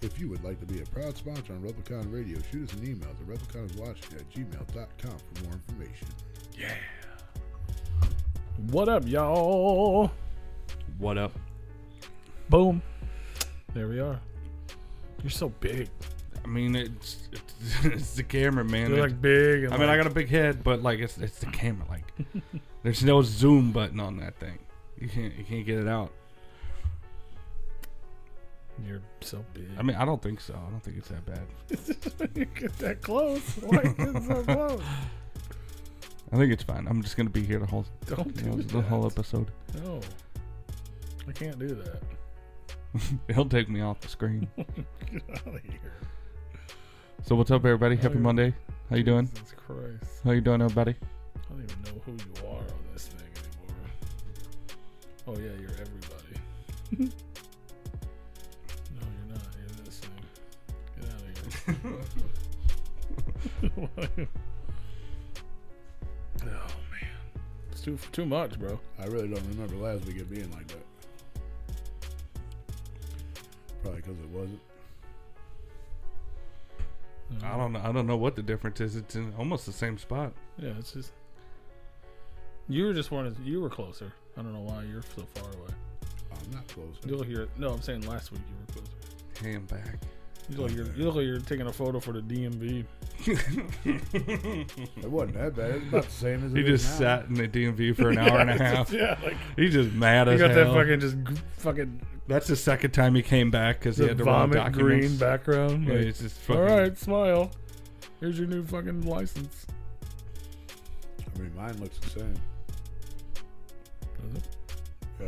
If you would like to be a proud sponsor on Replicon Radio, shoot us an email to repliconwatchkit at gmail.com for more information. What up, y'all? What up? Boom. There we are. You're so big. I mean, it's it's, it's the camera, man. You're It- like big. And I mean, I like- got a big head, but like it's it's the camera. Like, there's no zoom button on that thing. You can't you can't get it out. You're so big. I mean, I don't think so. I don't think it's that bad. you get that close. Why you get so close? I think it's fine. I'm just gonna be here the whole Don't you know, do the that. whole episode. No. I can't do that. It'll take me off the screen. Get out of here. so what's up, everybody? Happy Hi. Monday. How you doing? Jesus Christ. How you doing, everybody? I don't even know who you are on this thing anymore. Oh, yeah, you're everybody. no, you're not. You're this thing. Get out of here. oh, man. It's too, too much, bro. I really don't remember last week it being like that. Probably because it wasn't. I Um, don't know. I don't know what the difference is. It's in almost the same spot. Yeah, it's just. You were just wanted. You were closer. I don't know why you're so far away. I'm not close. You'll hear it. No, I'm saying last week you were closer. Hey, I'm back. You Oh, look like you're, you look like you're taking a photo for the DMV. It wasn't that bad. It's about the same as it He is just now. sat in the DMV for an hour and a half. yeah, like He's just mad you as got that hell. fucking just g- fucking That's the second time he came back because he the had the wrong vomit documents. green background. Yeah, Like, it's just fucking, all right, smile. Here's your new fucking license. I mean, mine looks the same. Yeah.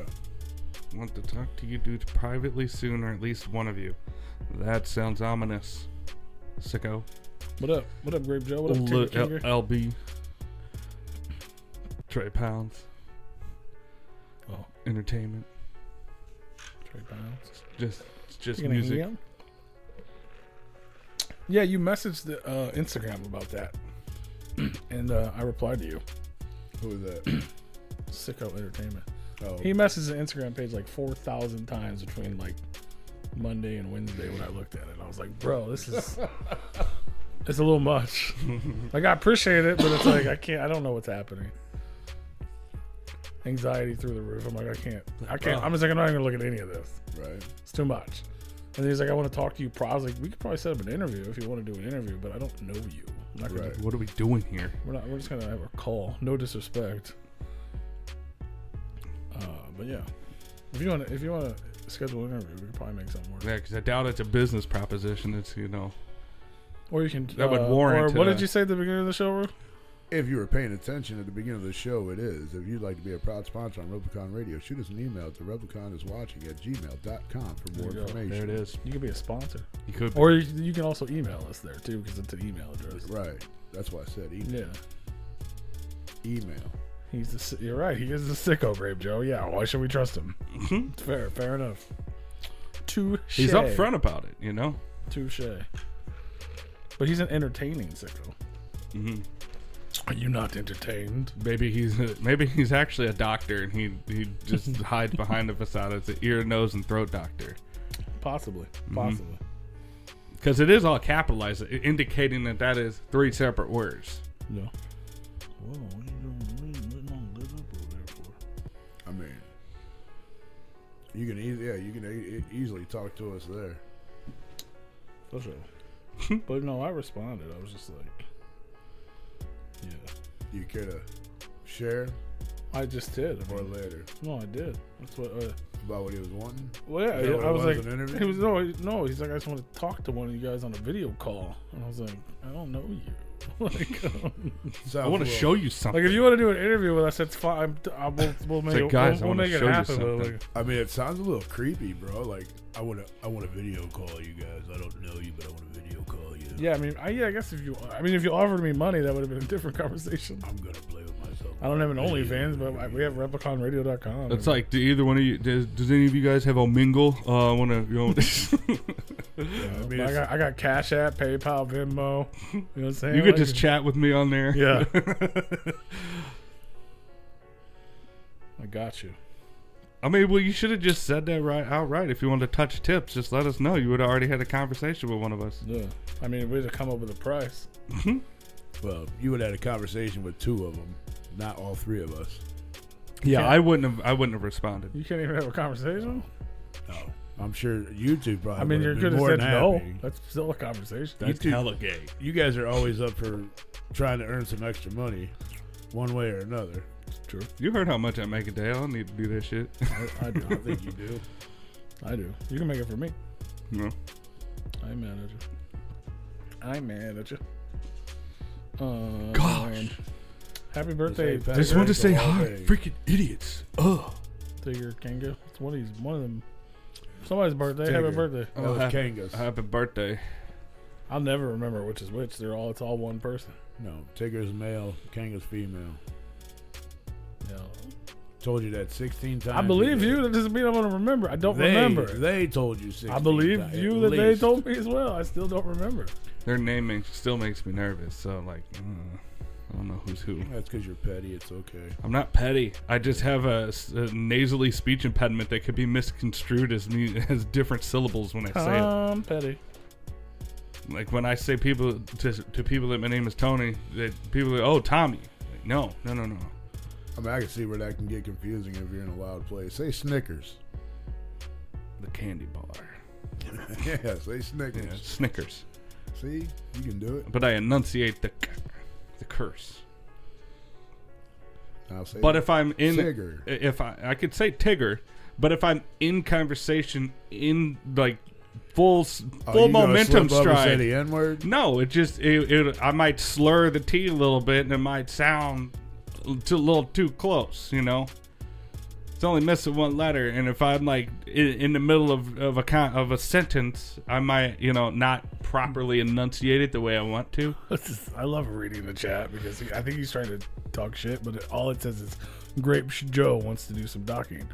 Want to talk to you dudes privately soon, or at least one of you. That sounds ominous. Sicko. What up? What up, Grape Joe? What up, L- Ticket Kinger? L- LB. Trey Pounds. uh, Oh. Entertainment. Trey Pounds. Just, it's just You gonna music. EM? Yeah, you messaged the uh, Instagram about that, and uh, I replied to you. Who is that? Sicko Entertainment. Oh, He messaged the Instagram page like four thousand times between like Monday and Wednesday when I looked at it. I was like, bro, this is it's a little much. like I appreciate it, but it's like I can't. I don't know what's happening. Anxiety through the roof. I'm like, I can't. I can't. I'm just like, I'm not even gonna look at any of this. right. It's too much. And he's like, I want to talk to you. Pro. I was like, we could probably set up an interview if you want to do an interview, but I don't know you. I'm not gonna, Right. What are we doing here? We're not. We're just gonna have a call. No disrespect. Uh, but yeah, if you want, to if you want to schedule an interview, we could probably make something work. Yeah, because I doubt it's a business proposition. It's, you know, Or you can. That would uh, warrant, Or what uh, did you say at the beginning of the show? Roo? If you were paying attention at the beginning of the show, it is. If you'd like to be a proud sponsor on Replicon Radio, shoot us an email to repliconiswatching at gmail.com for more you go. information. there it is. You could be a sponsor, You could or you, you can also email us there too, because it's an email address. Right. That's why I said e- Yeah, email. he's the. si- You're right. He is a sicko, Grape Joe. Yeah. Why should we trust him? It's fair. Fair enough. Touche. Mm-hmm. He's upfront about it, you know? Touche. But he's an entertaining sicko. Mhm. Are you not entertained? Maybe he's maybe he's actually a doctor and he he just hides behind the facade as an ear, nose, and throat doctor Possibly. Possibly. because it is all capitalized, i- indicating that that is three separate words. No. Whoa, what are you doing? What are you letting on live up over there for? I mean, you can easily, yeah, you can e- e- easily talk to us there. That's right. but no, I responded. I was just like, yeah. You care to share I just did. I or Mm. mean, later no, I did. That's what. Uh, about what he was wanting? well, yeah, Is that what I it was was, like, an interview? he was no, he- no. He's like, I just want to talk to one of you guys on a video call, and I was like, I don't know you. like, um, I want to show you something. like if you want to do an interview with us, that's fine. I will, we'll make like, it. guys, I we'll, we'll wanna make it show you happen. But something. like, I mean, it sounds a little creepy, bro. Like, I want to, I want to video call you guys. I don't know you, but I want to video call you. yeah, I mean, I, yeah, I guess if you, I mean, if you offered me money, that would have been a different conversation. I'm gonna play with myself. I don't have an OnlyFans, but I- we have RepliconRadio.com. it's like, do either one of you? Does, does any of you guys have a mingle? Uh, I want to. You, know, I mean, I it's- got, I got Cash App, PayPal, Venmo. You know what I'm saying? you could Like, just chat with me on there. yeah. I got you. I mean, well, you should have just said that right outright. If you wanted to touch tips, just let us know. You would have already had a conversation with one of us. Yeah. I mean, we'd have come up with a price. Well, you would have had a conversation with two of them, not all three of us. Yeah, Yeah. I wouldn't have. I wouldn't have responded. You can't even have a conversation. No, I'm sure you two probably. I mean, would you're have good been as more said than no. happy. That's still a conversation. That's you too- hella gay. You guys are always up for trying to earn some extra money, one way or another. true. You heard how much I make a day. I don't need to do that shit. I, I do. I think you do. I do. You can make it for me. No. I'm mad at you. I'm mad at you. Um, Gosh. Happy birthday ain't bad. Tiger- Just wanted to say hi, freaking idiots. Ugh. Tiger Kanga. It's one of these, one of them. Somebody's birthday. Happy Tigger. birthday. That was Kangas. Happy birthday. I'll never remember which is which. They're all. It's all one person. no, Tigger's male, Kangas female. Yeah. Told you that 16 times. I believe you. did. That doesn't mean I'm gonna remember. I don't They- remember. They told you 16 I believe times, you at that they least. told me as well. I still don't remember. Their name makes, still makes me nervous. So like, uh, I don't know who's who. That's because you're petty. It's okay. I'm not petty. I just have a, s- a nasally speech impediment that could be misconstrued as ne- as different syllables when I say it. Tom Petty. Like when I say people to, to people that my name is Tony, that people are, oh Tommy. Like, no, no, no, no. I mean, I can see where that can get confusing if you're in a loud place. Say Snickers. The candy bar. yeah, say Yeah, Snickers. Snickers. See, you can do it. But I enunciate the c- the curse. I'll say But if I'm in Tigger. if I I could say Tigger, but if I'm in conversation in like full s- Oh, full you gonna momentum slip up and stride. Say the N word. No, it just it, it. I might slur the T a little bit, and it might sound too, a little too close. You know, it's only missing one letter, and if I'm like in, in the middle of of a con- of a sentence, I might you know not properly enunciate it the way I want to. This is, I love reading the chat because I think he's trying to talk shit, but it, all it says is Grape Sh- Joe wants to do some docking.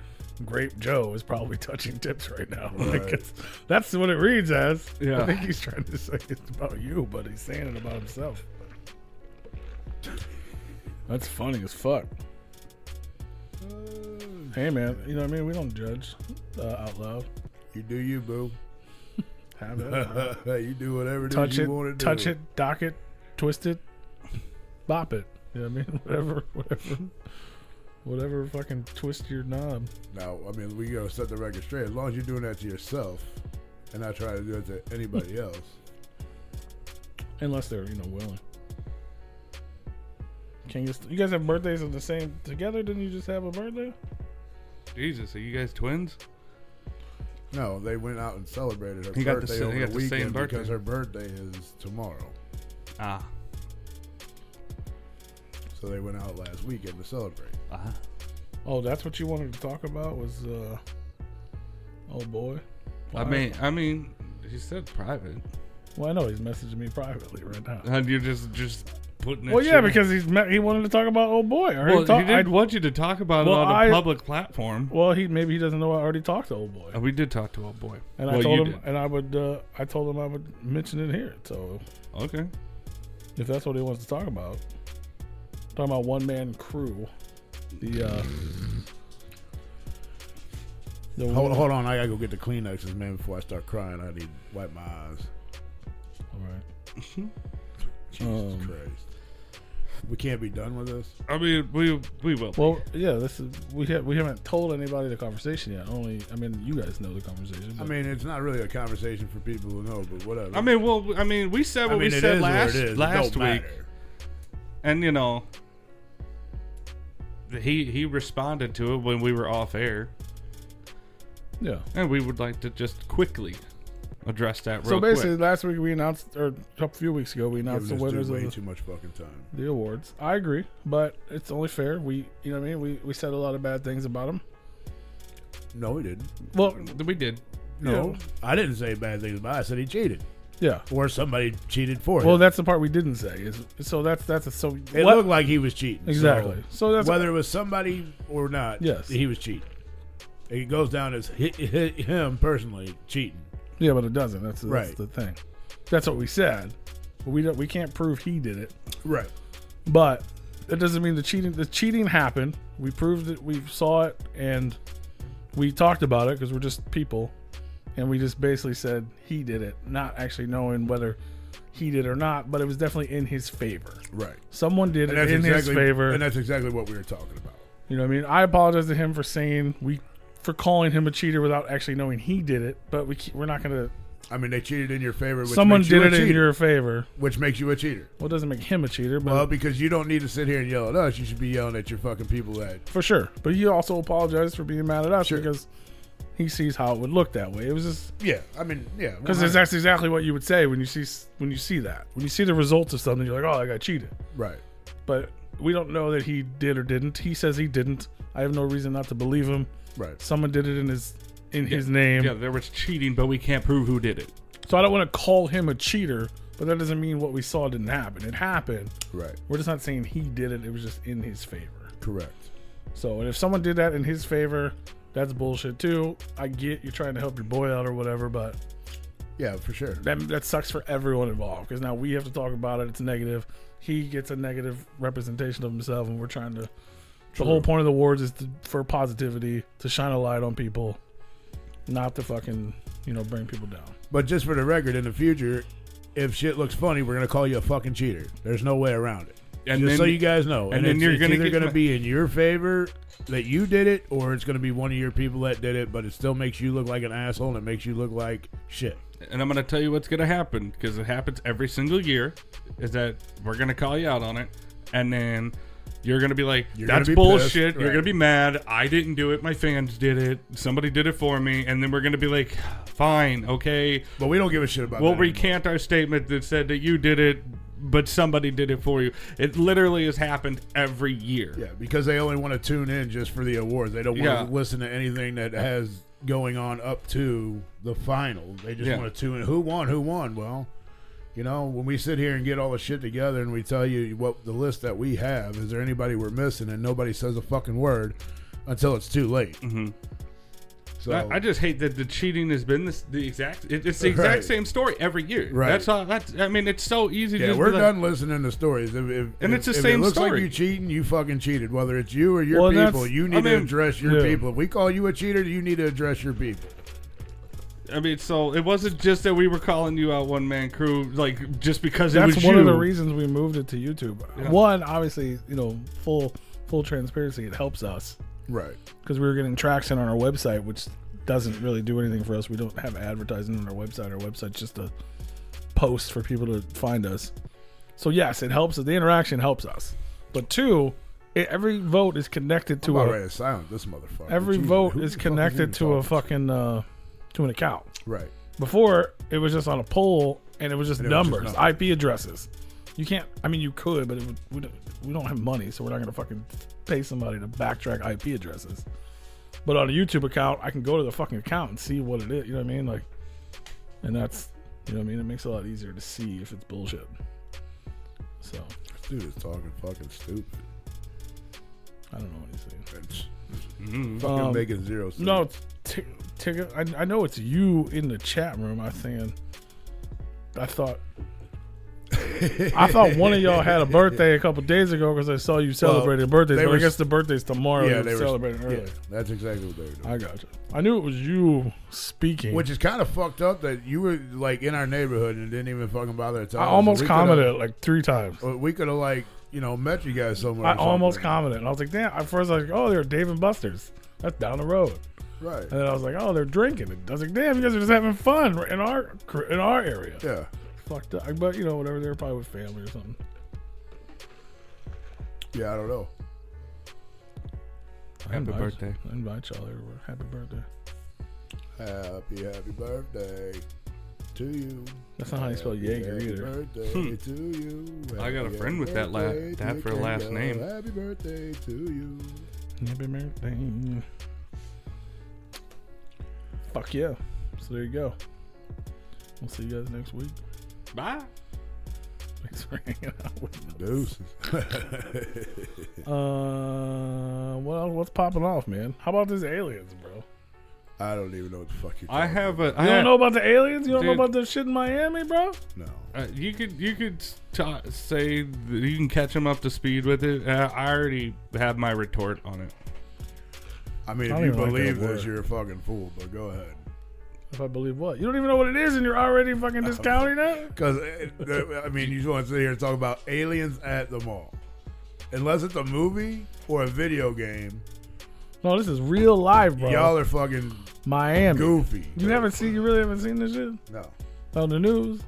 Grape Joe is probably touching tips right now. Like Right. it's, that's what it reads as. Yeah. I think he's trying to say it's about you, but he's saying it about himself. That's funny as fuck. Uh, Hey man, you know what I mean? We don't judge uh, out loud. You do you, boo. Have it. you do whatever it is touch you it, want to touch do. it, dock it, twist it, bop it. You know what I mean? Whatever, whatever, whatever. Fucking twist your knob. Now, I mean, we gotta set the record straight. As long as you're doing that to yourself, and not trying to do it to anybody else. Unless they're you know willing. Can you, you guys have birthdays of the same together? Didn't you just have a birthday? Jesus, are you guys twins? No, they went out and celebrated her He got the birthday sa- he over got the same weekend birthday. because her birthday is tomorrow. Ah, So they went out last weekend to celebrate. ah. Oh, that's what you wanted to talk about was uh oh boy. I mean, I mean, he said private. well, I know he's messaging me privately right now. And you're just just putting. It Well, yeah, shit- because he's me- he wanted to talk about oh boy. I already well, talk- he didn't I- want you to talk about Well, it on a I- public platform. well, he maybe he doesn't know I already talked to old boy. Uh, we did talk to old boy, And Well, I told you him, did. and I would, uh, I told him I would mention it here. So Okay. if that's what he wants to talk about, talking about one man crew, the uh, the Hold, one- hold on, I gotta go get the Kleenexes, man. Before I start crying, I need to wipe my eyes. All right. Jesus Um, Christ, we can't be done with this. I mean, we we will. Well, yeah, this is we ha- we haven't told anybody the conversation yet. Only, I mean, you guys know the conversation. I but- mean, it's not really a conversation for people who know, but whatever. I mean, well, I mean, we said I what mean, we it is said what last it is. It last don't week, matter. and you know, he he responded to it when we were off air, yeah. and we would like to just quickly address that. Real So basically, quick. last week we announced, or a couple few weeks ago, we announced Giving the this winners dude of way the too much fucking time. the awards. I agree, but it's only fair. We, you know, what I mean, we we said a lot of bad things about him. No, he didn't. Well, we did. No, Yeah. I didn't say bad things about. It. I said he cheated, yeah. or somebody cheated for him. Well, that's the part we didn't say. Is so that's that's a, so it what- looked like he was cheating. exactly. So So that's whether it was somebody or not, Yes. he was cheating. It goes down as hi hi him personally cheating. yeah, but it doesn't. That's, that's Right. the thing. That's what we said. We don't. We can't prove he did it, Right. but that doesn't mean the cheating. The cheating happened. We proved it. We saw it, and we talked about it because we're just people, and we just basically said he did it, not actually knowing whether he did or not. But it was definitely in his favor. Right. Someone did it in his favor. And that's exactly what we were talking about. You know what I mean? I apologize to him for saying we for calling him a cheater without actually knowing he did it, but we ke- we're not going to I mean, they cheated in your favor. Which someone makes you did a it in cheater, your favor. which makes you a cheater. Well, it doesn't make him a cheater, but Well, because you don't need to sit here and yell at us. You should be yelling at your fucking people that for sure. But he also apologized for being mad at us Sure. because he sees how it would look that way. It was just Yeah, I mean, yeah, because 100. that's actually exactly what you would say when you see s- when you see that when you see the results of something. You're like, oh, I got cheated. right. But we don't know that he did or didn't. He says he didn't. I have no reason not to believe him. Right. Someone did it in his in his name. Yeah, there was cheating, but we can't prove who did it. So I don't want to call him a cheater, but that doesn't mean what we saw didn't happen. It happened. Right. We're just not saying he did it. It was just in his favor. Correct. So, and if someone did that in his favor, that's bullshit too. I get you're trying to help your boy out or whatever, but Yeah, for sure. that that sucks for everyone involved because now we have to talk about it. It's negative. He gets a negative representation of himself, and we're trying to. The whole point of the awards is to, for positivity to shine a light on people, not to fucking you know bring people down. But just for the record, in the future, if shit looks funny, we're gonna call you a fucking cheater. There's no way around it. And just then- so you guys know. and then it's- you're it's gonna either get gonna ma- be in your favor that you did it, or it's gonna be one of your people that did it. But it still makes you look like an asshole, and it makes you look like shit. And I'm going to tell you what's going to happen because it happens every single year is that we're going to call you out on it. And then you're going to be like, You're gonna that's be bullshit. pissed, You're right. going to be mad. I didn't do it. My fans did it. Somebody did it for me. And then we're going to be like, fine, okay. But we don't give a shit about. We'll that anymore. recant our statement that said that you did it, but somebody did it for you. It literally has happened every year. Yeah, because they only want to tune in just for the awards. They don't want Yeah. to listen to anything that has going on up to the final. They just Yeah. want to tune in. Who won? Who won? Well, you know, when we sit here and get all the shit together and we tell you what the list that we have, is there anybody we're missing? And nobody says a fucking word until it's too late. Mm-hmm. So I, I just hate that the cheating has been this, the exact. It, it's the exact Right. same story every year. Right. That's all. That's, I mean, it's so easy. to yeah, just we're be like, done listening to stories. If, if, if- And it's the if it same looks story. like you cheating, you fucking cheated. Whether it's you or your Well, that's- people, you I need to mean, address your yeah. people. If we call you a cheater, you need to address your people. I mean, so it wasn't just that we were calling you out, one man crew, like just because it that's was one you. of the reasons we moved it to YouTube. Yeah. One, obviously, you know, full full transparency, it helps us Right. because we were getting traction on our website, which doesn't really do anything for us. We don't have advertising on our website. Our website's just a post for people to find us. So yes, it helps. us. The interaction helps us. But two, it, every vote is connected to All a right, silent this motherfucker. every Jesus, vote who is the fuck even connected to a talking? fucking uh, to an account. right. Before it was just on a poll and it was just And it was just numbers, numbers. IP addresses. You can't. I mean, you could, but it would, we don't. We don't have money, so we're not gonna fucking pay somebody to backtrack IP addresses. But on a YouTube account, I can go to the fucking account and see what it is. You know what I mean? Like, and that's you know what I mean. It makes it a lot easier to see if it's bullshit. So This dude is talking fucking stupid. I don't know what he's saying. It's Mhm. fucking Um, making zero sense. No, t- Tigger, I, I know it's you in the chat room. I think. I thought. I thought one of y'all had a birthday a couple days ago because I saw you celebrating birthdays. they But were I guess s- the birthday's tomorrow. yeah, Yeah, they were celebrating yeah, earlier. that's exactly what they were doing. I got you. I knew it was you speaking. Which is kind of fucked up that you were like in our neighborhood and didn't even fucking bother to tell I us. almost We coulda- commented like three times. uh, We could have like you know met you guys somewhere. or I almost something. commented. And I was like, damn. At first, I was like, oh, they're Dave and Buster's. That's down the road. Right. And then I was like, oh, they're drinking. And I was like, damn, you guys are just having fun in our in our area. yeah. Fucked up. But you know, whatever. They're probably with family or something. Yeah. I don't know. I Happy invite- birthday. I invite y'all everywhere. Happy birthday. Happy happy birthday to you. That's not how you spell Happy, Jaeger happy either. Birthday to you. Hmm. I got a Happy, friend with happy that la- birthday that to for a last Kendall. name. Happy birthday to you. Happy birthday. Fuck yeah. So there you go. We'll see you guys next week. Bye. Thanks for hanging out with us. Deuces. Uh, well, what's popping off, man? How about this aliens, bro? I don't even know what the fuck you. I have a. I You don't have- know about the aliens? You don't Dude. know about the shit in Miami, bro? no. Uh, you could you could ta say that you can catch him up to speed with it. Uh, I already have my retort on it. I mean, I if don't you even like that believe this, word. you're a fucking fool. But go ahead. If I believe what? You don't even know what it is and you're already fucking Uh-huh. discounting it? Because eh, I mean, you just want to sit here and talk about aliens at the mall, unless it's a movie or a video game. No, this is real life, bro. Y'all are fucking Miami. goofy. You haven't seen, you really haven't seen this shit? No, On the news?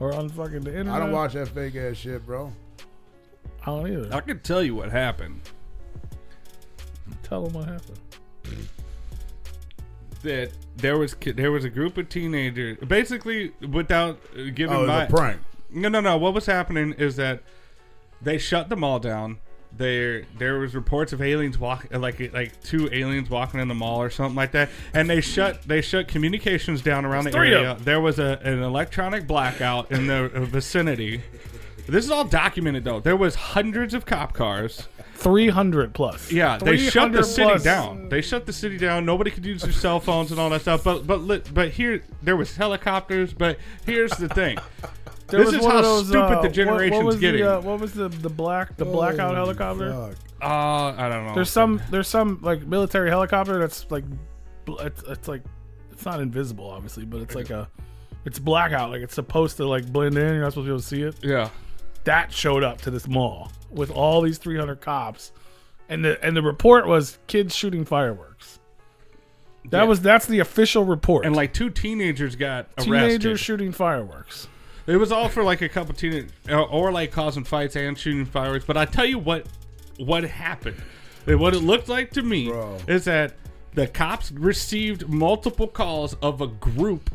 Or on fucking the internet? I don't watch that fake ass shit, bro. I don't either. I could tell you what happened. Tell them what happened. That there was ki- there was a group of teenagers, basically without uh, giving Oh, my it's a prank. No, no, no. What was happening is that they shut the mall down. There, there was reports of aliens walk, like like two aliens walking in the mall or something like that, and they shut they shut communications down around the three of area. There was a, an electronic blackout in the uh, vicinity. This is all documented though. There was hundreds of cop cars. 300 plus. Yeah, they shut the 300 city plus. down. They shut the city down. Nobody could use their cell phones and all that stuff. But but li- but here there was helicopters. But here's the thing. There this was is one how of those, stupid uh, the what- generation's what was getting. The, uh, what was the, the black the blackout Holy helicopter? Oh, fuck. Uh, I don't know. There's some there's some like military helicopter that's like bl- it's, it's like it's not invisible obviously, but it's like a it's blackout like it's supposed to like blend in. You're not supposed to be able to see it. Yeah. That showed up to this mall with all these 300 cops, and the and the report was kids shooting fireworks. That Yeah. was that's the official report. And like two teenagers got teenagers arrested. shooting fireworks. it was all for like a couple teenage or, or like causing fights and shooting fireworks. But I tell you what, what happened? And What it looked like to me Bro. is that the cops received multiple calls of a group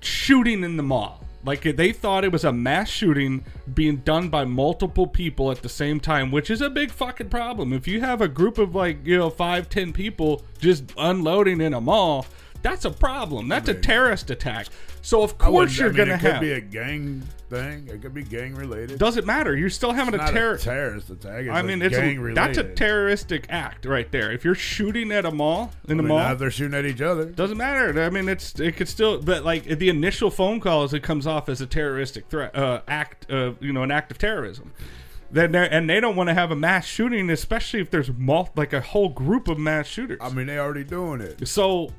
shooting in the mall. Like they thought it was a mass shooting being done by multiple people at the same time, which is a big fucking problem. If you have a group of like you know five, ten people just unloading in a mall, that's a problem. That's a terrorist attack. So of I wouldn't- course you're I mean, gonna it could have. be a gang thing. It could be gang related. Doesn't matter. You're still having Not a terror. a terrorist attack. It's I mean, like it's gang a, related. that's a terroristic act right there. If you're shooting at a mall in I the mean, mall, now they're shooting at each other. Doesn't matter. I mean, it's it could still, but like the initial phone calls, it comes off as a terroristic threat, uh, act of you know an act of terrorism. Then they're- and they don't want to have a mass shooting, especially if there's mul- like a whole group of mass shooters. I mean, they already doing it. so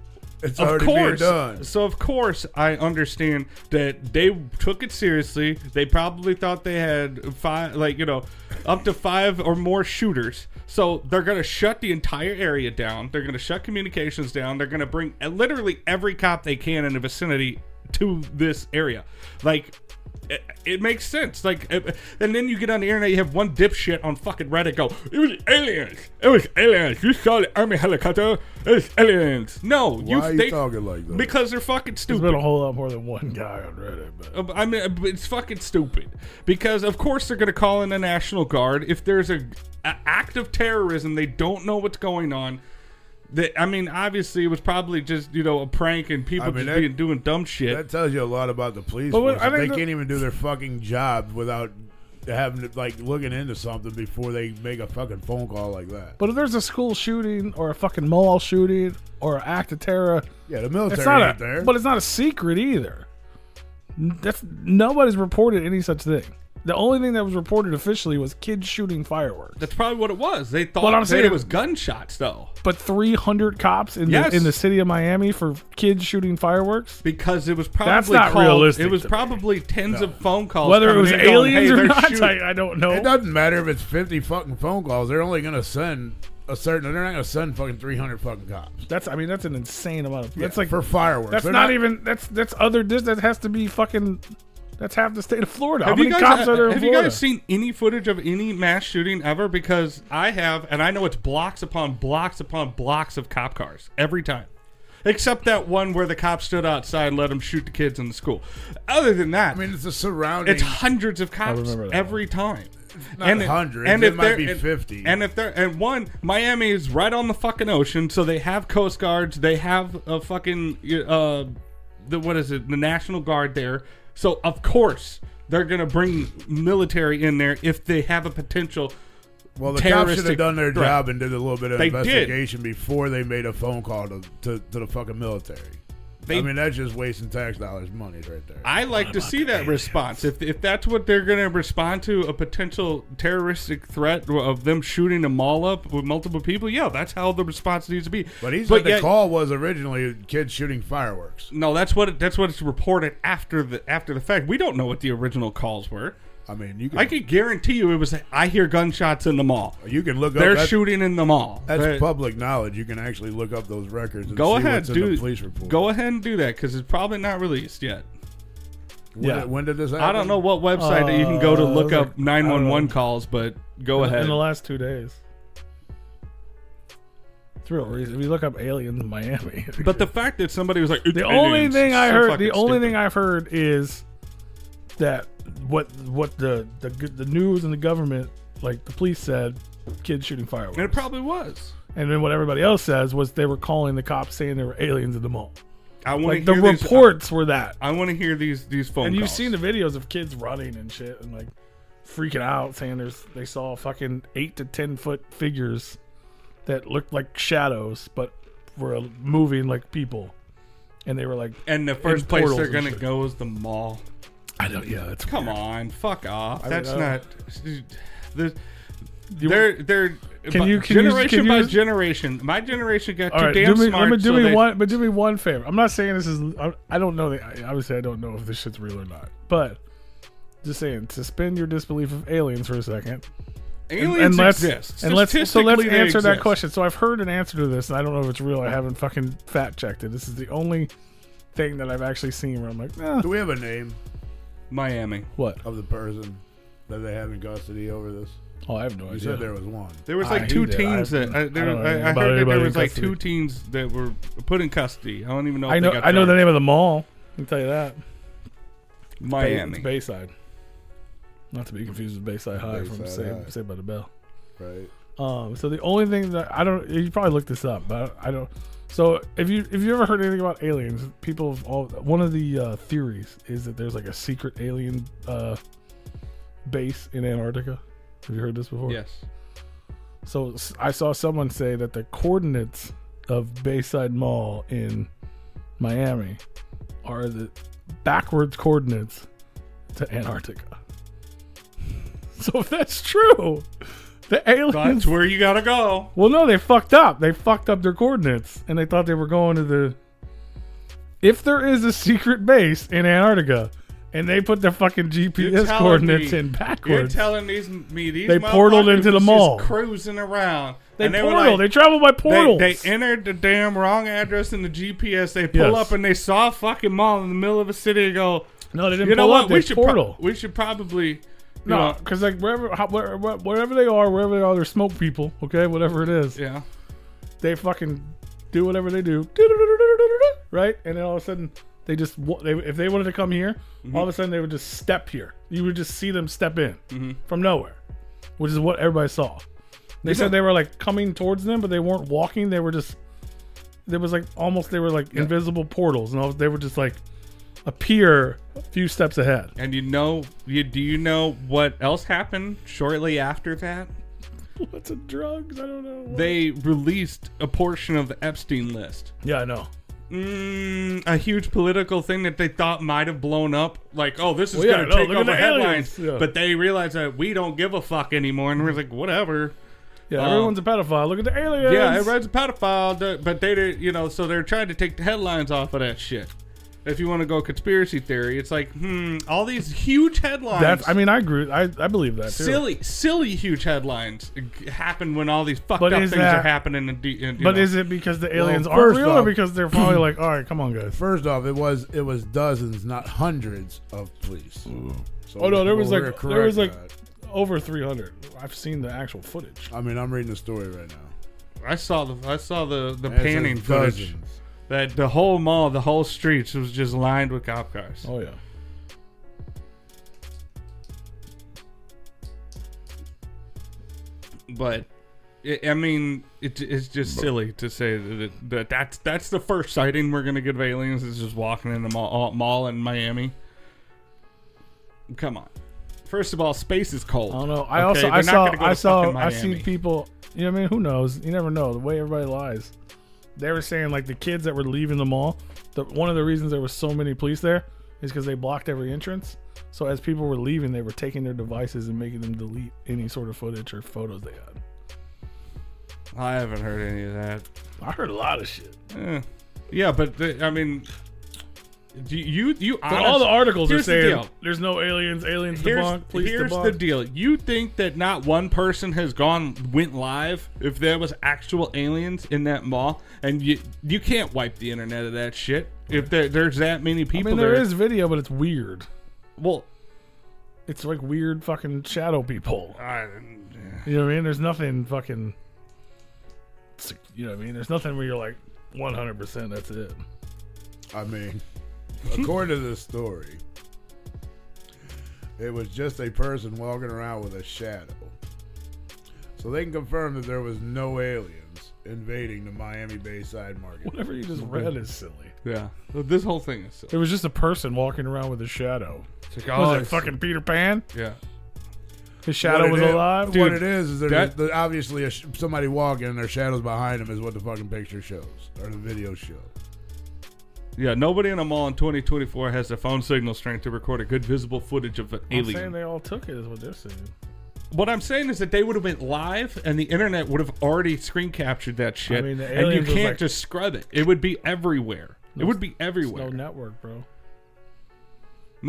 It's of already course, being done. so of course, I understand that they took it seriously. They probably thought they had five, like you know, up to five or more shooters. So they're gonna shut the entire area down. They're gonna shut communications down. They're gonna bring uh, literally every cop they can in the vicinity to this area. Like, it, it makes sense. Like, it- and then you get on the internet, you have one dipshit on fucking Reddit go, "It was aliens. It was aliens. You saw the army helicopter. It's aliens." No, Why are you talking like that? Because they're fucking There's stupid. been a whole lot more than one guy on Reddit, but Uh, I mean, uh, it's fucking stupid because of course they're going to call in the National Guard if there's a, a act of terrorism. They don't know what's going on. That I mean, obviously it was probably just you know a prank and people I mean, just that- being doing dumb shit. That tells you a lot about the police. But what- force. I think they the- can't even do their fucking job without having to like looking into something before they make a fucking phone call like that. but if there's a school shooting or a fucking mall shooting or an act of terror, yeah, the military it's not ain't a, there. but it's not a secret either. N- That's nobody's reported any such thing. The only thing that was reported officially was kids shooting fireworks. That's probably what it was. They thought What I'm that saying- it was gunshots though, But 300 cops in Yes. the in the city of Miami for kids shooting fireworks. because it was probably That's not called- realistic It was to me. probably tens of phone calls. Whether it coming was in going, aliens "Hey, or they're not, shooting." I, I don't know. it doesn't matter if it's fifty fucking phone calls. They're only gonna send a certain. They're not gonna send fucking three hundred fucking cops. That's I mean that's an insane amount of. That's like for fireworks. that's They're not, even that's that's other dis that has to be fucking. That's half the state of Florida. How Have many you guys, cops are there in have you Florida? guys seen any footage of any mass shooting ever? Because I have, and I know it's blocks upon blocks upon blocks of cop cars every time. Except that one where the cop stood outside and let him shoot the kids in the school. Other than that, I mean, it's a surrounding. it's hundreds of cops remember that every time. not it- hundreds, it might they're- be and- 50. And if they're and one, Miami is right on the fucking ocean, so they have coast guards. They have a fucking uh, the what is it? The National Guard there. So of course they're gonna bring military in there if they have a potential Well, the cops should terroristic have done their threat. job and did a little bit of They did. investigation before they made a phone call to, to, to the fucking military. They- I mean, that's just wasting tax dollars' money right there. I like to see that response. If, if that's what they're going to respond to, a potential terroristic threat of them shooting a mall up with multiple people, yeah, that's how the response needs to be. but he said the yet- call was originally kids shooting fireworks. No, that's what it, that's what it's reported after the after the fact. We don't know what the original calls were. I mean, you can I can guarantee you it was I hear gunshots in the mall. you can look They're up that, shooting in the mall. That's They- public knowledge. You can actually look up those records. And go see ahead, what's in do the police report. Go ahead and do that because it's probably not released yet. When, Yeah. did, when did this happen? I don't know what website that you can go to Uh, look like- I up don't 911 know. calls, but go In ahead. the last two days. It's real reason. If you look up aliens in Miami. But the fact that somebody was like, the only thing I heard, the only thing I've heard is that what what the the g- the news and the government, like the police said, kids shooting fireworks. and it probably was. And then what everybody else says was they were calling the cops saying there were aliens in the mall. I want Like to the hear these- reports were that. I want to hear these these phone. And you've calls. seen the videos of kids running and shit and like freaking out saying there's they saw fucking eight to ten foot figures that looked like shadows but were moving like people. And they were like, and the first and place portals they're and gonna shit. go is the mall. I don't, yeah, that's Come on, fuck off. I That's don't know. not. There's, you- they're they're. Can you- can you- generation can you- by generation? My generation got too All right, damn do me, smart. let me do so me they- one, but do me one favor. I'm not saying this is. I, I don't know. The, I, obviously, I don't know if this shit's real or not. But just saying, suspend your disbelief of aliens for a second, Aliens and let's exist. and let's so let's Statistically, answer they that exist. question. So I've heard an answer to this, and I don't know if it's real. I haven't fucking fact checked it. This is the only thing that I've actually seen where I'm like, eh, Do we have a name Miami. what? of the person that they have in custody over this? Oh, I have no You idea. said there was one. There was I like two hate it. teens I- that I, there, I don't know I, I about heard that anybody there in was like custody. two teens that were put in custody. I don't even know. If I know. They got I know the charged. name of the mall. I can tell you that. Bay- Miami. It's Bayside. Not to be confused with Bayside High from Bayside High. Saved, Saved by the Bell. Right. Um, so the only thing that I don't, you probably looked this up, but I don't. So if you if you ever heard anything about aliens, people have all one of the uh, theories is that there's like a secret alien uh, base in Antarctica. Have you heard this before? yes. So s- I saw someone say that the coordinates of Bayside Mall in Miami are the backwards coordinates to Antarctica. So if that's true, the aliens That's where you gotta go. well, no, they fucked up. They fucked up their coordinates, and they thought they were going to the. If there is a secret base in Antarctica, and they put their fucking You're GPS telling coordinates me- in You're backwards, telling these me these They portaled motherfuckers into the was just mall. cruising around. they and they were portal. like- they travel by They, portals. they entered the damn wrong address in the GPS. They pull Yes. up and they saw a fucking mall in the middle of a city. And go, no, they didn't you know pull what? up. we They should pro- portal. we should probably you no, know, because like wherever, how, where, where- wherever they are, wherever they are, they're smoke people. Okay, whatever it is, yeah. they fucking do whatever they do. Right, and then all of a sudden. They just wa- they, if they wanted to come here, all of a sudden they would just step here. You would just see them step in. hmm from nowhere, which is what everybody saw. They said they were like coming towards them, but they weren't walking. They were just there was like almost they were like invisible portals, and all, they were just like appear a few steps ahead. And you know, you do you know what else happened shortly after that? What's in drugs? I don't know. They released a portion of the Epstein list. yeah, I know. Mm, a huge political thing that they thought might have blown up. Like, oh, this is Well, yeah, going to no, take look at over the aliens. headlines. Yeah. But they realized that we don't give a fuck anymore, and we're like, whatever. Yeah, Um, everyone's a pedophile. Look at the aliens. Yeah, everybody's a pedophile, th- but they did, you know, so they're trying to take the headlines off of that shit. If you want to go conspiracy theory, it's like, hmm, all these huge headlines. That's. I mean, I agree. I, I believe that too. silly, silly huge headlines happen when all these fucked But up is things that- are happening. In, de- in, you But know. is it because the aliens Well, are first real, or off- because they're probably like, all right, come on, guys. First off, it was it was dozens, not hundreds of police. So Oh, no, there we're- was, like- we're there was, correct like- with Over 300. I've seen the actual footage. that. I mean, I'm reading the story right now. I saw the I saw the the And it says panning footage dozens. that the whole mall, the whole streets was just lined with cop cars. Oh yeah. But i I mean, it, it's just silly to say that, it, that that's that's the first sighting we're gonna get of aliens is just walking in the mall, mall in Miami. Come on, First of all, space is cold. I don't know. I Okay, also they're I not saw gonna go I to saw fucking I seen Miami. people. You know what I mean? Who knows? You never know. The way everybody lies. They were saying like the kids that were leaving the mall. The, one of the reasons there was so many police there is because they blocked every entrance. So as people were leaving, they were taking their devices and making them delete any sort of footage or photos they had. I haven't heard any of that. I heard a lot of shit. Eh. Yeah, but the, I mean, do you you But all the articles are here's the saying deal. there's no aliens. Aliens here's, debunked. Please here's debunked. the deal. You think that not one person has gone went live if there was actual aliens in that mall, and you you can't wipe the internet of that shit. If there, there's that many I people mean, there there is video, but it's weird. well, It's like weird fucking shadow people. I, You know what I mean? There's nothing fucking. You know what I mean? There's nothing where you're like 100%. That's it. I mean, according to this story, it was just a person walking around with a shadow. So they can confirm that there was no aliens invading the Miami Bayside market. Whatever you just read is silly. yeah. This whole thing is silly. It was just a person walking around with a shadow. It's like, Was oh, it it's- fucking Peter Pan? yeah. His shadow What was it is- alive. What Dude, it is is there's that- there's obviously a sh- somebody walking and their shadows behind them is what the fucking picture shows or the video shows. Yeah, nobody in a mall in 2024 has the phone signal strength to record a good visible footage of an I'm alien. saying they all took it. Is what they're saying. What I'm saying is that they would have went live, and the internet would have already screen captured that shit. mean, the and you aliens was can't like- just scrub it. It would be everywhere. it would be There's no everywhere. No, network, bro.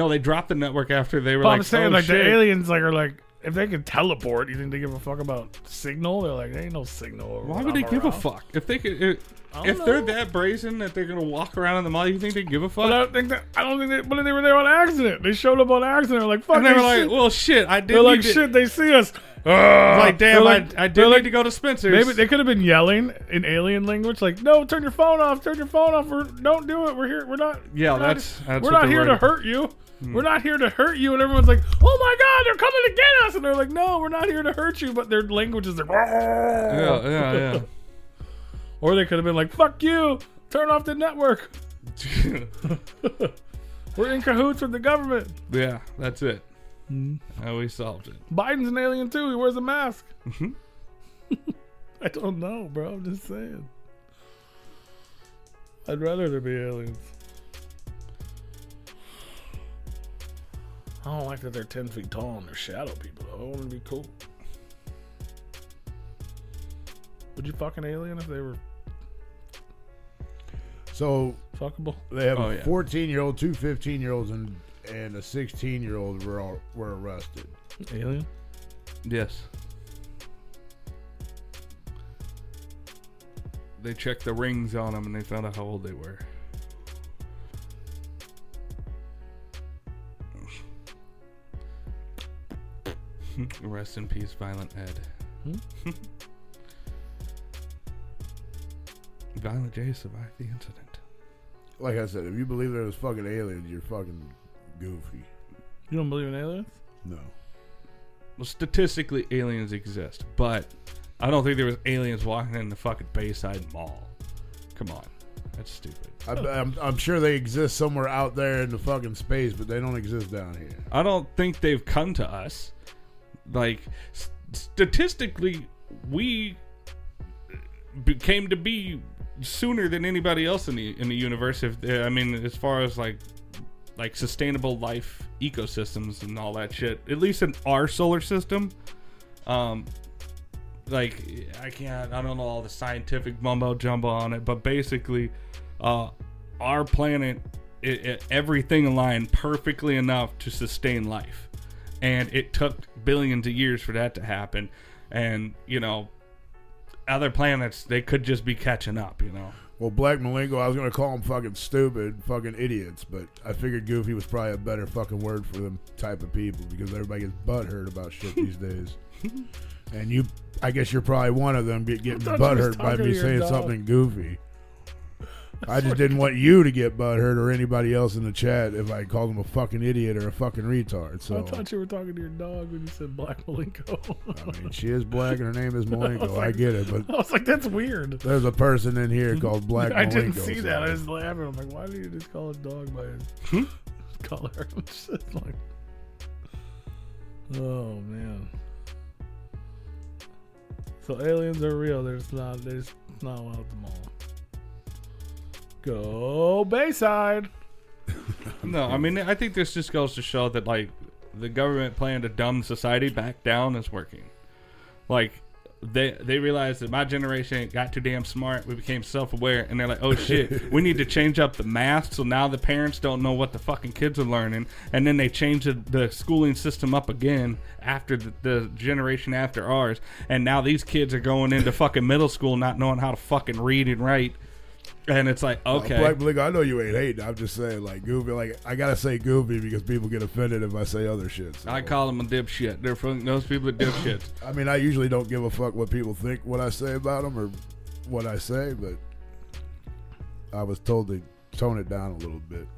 they dropped the network after they were But like, I'm saying "Oh, like shit." the aliens like are like if they can teleport, you think they give a fuck about signal? They're like, there ain't no signal. or Why when would they I'm give a around." fuck if they could? If, don't if they're know. that brazen that they're gonna walk around in the mall, you think they give a But I fuck? don't think that. I don't think they. But they were there on accident. They showed up on accident. They're like, fuck. And they were like, see- "Well, shit, I did." They're like, need to- shit, they see us. Like, They're damn, like- I, I they're did like- need to go to Spencer's. Maybe they could have been yelling in alien language, like, "No, turn your phone off. Turn your phone off. We're, don't do it. We're here. We're not. Yeah, we're not- that's- that's we're what not they're here to writing. Hmm. hurt you. We're not here to hurt you." And everyone's like, "Oh my god, they're coming to get us!" And they're like, "No, we're not here to hurt you." But their language is like, Yeah, yeah, yeah. or they could have been like, "Fuck you. Turn off the network. We're in cahoots with the government." yeah, that's it. Mm-hmm. And we solved it. Biden's an alien too. He wears a mask. I don't know, bro. I'm just saying. I'd rather there be aliens. I don't like that they're 10 feet tall and they're shadow people. though. I want 'em to be cool. Would you fuck an alien if they were So fuckable? they have Oh, a yeah. 14 year old, two 15 year olds, and and a 16 year old were all, were arrested. Alien? Yes. They checked the rings on them and they found out how old they were. Rest in peace, Violent Ed. Violent J survived the incident. Like I said, if you believe there was fucking aliens, you're fucking goofy. You don't believe in aliens? No. Well, statistically, aliens exist, but I don't think there was aliens walking in the fucking Bayside Mall. Come on, that's stupid. I, I'm, I'm sure they exist somewhere out there in the fucking space, but they don't exist down here. I don't think they've come to us. Like s- statistically, we became to be sooner than anybody else in the in the universe. If I mean, as far as like like sustainable life ecosystems and all that shit, at least in our solar system. Um, like I can't, I don't know all the scientific mumbo jumbo on it, but basically, uh, our planet, it, it, everything aligned perfectly enough to sustain life, and it took billions of years for that to happen, and you know, other planets they could just be catching up, you know. Well, Black Malengo, I was gonna call them fucking stupid, fucking idiots, but I figured goofy was probably a better fucking word for them type of people because everybody gets butthurt about shit these days. And you, I guess you're probably one of them get, getting thought you was butthurt by talking me to your saying dog. something goofy. I just didn't want you to get butthurt or anybody else in the chat if I called them a fucking idiot or a fucking retard. I So thought you were talking to your dog when you said Black Malenko. I mean, she is black and her name is Malenko. I, like- get it, but I was like, that's weird. there's a person in here called Black. I didn't Malenko, see so- that. I was laughing. I'm like, why do Hmm? you just call a dog by his collar? I'm just like, Oh man. So aliens are real. There's not. There's not one at the mall. Go Bayside. No, I mean, I think this just goes to show that like the government plan to dumb society back down is working. Like they they realized that my generation got too damn smart. We became self aware, and they're like, oh shit, we need to change up the math. So now the parents don't know what the fucking kids are learning, and then they change the, the schooling system up again after the, the generation after ours, and now these kids are going into fucking middle school not knowing how to fucking read and write. And it's like, okay, Black Blink, I know you ain't hating. I'm just saying, like goofy. Like I gotta say goofy because people get offended if I say other shit. so- I call them a dipshit. They're fucking those people are dipshits. I mean, I usually don't give a fuck what people think what I say about them or what I say, but I was told to tone it down a little bit.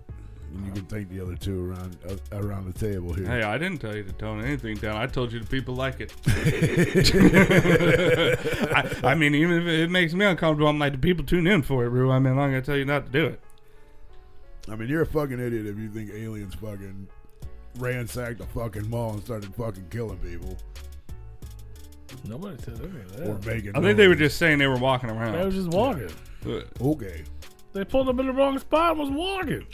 And you can thank the other two around uh, around the table here. hey, I didn't tell you to tone anything down. I told you the people like it. I, I mean, even if it makes me uncomfortable, I'm like the people tune in for it, Rue. I mean, I'm not gonna tell you not to do it. I mean, you're a fucking idiot if you think aliens fucking ransacked a fucking mall and started fucking killing people Nobody said anything. or of that. making. I think they were noise. just saying they were walking They was around. just walking. okay. They pulled up in the wrong spot and was walking.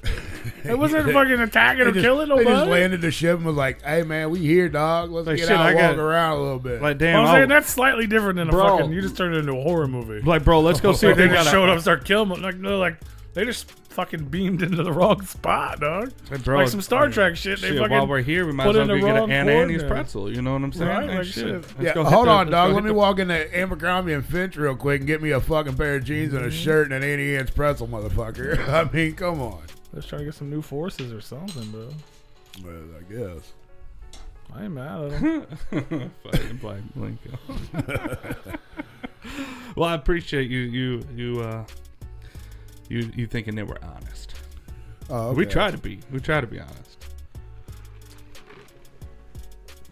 It wasn't fucking attacking or They just- killing They just nobody. landed the ship and was like, "Hey man, we here, dog. Let's Like, get shit, out, I and walk got- around a little bit." Like, I'm damn, saying I'll- that's slightly different than a Bro. fucking. You just turned it into a horror movie. like, bro, let's go see Like if they they got just a- showed up, and started killing them. Like, they're like, they just fucking beamed into the wrong spot, dog. Hey, bro, like some I Star mean, Trek shit. They shit, fucking while we're here, we might as put well in go the get wrong an Aunt Annie's coordinates. pretzel. You know what I'm saying? Right, Hey, like, shit. Let's Yeah, go hit hold the- on, let's dog. go Let hit me walk into Abercrombie and Finch real quick and get me a fucking pair of jeans and a Mm-hmm. shirt and an 80 inch pretzel, motherfucker. I mean, come on. Let's try to get some new forces or something, bro. But I guess. I ain't mad at them. the- Fucking Black Blinko. well, I appreciate you, you, you, uh, you, you thinking that we're honest. Oh, We okay. try to be. We try to be honest.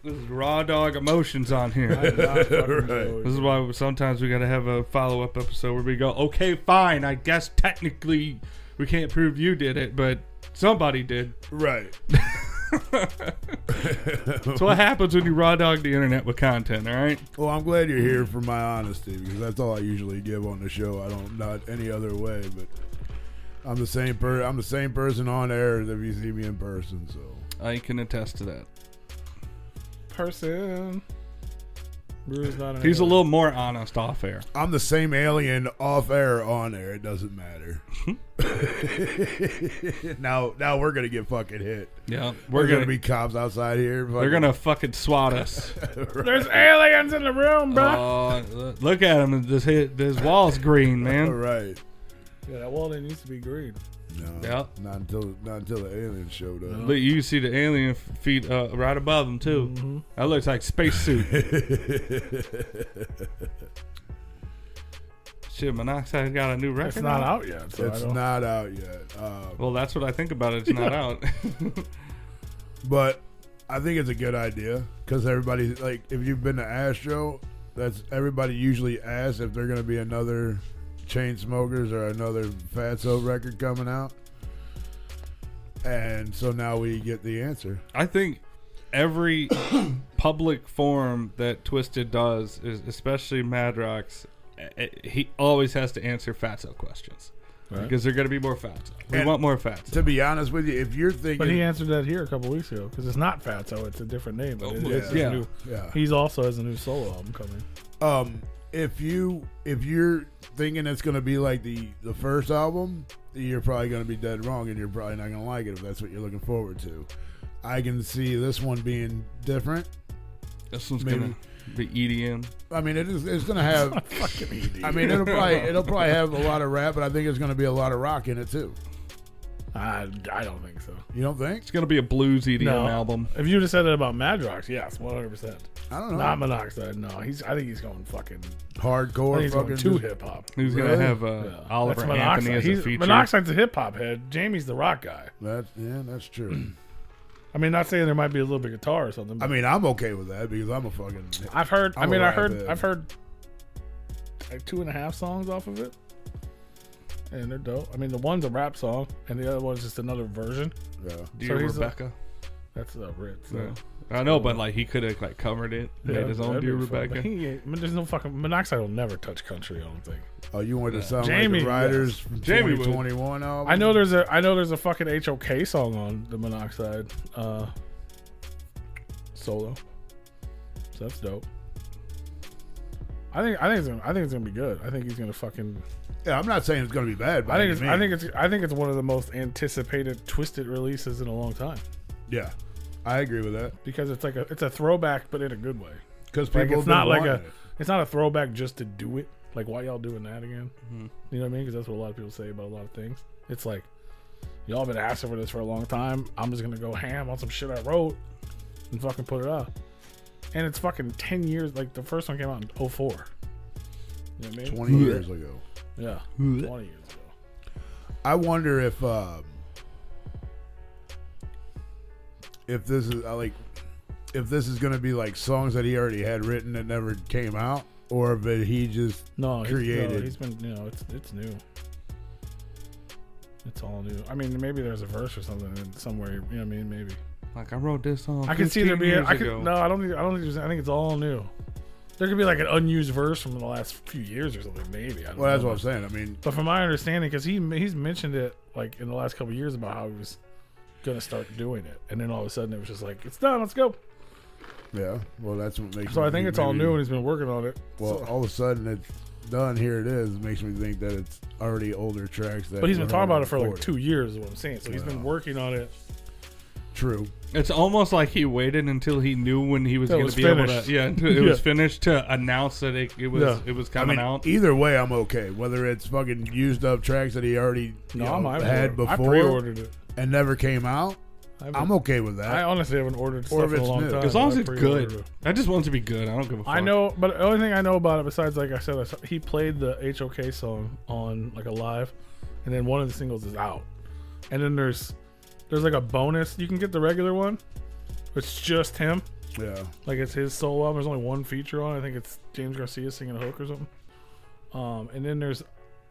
This is raw dog emotions on here. this is why sometimes we gotta have a follow up episode where we go, okay, fine. I guess technically we can't prove you did it, but somebody did. Right. That's what happens when you raw dog the internet with content. All right. Well, I'm glad you're here for my honesty because that's all I usually give on the show. I don't not any other way, but I'm the same per I'm the same person on air as if you see me in person, so I can attest to that. Person. Brew's not an He's a alien. little more honest off air. I'm the same alien off air on air. It doesn't matter. now, now we're gonna get fucking hit. Yeah, We're, gonna, be cops outside here. They're gonna fucking swat us. There's aliens in the room, bro. Uh, look at him. This hit. This wall's green, All man. right. yeah, that wall didn't used to be green. No. Yeah. Not until not until the aliens showed up. But you can see the alien f- feet uh, right above him too. Mm-hmm. That looks like spacesuit. Shit, monoxide got a new record. It's not out. out yet. So It's I don't, not out yet. Um, Well, that's what I think about. It. It's not out. but I think it's a good idea because everybody like if you've been to Astro, that's everybody usually asks if they're gonna be another chain smokers or another Fatso record coming out. And so now we get the answer. I think every public forum that Twisted does, is especially Madrox, eh, eh, he always has to answer fatso questions because they're going to be more fatso. We And- want more fatso. To be honest with you, if you're thinking, But he answered that here a couple weeks ago because it's not Fat, so it's a different name. But it- Oh, it's his yeah. new- yeah, he's also has a new solo album coming. um, if you if you're thinking it's gonna be like the the first album, you're probably gonna be dead wrong, and you're probably not gonna like it if that's what you're looking forward to. I can see this one being different. this one's maybe- going to be E EDM. I mean, it is, it's gonna have. Fucking ED. I mean, it'll probably it'll probably have a lot of rap, but I think it's gonna be a lot of rock in it too. I, I don't think so. You don't think? It's going to be a blues EDM No. album. If you just said that about Madrox, yes, one hundred percent. I don't know. Not Monoxide. No, he's. I think he's going fucking. I think Hardcore he's fucking going too hip hop. Who's going Really? to have uh, Yeah. Oliver That's Anthony as a He's- feature? Monoxide's a hip hop head. Jamie's the rock guy. That's yeah, that's true. I mean, not saying there might be a little bit of guitar or something. I But mean, I'm okay with that because I'm a fucking. I've heard. i I'm mean, a I rock heard. head. I've heard like two and a half songs off of it, and they're dope. I mean, the one's a rap song, and the other one's just another version. Yeah. Dear so he's a- Rebecca. That's a Ritz. So. Yeah. I know, but like he could have like covered it, made his own that'd be dear fun, Rebecca. but he ain't- I mean, there's no fucking monoxide will never touch country. I don't think. Oh, you wanted to sound Jamie, like the Riders from Jamie would. 2021 album? I know there's a I know there's a fucking HOK song on the monoxide uh, solo. So that's dope. I think I think it's gonna, I think it's gonna be good. I think he's gonna fucking Yeah, I'm not saying it's going to be bad, but I think it's I think it's I think it's one of the most anticipated twisted releases in a long time yeah, I agree with that because it's like a it's a throwback but in a good way. because people Like have it's been not like a wanting it. it's not a throwback just to do it. Like why y'all doing that again? You know what I mean? Because that's what a lot of people say about a lot of things. It's like y'all been asking for this for a long time. I'm just gonna go ham on some shit I wrote and fucking put it up. And it's fucking ten years. Like the first one came out in 04. You know what I mean? 20 years ago. Yeah, twenty years ago. I wonder if um, if this is I like if this is going to be like songs that he already had written that never came out, or if it, he just No, he's- no, created. he's been you know it's it's new. It's all new. I mean, maybe there's a verse or something in- somewhere. You know what I mean? Maybe. Like I wrote this song. I can see 15 there being. years I could, ago. no, I don't. Think, I don't think. There's, I think it's all new. There could be like an unused verse from the last few years or something. Maybe. I don't well, that's know. what I'm saying. I mean, But from my understanding, because he he's mentioned it like in the last couple of years about how he was gonna start doing it, and then all of a sudden it was just like it's done. Let's go. yeah. Well, that's what makes. So me I think think it's all maybe- new, and he's been working on it. Well, So- all of a sudden it's done. Here it is. It makes me think that it's already older tracks. That but he's been were talking about it for like recorded. two years. Is what I'm saying. So he's been working on it. True. It's almost like he waited until he knew when he was Till it going was to be able finished. to. Yeah, until it was Yeah. finished to announce that it, it was Yeah. E it was I coming mean, out. either way, I'm okay. Whether it's fucking used up tracks that he already you No, know, I'm, I've had ordered- I before pre-ordered it. and never came out, I've I'm okay with that. I honestly haven't ordered Or stuff if in a it's long new. time. As long but as I it's pre-ordered good, it. I just want it to be good. I don't give a fuck. I know, but the only thing I know about it besides, like I said, I saw, he played the HOK song on like a live, and then one of the singles is out, and then there's there's like a bonus. You can get the regular one. It's just him, yeah. like it's his solo album. There's only one feature on. it. I think it's James Garcia singing a hook or something. Um, and then there's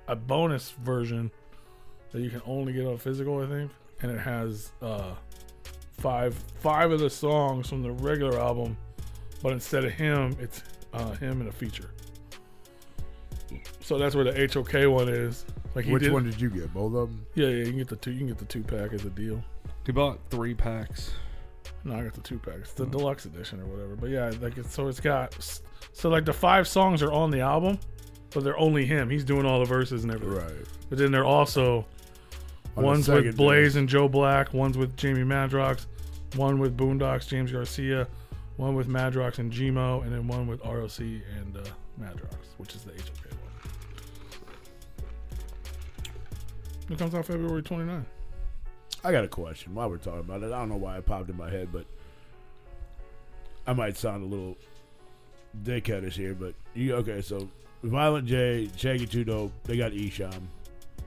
a bonus version that you can only get on physical, I think, and it has uh, five five of the songs from the regular album, but instead of him, it's uh, him and a feature. So that's where the HOK one is. Like he Which did, one did you get? Both of them? Yeah, yeah. You can get the two. You can get the two pack as a deal. He bought three packs. No, I got the two pack. It's the Oh. deluxe edition or whatever. But yeah, like it's, so it's got so like the five songs are on the album, but they're only him. He's doing all the verses and everything. Right. But then they're also On the ones second with Blaze disc. and Joe Black, ones with Jamie Madrox, one with Boondocks James Garcia, one with Madrox and Gmo, and then one with ROC and uh, Madrox, which is the HOK one. It comes out February 29th. I got a question while we're talking about it. I don't know why it popped in my head, but I might sound a little dickheadish here, but you okay, so Violent J, Shaggy Two Dope, they got Esham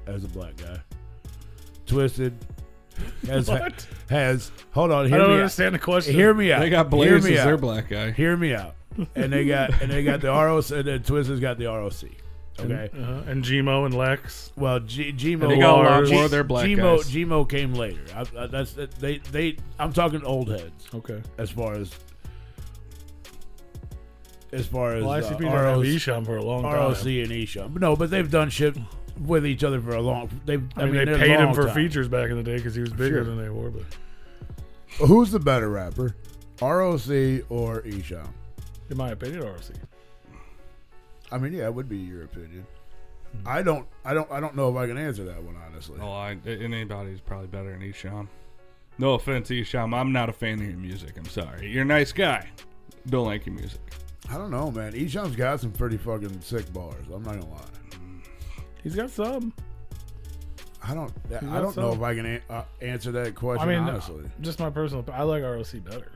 as a black guy. Twisted has What? has hold on, I hear don't me out. understand the question. Hear me out. They got Hear Blaze as me their out. black guy. Hear me out. And they got and they got the ROC and then Twisted's got the ROC. Okay. Uh, and Gmo and Lex. Well, G- Gmo, And they got a lot Lars. more of their black Gmo, guys. Gmo came later. I, I, that's they they. I'm talking old heads Okay. as far as as far as Well, uh, ICP ROC, Isham for a long ROC time. and Isha. No, but they've done shit with each other for a long. They I mean, they paid him for features back in the day because he was Sure. bigger than they were. But Who's the better rapper, ROC or Isha? in my opinion, ROC. I mean, yeah, it would be your opinion. I don't, I don't, I don't know if I can answer that one honestly. Oh, I, anybody's probably better than Esham. No offense, Esham. I'm not a fan of your music. I'm sorry. You're a nice guy. Don't like your music. I don't know, man. Isham's got some pretty fucking sick bars. I'm not gonna lie. He's got some. I don't. I got don't know some. if I can a- uh, answer that question I mean, honestly. just my personal. I like ROC better.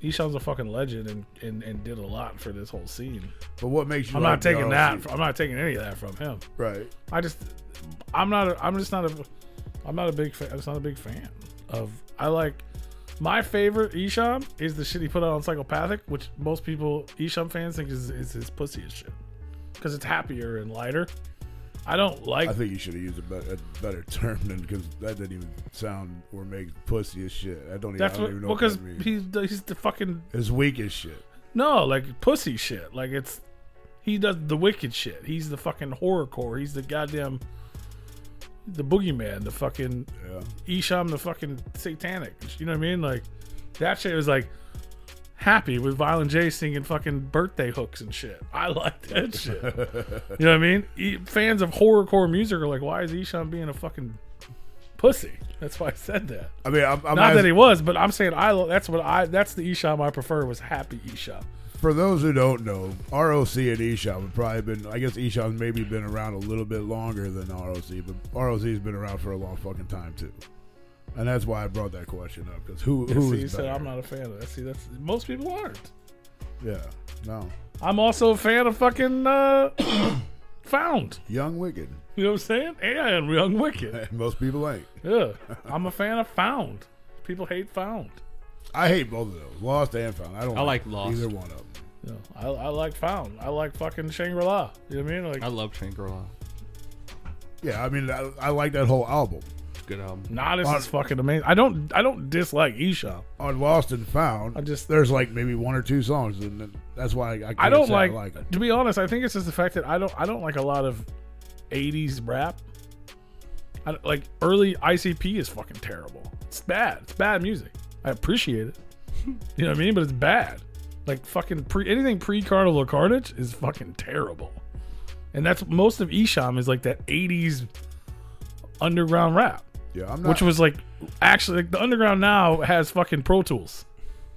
Isham's a fucking legend and, and, and did a lot for this whole scene. But what makes you? I'm like not the taking RLC? that. I'm not taking any of that from him. right. I just, I'm not. A, I'm just not a. I'm not a big. Fa- I'm just not a big fan of. I like. My favorite Isham is the shit he put out on Psychopathic, which most people Isham fans think is, is his pussy as shit, because it's happier and lighter. I don't like. I think you should have used a, be- a better term than because that didn't even sound or make pussy as shit. I don't, even, I that's don't what even know because what that means. he's the- he's the fucking it's weak as shit. no like pussy shit. Like it's he does the wicked shit. He's the fucking horrorcore. He's the goddamn the boogeyman. The fucking Yeah. Isham the fucking satanic. You know what I mean? Like that shit was like happy with Violent J singing fucking birthday hooks and shit. I like that shit. you know what I mean? E- fans of horrorcore music are like, why is Isham being a fucking pussy? That's why I said that. I mean, I'm, I'm Not that asking- he was, but I'm saying I. That's what I. That's the Isham I prefer was happy Isham. for those who don't know, ROC and Eshawn have probably been. I guess Eshawn's maybe been around a little bit longer than ROC, but ROC's been around for a long fucking time too, and that's why I brought that question up because who who See, he is said better? I'm not a fan of that. See, that's most people aren't. yeah, no, I'm also a fan of fucking uh, Found. Young Wicked. You know what I'm saying? And Young Wicked. Most people ain't. Yeah, I'm a fan of Found. People hate Found. I hate both of those, Lost and Found. I don't. I like Lost. either one of them. You know, I, I like Found. I like fucking Shangri La. You know what I mean? Like I love Shangri La. Yeah, I mean, I, I like that whole album. Good album. Nodis Mar- is fucking amazing. I don't I don't dislike Esha. On Lost and Found, I just- there's like maybe one or two songs, and then- that's why I, I, can't I don't say like, I like it. to be honest. I think it's just the fact that I don't I don't like a lot of '80s rap. I don't- like early ICP is fucking terrible. It's bad. It's bad music. I appreciate it. You know what I mean? But it's bad. Like fucking pre anything pre Carnival of Carnage is fucking terrible. And that's most of Isham is like that '80s underground rap, Yeah, I'm not. which was like actually like the underground now has fucking Pro Tools.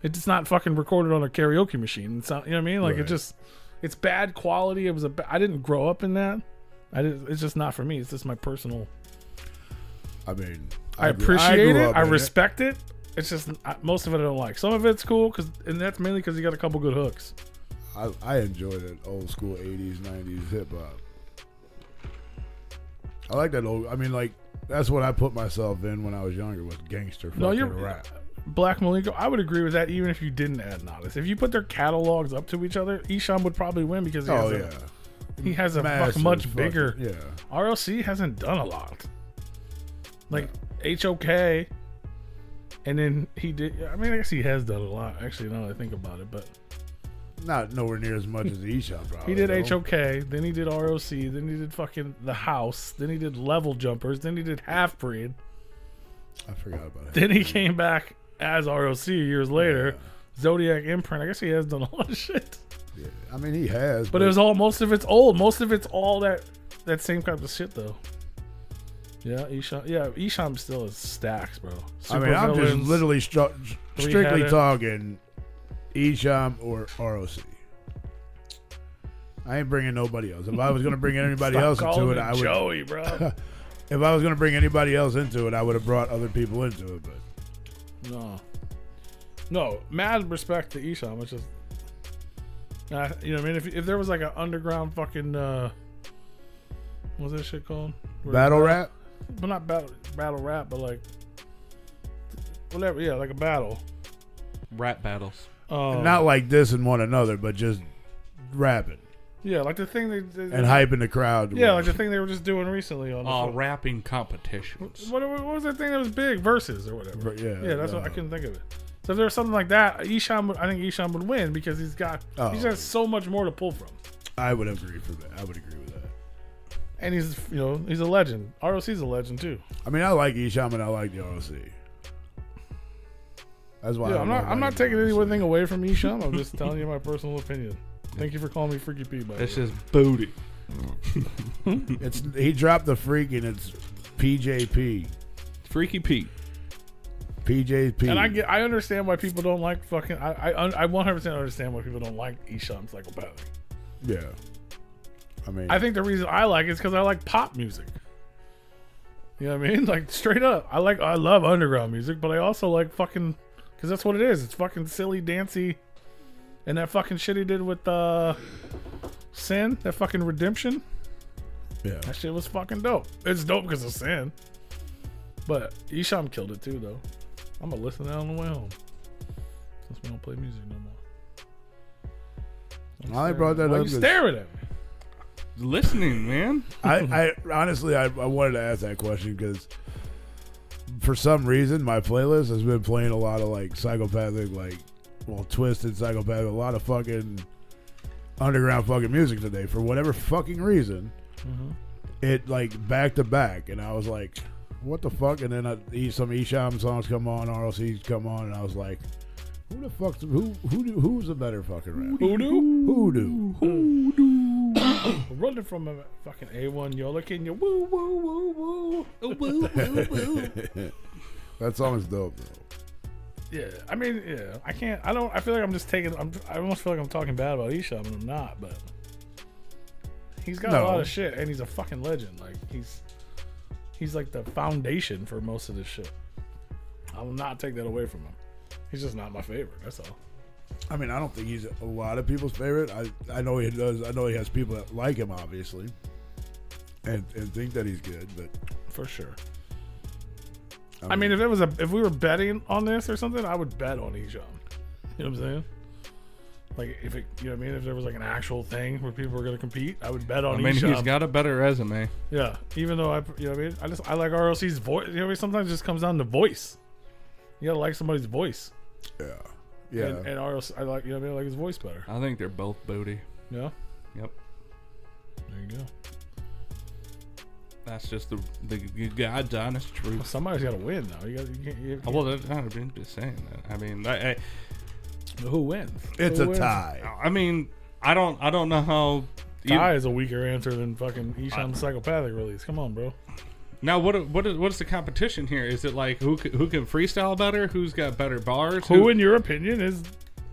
It's not fucking recorded on a karaoke machine. It's not, you know what I mean? Like it Right. just, it's bad quality. It was a, ba- I didn't grow up in that. I didn't, it's just not for me. It's just my personal. I mean, I, grew- appreciate grew it. up I in respect it. It's just I, most of it I don't like. Some of it's cool because, and that's mainly because you got a couple good hooks. I, I enjoy that old school '80s, '90s hip hop. I like that old. I mean, like that's what I put myself in when I was younger was gangster fucking No, you're rap. Black Malenko. I would agree with that, even if you didn't add Nodis. If you put their catalogs up to each other, Isham would probably win because he Oh has yeah, a, he has a fuck Massive much fucking- bigger. Yeah, RLC hasn't done a lot. Like HOK, and then he did. I mean, I guess he has done a lot. Actually, now that I think about it, but not nowhere near as much as the eShop. Probably he did though. HOK, then he did ROC, then he did fucking the house, then he did level jumpers, then he did half breed, I forgot about it. then he came back as ROC years later. Zodiac imprint. I guess he has done a lot of shit, Yeah. I mean, he has, but it was all most of it's old. Most of it's all that that same kind of shit though. Yeah, Isham. Yeah, Isham still is stacks, bro. I mean, I'm just Supervillains. literally stru- strictly Three-headed. talking eShop or ROC. I ain't bringing nobody else. If I was gonna bring anybody Stop else calling into it, me I would Joey, bro. If I was going to bring anybody else into it, I would have brought other people into it. But no, no. Mad respect to Isham, which is, I you know, what I mean, if, if there was like an underground fucking, uh, what's that shit called? Where- battle rap, but not battle, battle rap, but like, whatever. Yeah, like a battle. Rap battles. Um, not like this and one another, but just rapping yeah, like the thing they, they and hyping the crowd. yeah, like the thing they were just doing recently on. the Uh, fuck- rapping competitions. What, what was that thing that was big? Versus or whatever. Ver- yeah, yeah, that's what I uh, couldn't think of it. So if there was something like that, Isham would, I think Isham would win because he's got Oh. he's got so much more to pull from, I would agree for that. I would agree with that. and he's you know he's a legend. ROC's a legend too. I mean, I like Isham and I like the ROC. That's why yeah, I I'm love not I'm not Ragged taking Rose. anything away from Isham. I'm just telling you my personal opinion. Thank you for calling me Freaky P. By the That's way. just booty. It's he dropped the freak and it's PJP, Freaky Pete. PJP. and I get I understand why people don't like fucking I I I 100 percent understand why people don't like Isham psychopathic. yeah. I mean, I think the reason I like it is because I like pop music. You know what I mean? Like straight up, I like I love underground music, but I also like fucking because that's what it is. It's fucking silly, dancy, and that fucking shit he did with uh sin, that fucking redemption. yeah. That shit was fucking dope. It's dope because of sin, but Isham killed it too, though. I'm gonna listen to that on the way home since we don't play music no more. I brought that Why up. you 'cause- staring at me? listening, man. I, I honestly, I, I wanted to ask that question because for some reason, my playlist has been playing a lot of like psychopathic, like well, twisted psychopathic, a lot of fucking underground fucking music today for whatever fucking reason. It like back to back, and I was like, "What the fuck?" And then I, E- some Esham songs come on, RLCs come on, and I was like, "Who the fuck's who who do, who's a better fucking rapper? Hoodoo? Hoodoo." Running from a fucking A1 Yola King. You woo, woo, woo, woo. Oh, woo, woo, woo. That song is dope though. Yeah, I mean, yeah, I can't. I don't. I feel like I'm just taking. I'm, I almost feel like I'm talking bad about Isham, and I'm not. But he's got a No. lot of shit, and he's a fucking legend. Like he's he's like the foundation for most of this shit. I will not take that away from him. He's just not my favorite. That's all. I mean, I don't think he's a lot of people's favorite. I, I know he does. I know he has people that like him, obviously, and and think that he's good. But for sure. I mean, if it was a if we were betting on this or something, I would bet on Ejom. You know what I'm saying? Like if it, you know what I mean. If there was like an actual thing where people were gonna compete, I would bet on. I mean, Esham. he's got a better resume. Yeah, even though I, you know what I mean. I just I like RLC's voice. You know what I mean. Sometimes it just comes down to voice. You gotta like somebody's voice, yeah, yeah, and, and RLC, I like you know what I mean. I like his voice better. I think they're both booty. Yeah, Yep. there you go. That's just the the, the God's honest Well, truth. somebody's gotta win though. You got to you, can't- you, Oh, Well, that, I'm just saying that. I mean, I, I, who wins? it's who a wins? tie. I mean, I don't, I don't know how. Ty is a weaker answer than fucking Esham's psychopathic release. Come on, bro. Now, what, what is, what is the competition here? Is it like who, c- who can freestyle better? Who's got better bars? Who, in your opinion, is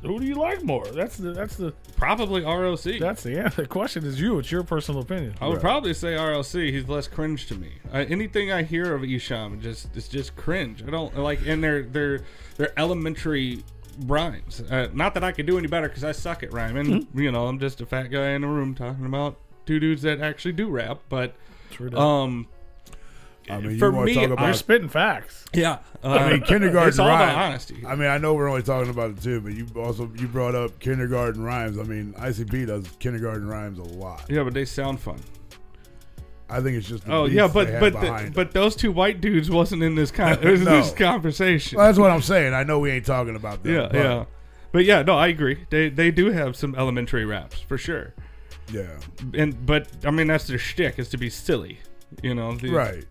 who do you like more? That's the that's the probably ROC. that's the answer. The question is you. It's your personal opinion. I would probably say RLC. He's less cringe to me. Uh, anything I hear of Isham just it's just cringe. I don't like and they're they're they're elementary rhymes. Uh, not that I could do any better because I suck at rhyming. Hmm. You know, I'm just a fat guy in a room talking about two dudes that actually do rap. But True that. um, I mean, for you want me, to talk I- You're about? spitting facts. yeah, uh, I mean, kindergarten it's all about rhymes. honesty. I mean, I know we're only talking about it too, but you also you brought up kindergarten rhymes. I mean, ICP does kindergarten rhymes a lot. yeah, but they sound fun. I think it's just the Oh yeah, beats they but have but behind the, it. but those two white dudes wasn't in this con- No. this conversation. Well, that's what I'm saying. I know we ain't talking about that. yeah, but, yeah. But yeah, no, I agree. They they do have some elementary raps for sure. yeah, And but I mean that's their shtick is to be silly, you know. the- right.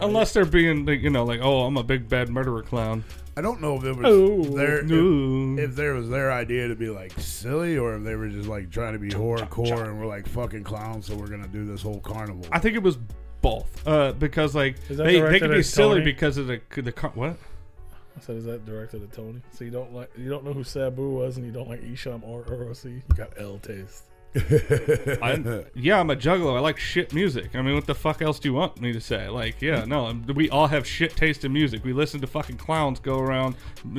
Unless they're being like, you know like oh I'm a big bad murderer clown. I don't know if it was Oh, their if, Ooh. if there was their idea to be like silly or if they were just like trying to be horrorcore and we're like fucking clowns, so we're gonna do this whole carnival. I think it was both uh, because like Is that they they directed can be at silly Tony? because of the the car- what I said, is that directed at Tony? So you don't like you don't know who Sabu was, and you don't like Isham or ROC. You got L taste. I, yeah, I'm a juggalo. I like shit music. I mean, what the fuck else do you want me to say? Like, yeah, no, I'm, we all have shit taste in music. We listen to fucking clowns go around,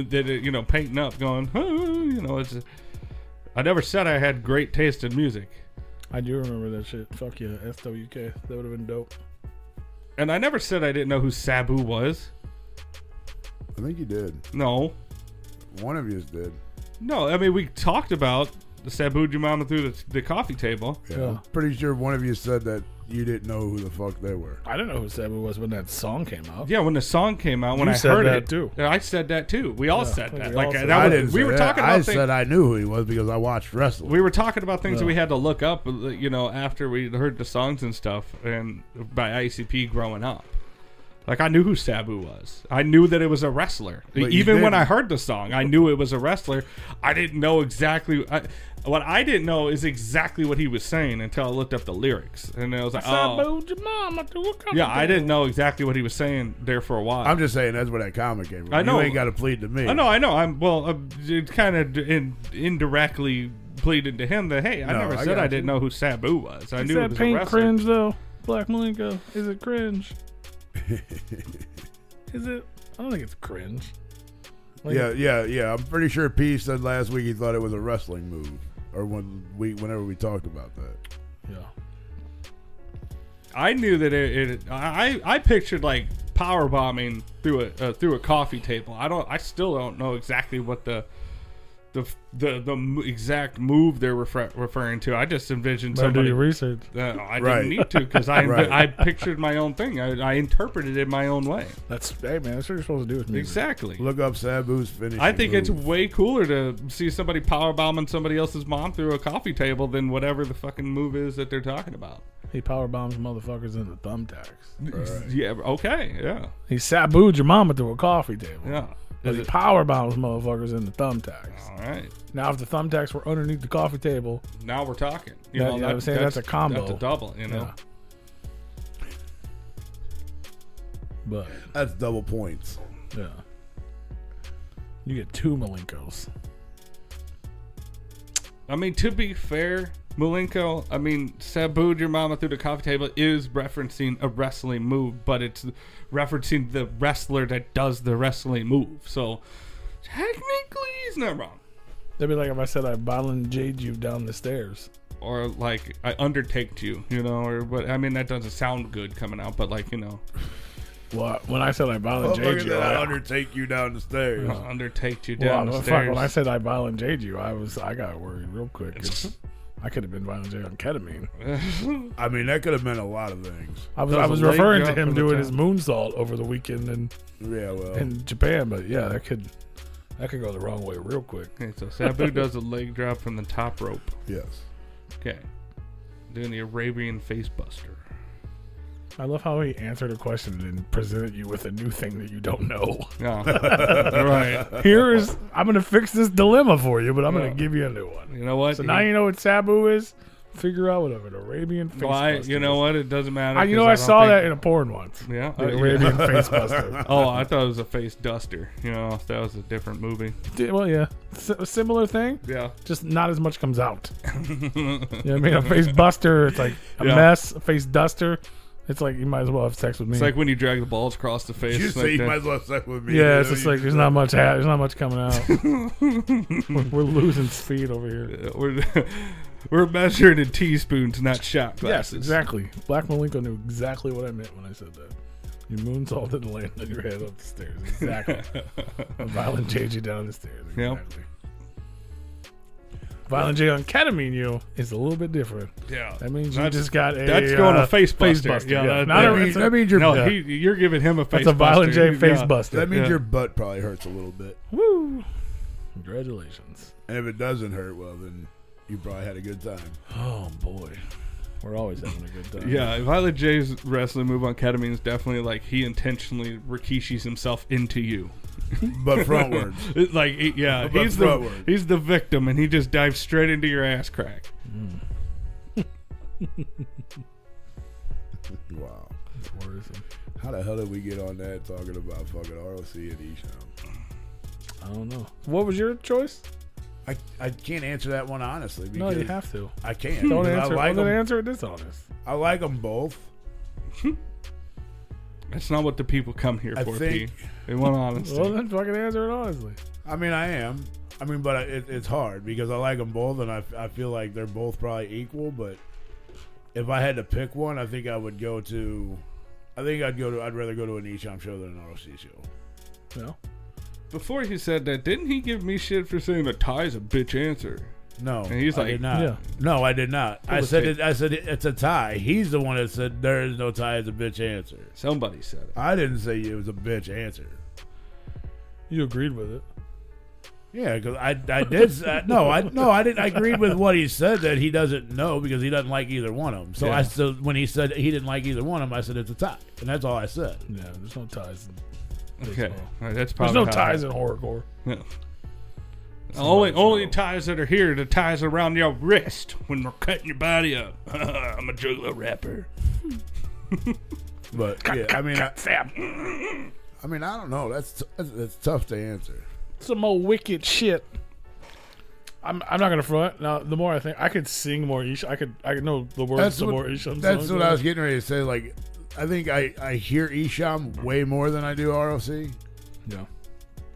that uh, you know, painting up, going, "Huh," you know, it's. I never said I had great taste in music, I do remember that shit. Fuck yeah, SWK. That would have been dope. and I never said I didn't know who Sabu was. I think you did. No, One of yous did. no, I mean we talked about the Sabu Jumama through the, the coffee table. Yeah. Yeah. I'm pretty sure one of you said that you didn't know who the fuck they were. I didn't know who Sabu was when that song came out. Yeah, when the song came out, when You I said heard that it too. I said that too. We all said we that. all Like said that that. I was- didn't. we say were that. talking I about things. said I knew who he was because I watched wrestling. we were talking about things we had to look up, uh, you know, after we heard the songs and stuff, and by ICP growing up. Like I knew who Sabu was. I knew that it was a wrestler. you Even when didn't. I heard the song, I knew it was a wrestler. I didn't know exactly I, what I didn't know is exactly what he was saying until I looked up the lyrics, and I was like, oh, Sabu Jumama through a coffee yeah, I table. didn't know exactly what he was saying there for a while. I'm just saying that's where that comment came from. I know. You ain't got to plead to me. Oh, I know, I know. I'm well. uh, I'm, it's kind of in, indirectly pleaded to him that hey, I No, never I said got I you. didn't know who Sabu was. I Is knew it that was a pink wrestler. cringe though? Black Malenko. Is it cringe? is it? I don't think it's cringe. Like, Yeah, yeah, yeah. I'm pretty sure P said last week he thought it was a wrestling move, or when we, whenever we talked about that. Yeah. I knew that it. it I I pictured like power bombing through a uh, through a coffee table. I don't. I still don't know exactly what the the f- the the m- exact move they're refer- referring to. I just envisioned Better do somebody. your research. Uh, I Right. didn't need to because I Right. I pictured my own thing. I, I interpreted it my own way. That's hey man, that's what you're supposed to do Mm. with music. Exactly. Look up Sabu's finish. I think it's way cooler to see somebody powerbombing somebody else's mom through a coffee table than whatever the fucking move is that they're talking about. He power bombs motherfuckers into thumbtacks. Yeah. Okay. Yeah. He sabooed your mama through a coffee table. Yeah. But Is he it- power bombs motherfuckers into thumbtacks. all right. Now, if the thumbtacks were underneath the coffee table, Now we're talking. You Yeah, know, yeah, I was saying that's a combo. That's a double. You know. but that's double points. yeah, you get two Malinkos. I mean, to be fair, Malenko, I mean, sabooed your mama through the coffee table is referencing a wrestling move, but it's referencing the wrestler that does the wrestling move. So technically, he's not wrong. That'd be like if I said I bottled jade you down the stairs. Or like, I undertaked you, you know, or but I mean, that doesn't sound good coming out, but like, you know, Well, when I said I Oh, bottled look jade at you, that! I, I undertake you down the stairs. I undertaked you well, down the fuck, stairs. when I said I bottled jade you, I was I got worried real quick. 'cause I could have been violent jade on ketamine. I mean, that could have meant a lot of things. I was That I was was a leg referring to drop him from the Oh. doing top. his moonsault over the weekend in Yeah, well, in Japan, but yeah, that could that could go the wrong way real quick. okay, so Sabu does a leg drop from the top rope. yes. Okay. Doing the Arabian face buster. I love how he answered a question and presented you with a new thing that you don't know. Yeah. right. Here is I'm gonna fix this dilemma for you, but I'm Yeah. gonna give you a new one. You know what? So now you know what Sabu is. Figure out whatever an Arabian face. Why? buster You know is. what? It doesn't matter. I, you know 'cause I, saw that in don't a porn once. think- yeah. The I- Arabian face buster. Oh, I thought it was a face duster. You know, that was a different movie. Di- Well, yeah, S- similar thing. Yeah. Just not as much comes out. you know what I mean? A face buster, it's like a Yeah. mess. A face duster, it's like you might as well have sex with me. It's like when you drag the balls across the face. You like say you that. might as well suck with me. Yeah, it's You know, just you- like there's not much. Ha- there's not much coming out. we're, we're losing speed over here. Uh, We're, we're measuring in teaspoons, not shot Yes, glasses. exactly. Black Malenko knew exactly what I meant when I said that. Your moonsault didn't land on your head up the stairs. Exactly. And Violent J you down the stairs. Yep. Exactly. Violent J on ketamine you is a little bit different. Yeah. That means you That's- just got a that's going uh, to face buster. Yeah, that- Not that a, means- it's a- that means you're No, yeah. he, you're giving him a face that's a Violent buster. J face Yeah. buster. that means Yeah. your butt probably hurts a little bit, Woo! Congratulations. and if it doesn't hurt, well, then you probably had a good time. Oh boy, we're always having a good time. Yeah, Violet J's wrestling move on ketamine is definitely like he intentionally Rikishis himself into you. But frontwards, It's Like, he- yeah, But he's the frontward. he's the victim, and he just dives straight into your ass crack. wow. It's worse. How the hell did we get on that talking about fucking ROC and Isham? I don't know. What was your choice? I, I can't answer that one honestly. No, Because you have to. I can't. Don't because answer. I like don't them. answer it dishonest. I like them both. That's not what the people come here I for. think- P. They want honesty. Well, then fucking answer it honestly. I mean, I am. I mean, but I- it, it's hard because I like them both, and I, I feel like they're both probably equal. But if I had to pick one, I think I would go to. I think I'd go to. I'd rather go to an Isham show than an ROC show. No. Before he said that, didn't he give me shit for saying the tie's a bitch answer? No, And he's I like- did not. Yeah. No, I did not. I was said it. it? I said it, it's a tie. He's the one that said there is no tie. It's a bitch answer. Somebody said it. I didn't say it was a bitch answer. You agreed with it. Yeah, because I, I did I, no I no I didn't I agreed with what he said that he doesn't know because he doesn't like either one of them. So Yeah. I so when he said he didn't like either one of them, I said it's a tie, and that's all I said. Yeah. There's no ties. In Okay, baseball. All right, that's There's probably no how- ties in horrorcore. Yeah. Only only ties that are here are the ties around your wrist when we're cutting your body up. I'm a juggler rapper. But yeah, I mean I, Sam. I mean I don't know. That's t- that's, that's tough to answer. Some old wicked shit. I'm, I'm not gonna front. Now the more I think, I could sing more. Ish, I could I could know the words That's to what, more Isham that's songs. what I was getting ready to say. Like I think I I hear Isham way more than I do ROC. Yeah.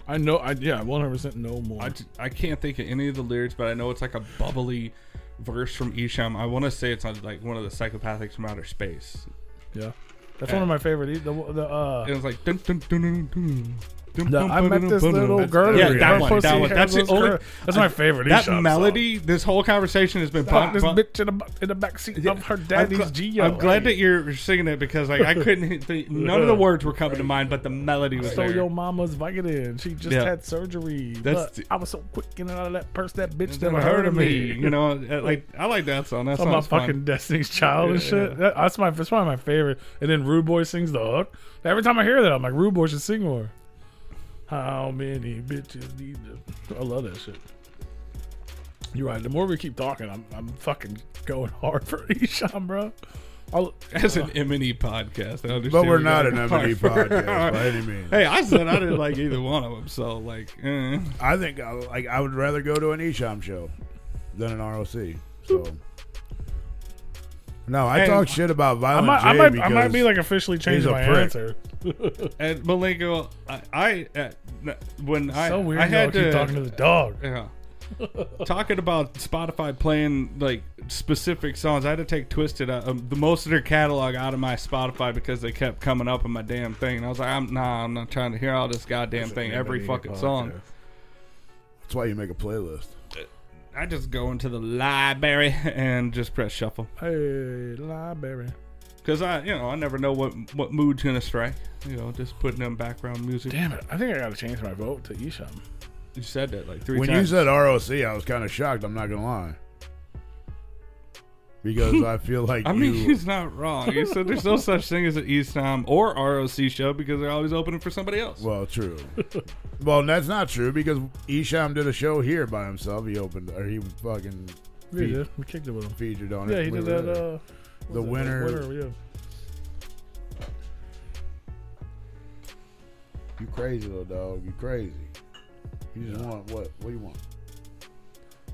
I know. I yeah. 100 percent no more. I, j- I can't think of any of the lyrics, but I know it's like a bubbly verse from Isham. I want to say it's on like one of the psychopathics from outer space. yeah. That's one of my favorite. The the uh. It was like dun, dun, dun, dun, dun. No, I met this little girl. Yeah, here. that Her one, pussy that one. hair That's the was only- curl- That's my favorite. That Aesop melody, this whole conversation has been song. Fuck pop, this pop- bitch in the bu- in the backseat of her daddy's I'm, gl- Geo. I'm glad that you're singing it because like I couldn't. The, none of the words were coming to mind, but the melody was stole there. your mama's Vicodin. She just Yeah. had surgery. That's but the- I was so quick in and out of that purse. That bitch Never heard of me, you know. uh, Like I like that song. That Talking about song's fun. fucking Destiny's Child and Yeah. shit. That- that's my that's probably my favorite. And then Rude Boy sings the hook. Every time I hear that, I'm like, Rude Boy should sing more. How many bitches need to? I love that shit. You're right. The more we keep talking, I'm I'm fucking going hard for Isham, bro. I'll, That's an M and E podcast. I understand But we're we not gotta an go M hard and E for- podcast by any means. Hey, I said I didn't like either one of them, so like, eh. I think I, like I would rather go to an Esham show than an ROC. So no, I And- talk shit about I violent might J I might, I because might be like officially changing a my prick. answer. and Malenko, I, I uh, n- when I so weird. I I had keep to talking to the dog. yeah. Talking about Spotify playing like specific songs, I had to take "Twisted" out, um, the most of their catalog out of my Spotify because they kept coming up in my damn thing. And I was like, "I'm nah, I'm not trying to hear all this goddamn thing, every fucking song." That's why you make a playlist. I just go into the library and just press shuffle Hey, library. because I, you know, I never know what what mood's gonna strike. You know, just putting in background music. Damn it! I think I gotta change my vote to Isham. You said that like three When you times. said ROC, I was kind of shocked. I'm not gonna lie, because I feel like I mean, you- he's not wrong. He said there's no such thing as an East Time or ROC show because they're always opening for somebody else. Well, true. well, that's not true because Isham did a show here by himself. He opened or he fucking We Fe- did. We kicked it with him. featured on Yeah, it. he We did were that. there. Uh, what The was it? winner- yeah. You crazy little dog. You crazy. You just want what? What do you want?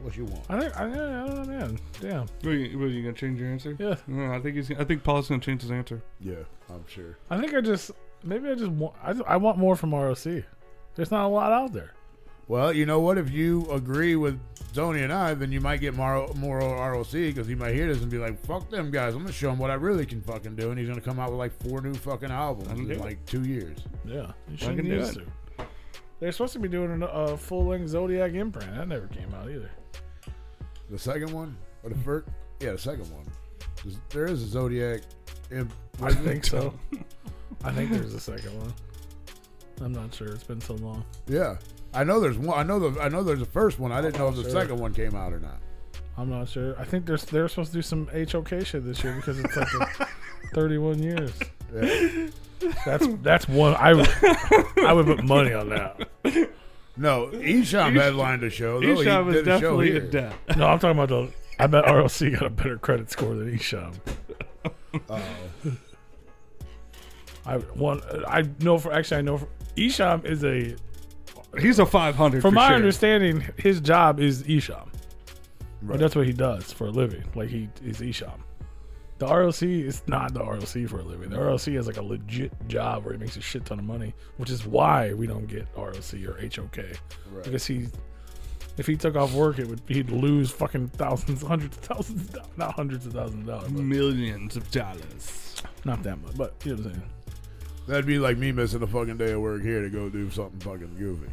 What you want? I think I, I don't know, man. Damn. What, you, what, you gonna change your answer? Yeah. No, I think he's. I think Paul's gonna change his answer. Yeah, I'm sure. I think I just maybe I just want I, I want more from ROC. There's not a lot out there. Well, you know what? If you agree with Tony and I, then you might get more, more ROC because he might hear this and be like, "Fuck them guys! I'm gonna show him what I really can fucking do." And he's gonna come out with like four new fucking I can albums do in it. like two years. Yeah, you can shouldn't do use it. to. They're supposed to be doing a uh, full length Zodiac imprint. That never came out either. The second one or the first? Yeah, the second one. There's- There is a Zodiac. imp- I think so. I think there's a second one. I'm not sure. It's been so long. Yeah, I know there's one. I know the. I know there's the first one. I didn't know if the Sure. second one came out or not. I'm not sure. I think there's they're supposed to do some HOK shit this year because it's like the 31 years. Yeah. That's that's one I would I would put money on that. No, Esham headlined a show. Though. Oh, He Isham is did a show definitely a here. debt. No, I'm talking about the. I bet RLC got a better credit score than Esham. I one I know for actually I know for, Esham is a He's a 500. from for my sure. understanding his job is Esham. Right. That's what he does for a living. Like he is Esham. The RLC is not the RLC for a living. The RLC has like a legit job where he makes a shit ton of money, which is why we don't get RLC or HOK. Right. Because he, if he took off work, it would he'd lose fucking thousands, hundreds of thousands, of dollars- not hundreds of thousands of dollars, but millions of dollars. not that much. But you know what I'm saying. That'd be like me missing a fucking day of work here to go do something fucking goofy.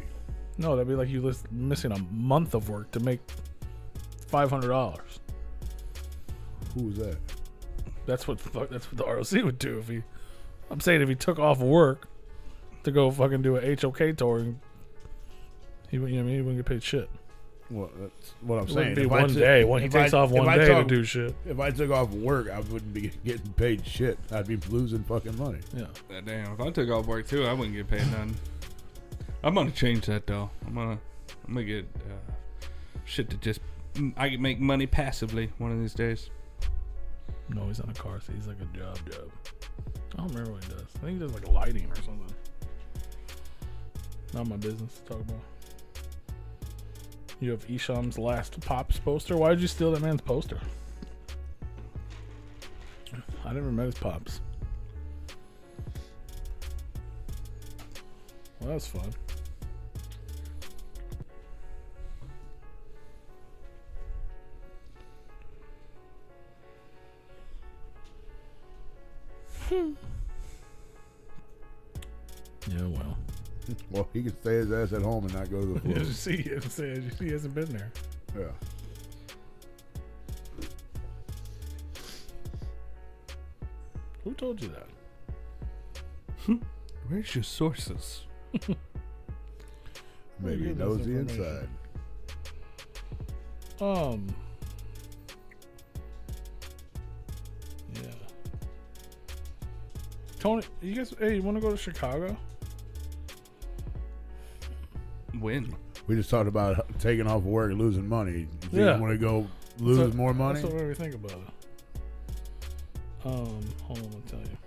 No, that'd be like you list, missing a month of work to make five hundred dollars. Who was that? That's what the fuck. That's what the ROC would do if he. I'm saying if he took off work to go fucking do a HOK tour, and he wouldn't. You know what I mean? He wouldn't get paid shit. Well, that's what I'm saying. It wouldn't be If I one took- day. When he if takes I- off if one I day talk- to do shit. If I took off work, I wouldn't be getting paid shit. I'd be losing fucking money. Yeah. Ah, Damn, if I took off work too, I wouldn't get paid none. I'm gonna change that though. I'm gonna, I'm gonna get uh, shit to just. I can make money passively one of these days. No, he's not a car seat. He's like a job job. I don't remember what he does. I think he does like lighting or something. Not my business to talk about. You have Isham's last pops poster. Why did you steal that man's poster? I never met his pops. Well, that's fun. Yeah, well. Well, he can stay his ass at home and not go to the You floor. see, it says he hasn't been there. yeah. Who told you that? Where's your sources? Maybe he Look at knows this the information. inside. Um. Yeah. Tony, you guys, hey, you want to go to Chicago? When? We just talked about taking off work, losing money. You Yeah. want to go lose That's what- more money? That's what made me think about it. Um, hold on, I'll tell you.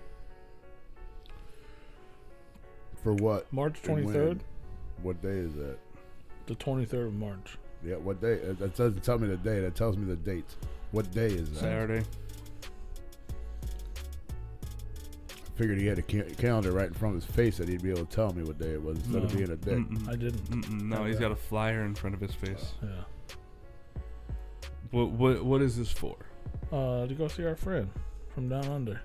For what? March and twenty when? third, What day is that? the twenty third of March. Yeah, what day? Uh, That doesn't tell me the day. That tells me the date. What day is that? Saturday. I figured he had a ca- calendar right in front of his face that he'd be able to tell me what day it was instead of No. being a dick. Mm-mm. I didn't. Mm-mm. No, he's got a flyer in front of his face. Yeah. What what what is this for? Uh, to go see our friend from down under.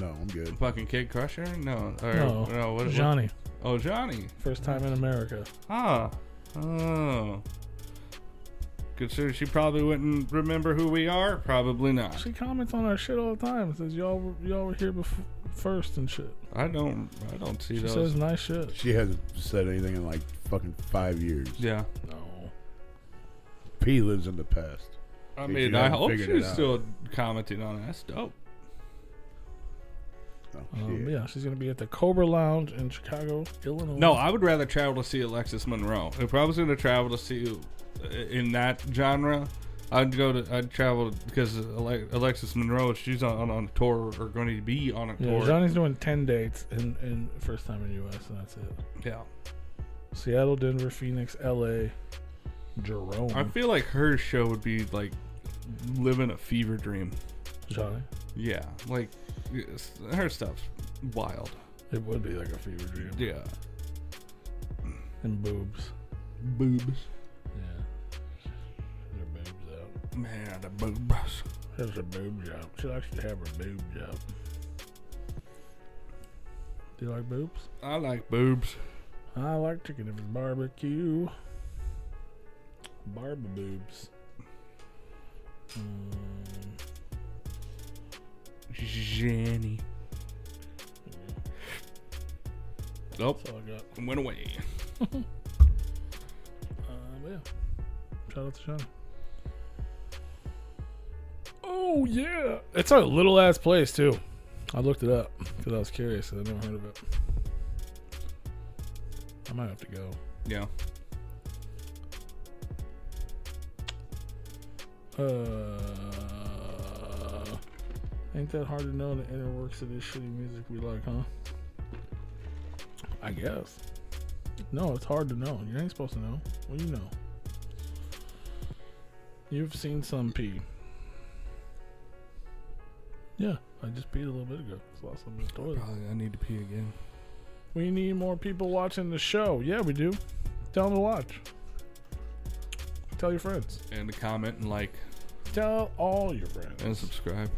No, I'm good. Fucking Kid Crusher? No. Or, No. no what, what- Johnny, Oh, Johnny. first time in America. Ah. Oh. Consider she probably wouldn't remember who we are. Probably not. She comments on our shit all the time. Says y'all were, y'all were here before first and shit. I don't. I don't see She those. says nice shit. She hasn't said anything in like fucking five years. yeah. No. P lives in the past. I If mean, you I haven't hope figured it she's out. still commenting on it. That's dope. Oh, Um, shit. yeah, she's gonna be at the Cobra Lounge in Chicago, Illinois. No, I would rather travel to see Alexis Monroe. If I was going to travel to see uh, in that genre, I'd go to I'd travel because Ale- Alexis Monroe she's on, on, on a tour or going to be on a Yeah, tour. Johnny's doing ten dates in, in first time in U.S. and that's it. yeah. Seattle, Denver, Phoenix, L.A., Jerome. I feel like her show would be like living a fever dream. Johnny, Yeah, like yes, her stuff's wild. it would be like a fever dream. Yeah, And boobs. boobs. Yeah. Her boobs out. Man, the boobs. Has her boobs out. She likes to have her boobs out. Do you like boobs? I like boobs. I like chicken if it's barbecue. Barba boobs. Um, Jenny. yeah, Nope, that's all I got. went away. Um, yeah. Shout out to Johnny. Oh yeah, it's a little ass place too. I looked it up because I was curious. and I never heard of it. I might have to go. Yeah. Uh, ain't that hard to know the inner works of this shitty music we like, huh? I guess. No, it's hard to know. You ain't supposed to know. Well, you know. You've seen some pee. Yeah, I just peed a little bit ago. Just lost some in the toilet. Probably I need to pee again. We need more people watching the show. Yeah, we do. Tell them to watch. Tell your friends. and to comment and like Tell all your friends. and subscribe.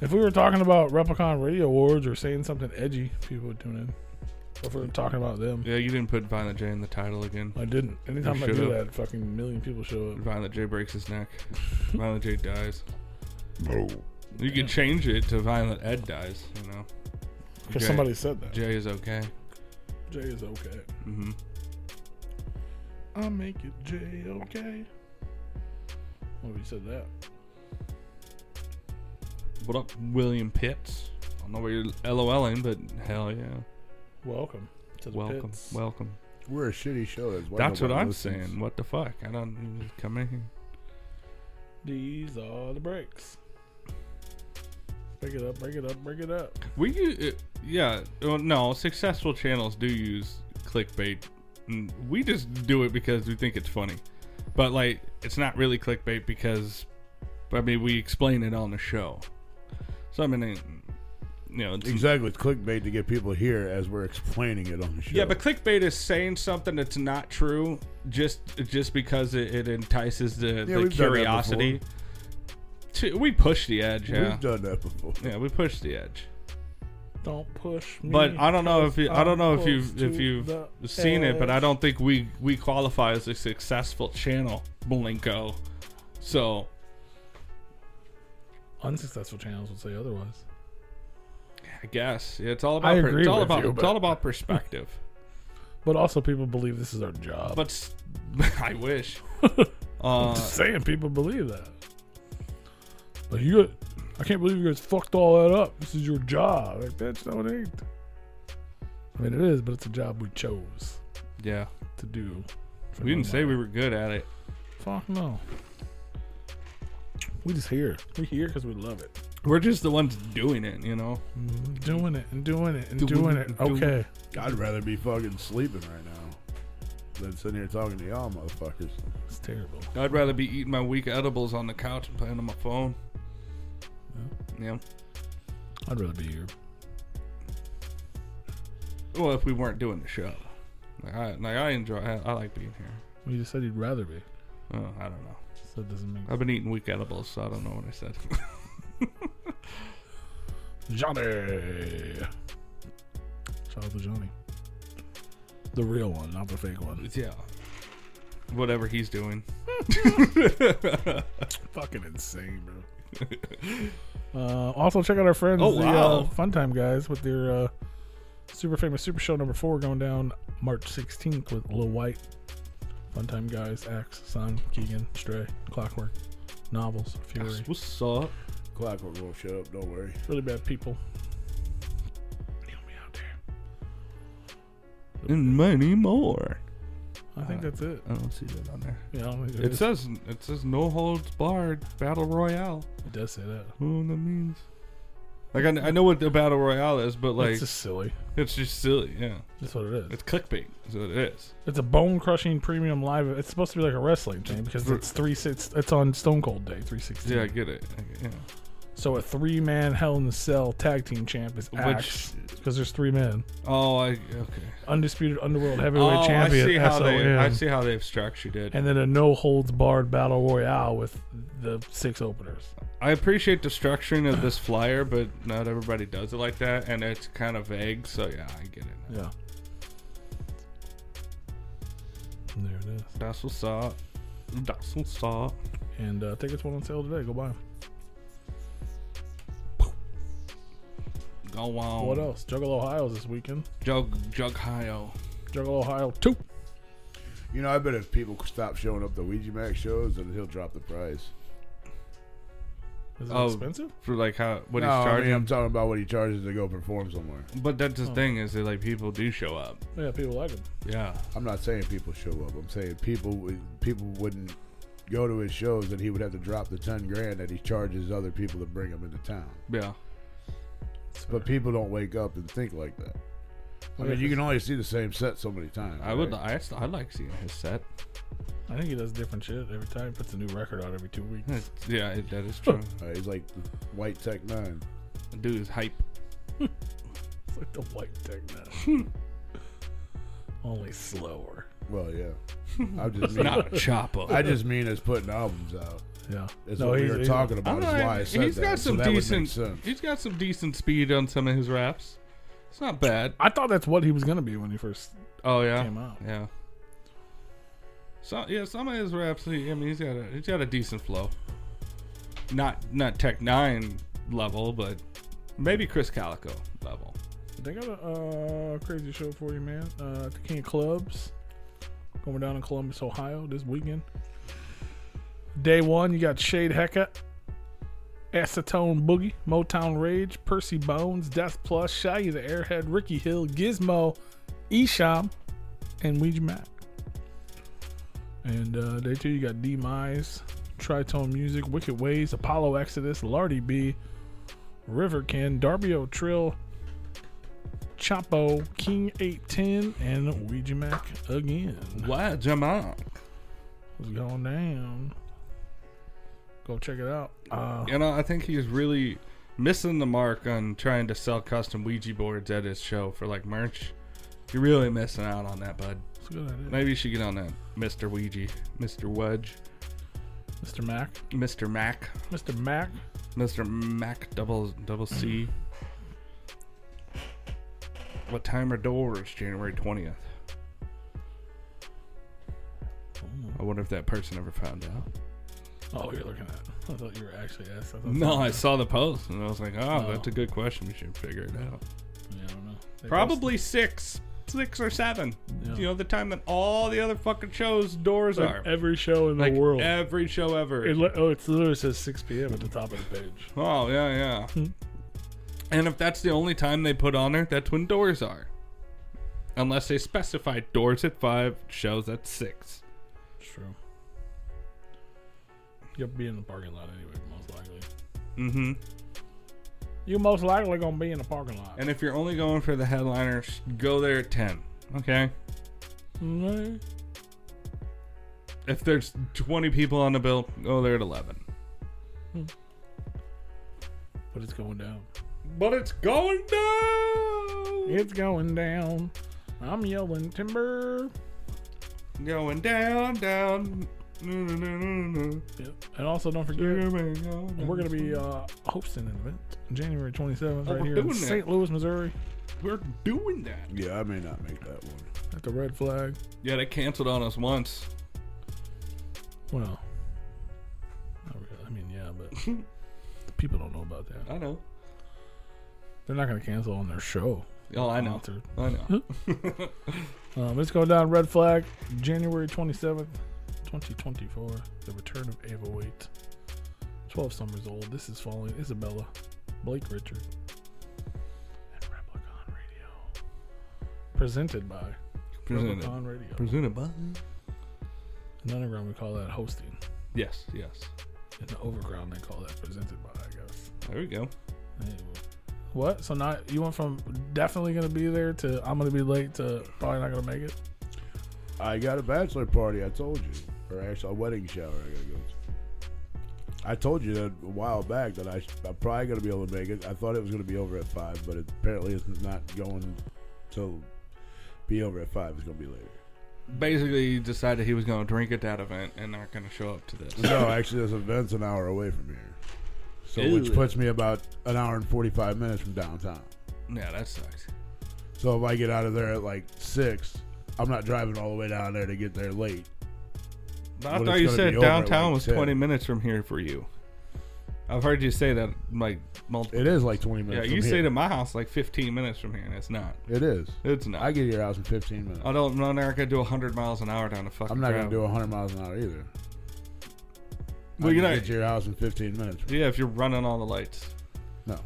If we were talking about Replicon Radio Awards or saying something edgy, people would tune in. If we were talking about them, Yeah, you didn't put Violent J in the title again. I didn't. Anytime I do should've. that, fucking million people show up. Violent J breaks his neck. Violent J dies. No. You could change it to Violent Ed dies. You know, Because Jay- somebody said that. Jay, J is okay. is okay. Mm-hmm. I make it Jay okay. Well, we said that. What up, William Pitts? I don't know where you're LOLing, but hell yeah, Welcome to the welcome, pits. welcome. We're a shitty show. That's, why That's what nobody I'm listens. saying. What the fuck? I don't you just come in here. These are the breaks. Break it up, break it up, break it up. We, u- uh, yeah, well, no, successful channels do use clickbait. and We just do it because we think it's funny, but like it's not really clickbait because, I mean, we explain it on the show. So I mean, it- you know, it's, Exactly. It's clickbait to get people here as we're explaining it on the show. yeah, but clickbait is saying something that's not true just just because it, it entices the, Yeah, the we've done that curiosity. To- we push the edge, yeah, We've done that before. yeah, we push the edge. Don't push me. But I don't know if you, I don't know if close you've if to you've the seen it, but I edge. don't think we we qualify as a successful channel, Blinko. So Unsuccessful channels would say otherwise. I guess yeah, it's all about I per- agree it's all with about you, it's but- all about perspective. But also, people believe this is our job. but s- I wish. Uh, Just saying, people believe that. Like you, I can't believe you guys fucked all that up. This is your job, like bitch. No, it ain't. I mean, it is, but it's a job we chose yeah, to do. for we didn't no say money. we were good at it. Fuck no. We just here. We here because we love it. We're just the ones doing it, you know. Mm-hmm. Doing it and doing it and Doing doing, it it. and doing Okay. I'd rather be fucking sleeping right now than sitting here talking to y'all motherfuckers. It's terrible. I'd rather be eating my weak edibles on the couch and playing on my phone. Yeah. I'd rather be here. Well, if we weren't doing the show, like I like I enjoy I, I like being here. Well, you just said you'd rather be. Oh, I don't know. So it doesn't make I've been eating weak edibles, so I don't know what I said. Johnny. Shout out to Johnny. The real one, not the fake one. yeah. Whatever he's doing. fucking insane, bro. uh, also, check out our friends, Oh, the wow. uh, Fun Time guys, with their uh, super famous Super Show number four going down March 16th with Lil White, Fun Time guys, Axe, Son, Keegan, Stray, Clockwork, Novels, Fury. What's up? Clockwork won't shut up. Don't worry. Really bad people. Kneel me out there. And many more. I think that's it. I don't see that on there. Yeah, I don't think there It is- says it says no holds barred battle royale. it does say that. Oh, that means. Like I, I know what the battle royale is, but like it's just silly. it's just silly. Yeah, That's what it is. it's clickbait. That's what it is. It's a bone crushing premium live. It's supposed to be like a wrestling thing because it's three. It's, it's on Stone Cold Day, three sixteen. Yeah, I get it. I- Yeah. So a three man Hell in a Cell tag team champ is Which- Axe because there's three men. Oh, I okay. Undisputed Underworld Heavyweight Oh, I Champion. see how they. I SON, see how they've structured it. And then a no holds barred battle royale with the six openers. I appreciate the structuring of this flyer, but not everybody does it like that, and it's kind of vague. So yeah, I get it. now. Yeah. And there it is. That's what's up. That's what's up. And uh, tickets went on sale today. Go buy them. Go on. What else? Juggle Ohio's this weekend. Jug Jug Hio. Juggle Ohio two. You know, I bet if people stop showing up to Ouija Max shows, then he'll drop the price. Is it Oh, expensive? for like how what no, he's I charging. mean, I'm talking about what he charges to go perform somewhere. but that's Oh. the thing is that like people do show up. Oh, Yeah, people like them. Yeah. I'm not saying people show up. I'm saying people would- people wouldn't go to his shows, and he would have to drop the ten grand that he charges other people to bring him into town. Yeah. But people don't wake up and think like that. I Yeah, mean, you 'cause- can only see the same set so many times. I would. right? I I like seeing his set. I think he does different shit every time. Puts a new record out every two Hmm. weeks. It's- yeah, it, that is true. Uh, he's like the White Tech Nine. Dude is hype. It's like the white thing now. Only slower. Well, yeah. I just mean Not a chopper. I just mean as putting albums out. Yeah. Is No, what we he's- were he's- talking I about. don't Is know, why I said he's that. got So some that would make decent. sense. He's got some decent speed on some of his raps. It's not bad. I thought that's what he was gonna be when he first Oh yeah. came out. Yeah. So yeah, some of his raps. He, I mean, he's got a he's got a decent flow. Not not Tech Nine level, but maybe Chris Calico level. They got a uh, crazy show for you, man. Uh, at the King of Clubs, going down in Columbus, Ohio, this weekend. Day one, you got Shade Hecka, Acetone Boogie, Motown Rage, Percy Bones, Death Plus, Shaggy the Airhead, Ricky Hill, Gizmo, Esham, and Ouija Mac. And uh, day two, you got Demise, Tritone Music, Wicked Ways, Apollo Exodus, Lardy B, River Ken, Darbio Trill, Chapo, King 810, and Ouija Mac again. What, Jamal? What's going down? Go check it out. Uh, You know, I think he's really missing the mark on trying to sell custom Ouija boards at his show for like merch. You're really missing out on that, bud. it's a good idea. Maybe you should get on that, Mr. Ouija, Mr. Wedge, Mr. Mac. Mr. Mac, Mr. Mac. Mr. Mac double double C. What time are doors? January 20th. I wonder if that person ever found out. Oh, you're looking at. I thought you were actually asking. I thought No, I somebody- saw the post and I was like, oh, No. that's a good question. We should figure it out. Yeah, I don't know. They Probably six, six or seven. Yeah. You know, the time that all the other fucking shows doors post are. like every show in like the world. every show ever. It li- oh, it literally says 6 p.m. at the top of the page. oh yeah, yeah. Hmm. And if that's the only time they put on there, that's when doors are. Unless they specify doors at five, shows at six. True. You'll be in the parking lot anyway, most likely. Mm-hmm. You most likely gonna be in the parking lot. And if you're only going for the headliners, go there at ten. Okay. Mm, If there's 20 people on the bill, go there at 11. But it's going down. But it's going down. It's going down. I'm yelling timber. Going down, down. No, no, no, no, no. Yep. And also, don't forget, We're gonna- we're gonna be uh, hosting an event January 27th Oh, right we're here in doing that. St. Louis, Missouri, We're doing that. Yeah, I may not make that one. at the Red Flag. Yeah, they canceled on us once. Well, not really. I mean, yeah, but people don't know about that. I know. They're not gonna cancel on their show. Oh, I know. Concert. I know. Um, it's going down red flag, January 27th, 2024. The return of Ava Wait. 12 summers old. This is following Isabella, Blake Richard, and Replicon Radio. Presented by Presented. Replicon Radio. Presented by. In the underground, we call that hosting. Yes, yes. In the overground, they call that presented by, I guess. There we go. Anyway. What? So now you went from definitely going to be there to I'm going to be late to probably not going to make it? I got a bachelor party. I told you, or actually a wedding shower. I gotta go. to. I told you that a while back that I I'm probably gonna be able to make it. I thought it was gonna be over at five, but it, apparently it's not going to be over at five. It's gonna be later. Basically, he decided he was going to drink at that event and not going to show up to this. No, actually, this event's an hour away from here, so Ew. which puts me about an hour and forty five minutes from downtown. yeah, that sucks. So if I get out of there at like six, I'm not driving all the way down there to get there late. I Well, thought it's you gonna said be over at downtown like was 10. 20 minutes from here for you. I've heard you say that like multiple. It is like twenty yeah, minutes. you from say here. to my house like 15 minutes from here, and it's not. It is. It's not. I get to your house in fifteen minutes. I don't. I'm not gonna do 100 miles an hour down the fucking. I'm not going to gravel. do 100 miles an hour either. Well, I you're can not- get to your house in 15 minutes. Yeah, if you're running all the lights. No,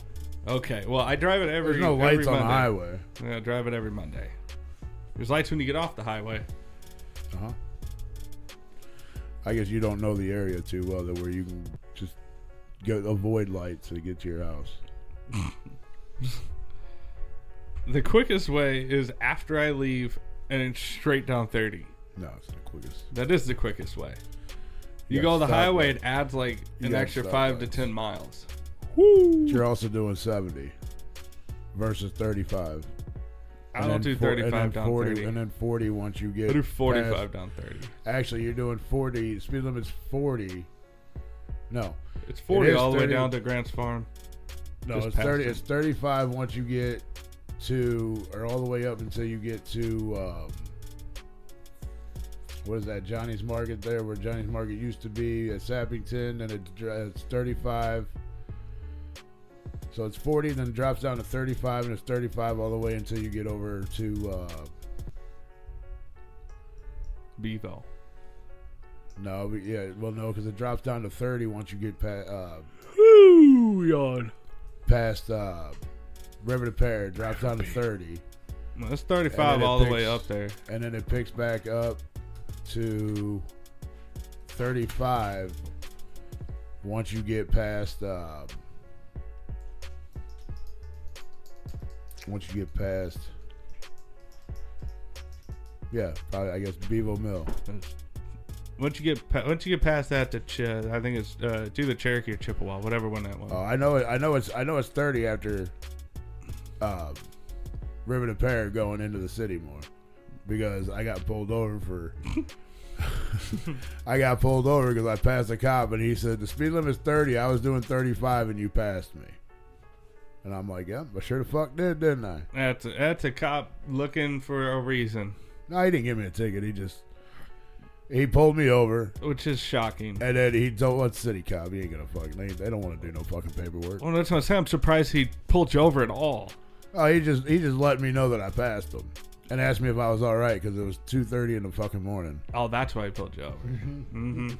Okay. Well, I drive it every. there's no every lights on Monday. the highway. Yeah, I drive it every Monday. There's lights when you get off the highway. Uh huh. I guess you don't know the area too well that where you can just go avoid lights to get to your house. The quickest way is after I leave, and it's straight down 30. No, it's the quickest. That is the quickest way. You, You go gotta the stop highway, lights. it adds like You an gotta extra stop five to lights. ten miles. But you're also doing 70 versus 35. I don't do four- 35 and then down 40, 30. And then 40 once you get. I do 45 past- down 30. Actually, you're doing 40. Speed limit's 40. No, It's 40 is all the way 30. down to Grant's Farm. No, Just it's past thirty. it. It's thirty-five once you get to, or all the way up until you get to. Um, what is that? Johnny's Market there, where Johnny's Market used to be at Sappington, and it, dr- it's thirty-five. So it's forty, then drops down to thirty-five, and it's thirty-five all the way until you get over to. Uh, Bevo. no, but yeah, well, no, because it drops down to thirty once you get past uh, Ooh, yawn. past uh, River to Pear. It Drops down to thirty. No, it's And 35 then it all the way picks- up there. and then it picks back up to 35 once you get past um, once you get past yeah probably, i guess bevo mill That's- Once you get pa- once you get past that, to Ch- I think it's uh, it's either Cherokee or Chippewa, whatever one that was. uh, i know it i know it's i know it's 30 after um, river to pear going into the city more because i got pulled over for I got pulled over because I passed a cop, and he said the speed limit's thirty. I was doing thirty-five, and you passed me. And I'm like, yep, I sure the fuck did, didn't I? That's a, that's a cop looking for a reason, No, he didn't give me a ticket. He just he pulled me over, which is shocking. and then he told us city cop. He ain't gonna fucking. They, they don't want to do no fucking paperwork. Well, that's what I'm saying. I'm surprised he pulled you over at all. Oh, he just he just let me know that I passed him, and asked me if I was all right because it was two thirty in the fucking morning. Oh, that's why he pulled you over. hmm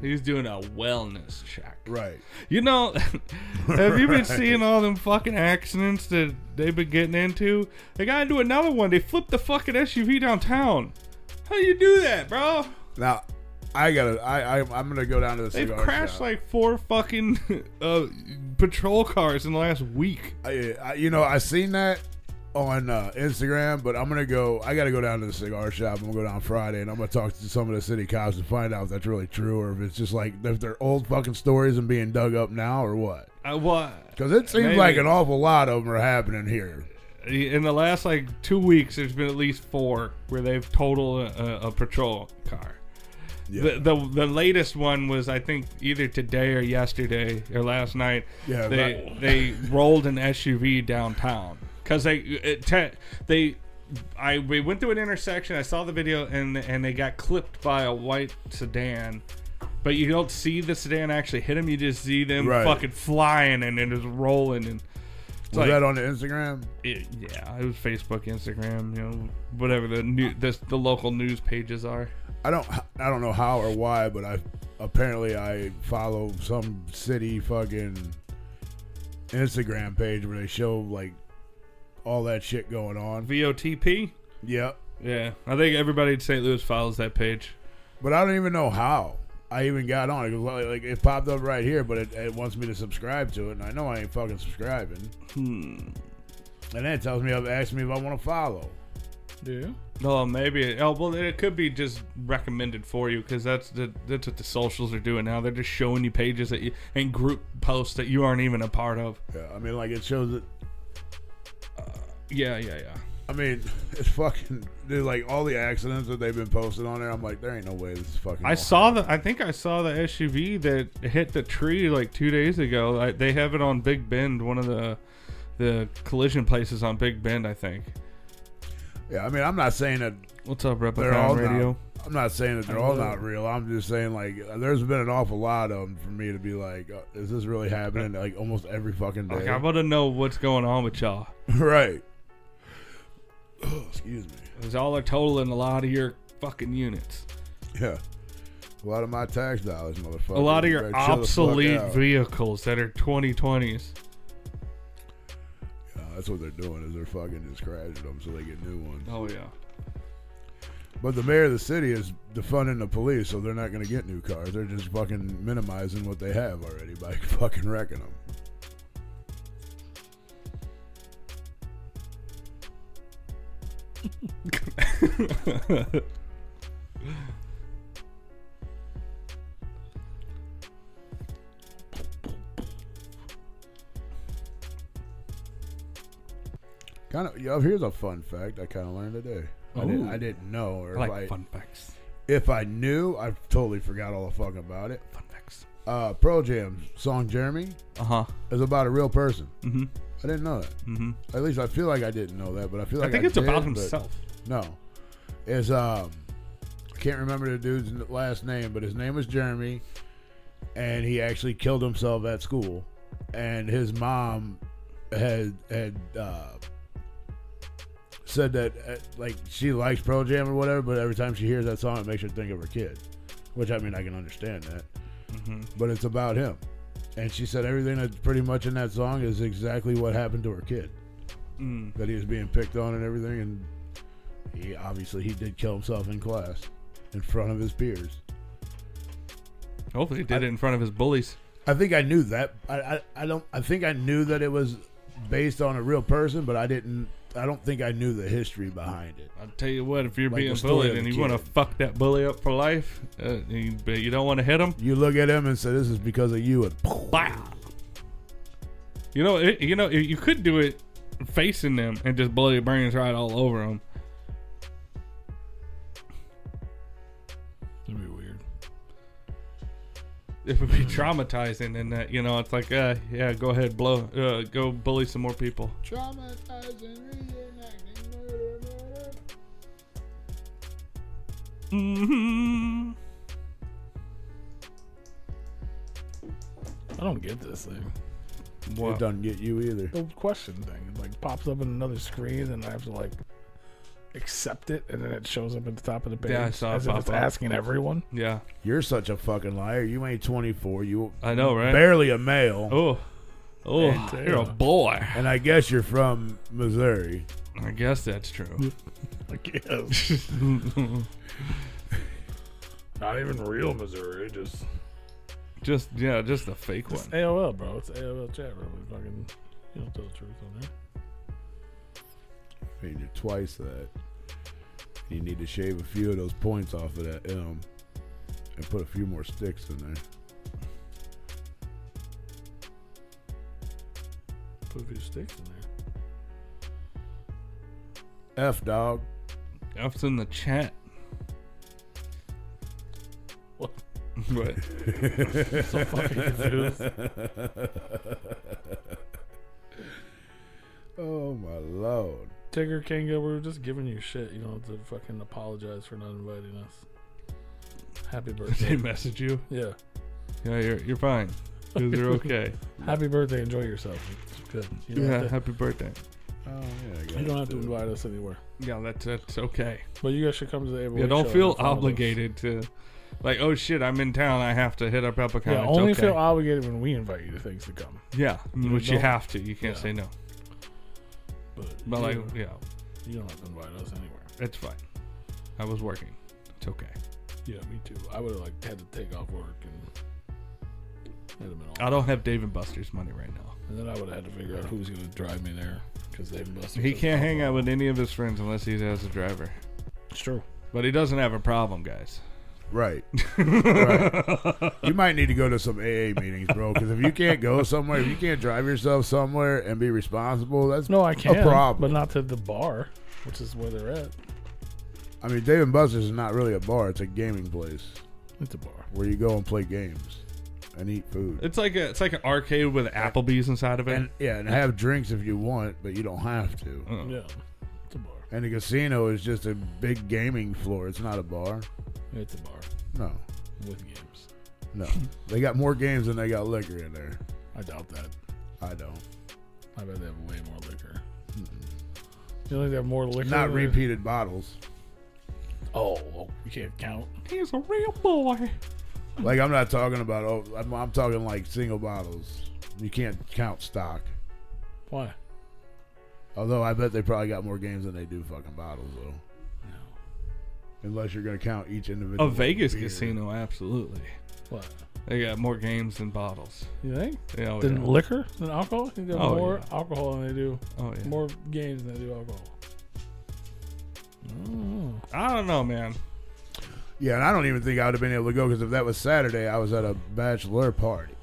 He's doing a wellness check. Mm-hmm. Right. You know, have you been Right. seeing all them fucking accidents that they've been getting into? They got into another one. They flipped the fucking SUV downtown. How you do that, bro? Now, I gotta. I, I I'm gonna go down to the They've cigar crashed shop. like four fucking uh, patrol cars in the last week. I, I, you know, I seen that on uh, Instagram, but I'm gonna go. I gotta go down to the cigar shop. I'm gonna go down Friday, and I'm gonna talk to some of the city cops and find out if that's really true or if it's just like if they're old fucking stories and being dug up now or what. Uh, well, Because it seems Maybe. like an awful lot of them are happening here. in the last like two weeks, there's been at least four where they've totaled a, a patrol car. Yeah. The, the the latest one was I think either today or yesterday or last night. Yeah, they they rolled an SUV downtown because they it te- they I we went through an intersection. I saw the video and and they got clipped by a white sedan, but you don't see the sedan actually hit them. You just see them Right. fucking flying and then just rolling and. it's Was like- that on the Instagram? it, yeah, it was Facebook, Instagram, you know, whatever the new the, the local news pages are. I don't. I don't know how or why, but I apparently I follow some city fucking Instagram page where they show like all that shit going on. VOTP. Yep. Yeah, I think everybody in St. Louis follows that page. But I don't even know how I even got on it. 'Cause, Like, like, it popped up right here, but it, it wants me to subscribe to it, and I know I ain't fucking subscribing. Hmm. And then it tells me, it asks me if I want to follow. Do you? Oh, maybe. Oh, well, it could be just recommended for you because that's the that's what the socials are doing now. They're just showing you pages that you and group posts that you aren't even a part of. Yeah, I mean, like it shows it. Yeah, yeah, yeah. I mean, it's fucking dude. Like all the accidents that they've been posting on there, I'm like, there ain't no way this is fucking. I all saw the. I think I saw the SUV that hit the tree like two days ago. I, they have it on Big Bend, one of the the collision places on Big Bend. I think. Yeah, I mean, I'm not saying that What's up, Rebel they're Town all Radio? Not, I'm not saying that they're all know. not real. I'm just saying like there's been an awful lot of them for me to be like, uh, is this really happening? Like almost every fucking day, Like, I want to know what's going on with y'all. right? Oh, Excuse me. Cause y'all are totaling a lot of your fucking units, Yeah. A lot of my tax dollars, motherfucker. a lot of You your better chill the fuck obsolete out. vehicles that are 2020s. Yeah, that's what they're doing is they're fucking just crashing them so they get new ones. Oh yeah. But the mayor of the city is defunding the police, so they're not going to get new cars. They're just fucking minimizing what they have already by fucking wrecking them. Kind of, yo, here's a fun fact I kind of learned today. I, did, Ooh. I didn't know, or I like if, I, fun facts. if I knew, I totally forgot all the fuck about it. Fun facts. Uh, Pearl Jam's song "Jeremy" Uh huh. is about a real person. Mhm. I didn't know that. Mhm. At least I feel like I didn't know that, but I feel like I think it's did, about but himself. No, is um, I can't remember the dude's n- last name, but his name was Jeremy, and he actually killed himself at school, and his mom had had uh, said that uh, like she likes Pearl Jam or whatever, but every time she hears that song, it makes her think of her kid, which I mean I can understand that, Mhm. but it's about him, and she said everything that's pretty much in that song is exactly what happened to her kid Mm. that he was being picked on and everything, and he obviously he did kill himself in class in front of his peers. Hopefully, he did I- it in front of his bullies. I think I knew that. I, I I don't. I think I knew that it was based on a real person, but I didn't. I don't think I knew the history behind it. I'll tell you what, if you're Like being the story bullied of and the you want to kid. fuck that bully up for life, uh, you, but you don't want to hit him, You look at him and say, "This is because of you," and wow. You know, it, you know, you could do it facing them and just blow your brains right all over them. That'd be weird. it would be traumatizing, and that you know, it's like, uh, yeah, go ahead, blow, uh, go bully some more people. Traumatizing, reenacting murder, murder. hmm I don't get this thing. It doesn't get you either. The question thing it, like pops up in another screen, and I have to like accept it, and then it shows up at the top of the page Yeah, I saw it as if pop it's up. asking everyone. Yeah, You're such a fucking liar. You ain't 24. You I know, right? barely a male. Oh, oh, And, uh, you're a boy. And I guess you're from Missouri. I guess that's true. Like, yeah. Not even real Missouri, just just yeah, just a fake It's one. AOL, bro. It's AOL chat room. It's fucking, you don't tell the truth on there. I mean, you're twice that. You need to shave a few of those points off of that M and put a few more sticks in there. Put a few sticks in there. F dog. F's in the chat. What? What? So fucking confused. Oh my lord. Tigger Kinga, we're just giving you shit. You don't have to fucking apologize for not inviting us. Happy They birthday. message you? yeah. Yeah, you're you're fine. 'Cause You're okay. Happy birthday. Enjoy yourself. It's good. You don't, yeah, have, happy birthday. Oh yeah. I to, got you don't have to it. invite us anywhere. Yeah, that's that's okay. But you guys should come to the Able Yeah, Week don't show feel and follow us. obligated to, like, oh shit, I'm in town. I have to hit up Epicon. Yeah, It's only okay. feel obligated when we invite you to things to come. Yeah, which you don't- have to. You can't yeah. say no. But, But you, like, yeah, you don't have to invite us anywhere. it's fine. I was working. It's okay. Yeah, me too. I would have like had to take off work and hit him in I don't have Dave and Buster's money right now. And then I would have had to figure out who's going to drive me there because they must. He can't hang out with any of his friends unless he has a driver. It's true. But he doesn't have a problem, guys. Right. Right. You might need to go to some AA meetings, bro. Because if you can't go somewhere, if you can't drive yourself somewhere and be responsible, that's No, I can. a problem. but not to the bar, which is where they're at. I mean, Dave and Buster's is not really a bar; it's a gaming place It's a bar. where you go and play games and eat food It's like a, it's like an arcade with Applebee's inside of it. and yeah, and have drinks if you want, but you don't have to. Uh, Yeah, it's a bar. And the casino is just a big gaming floor. It's not a bar. It's a bar No, with games. no. They got more games than they got liquor in there. I doubt that. I don't. I bet they have way more liquor. You think they have more liquor? Not than- repeated bottles. Oh, well, you can't count. He's a real boy. Like I'm not talking about. Oh, I'm, I'm talking like single bottles. You can't count stock. Why? Although I bet they probably got more games than they do fucking bottles though. No. Unless you're gonna count each individual. A Vegas beer. casino, absolutely. What? They got more games than bottles. You think? Yeah, oh, than yeah. liquor? Than alcohol? I think they have Oh, more yeah. alcohol than they do. Oh, yeah. More games than they do alcohol. Oh. I don't know, man. Yeah, and I don't even think I would have been able to go because if that was Saturday, I was at a bachelor party.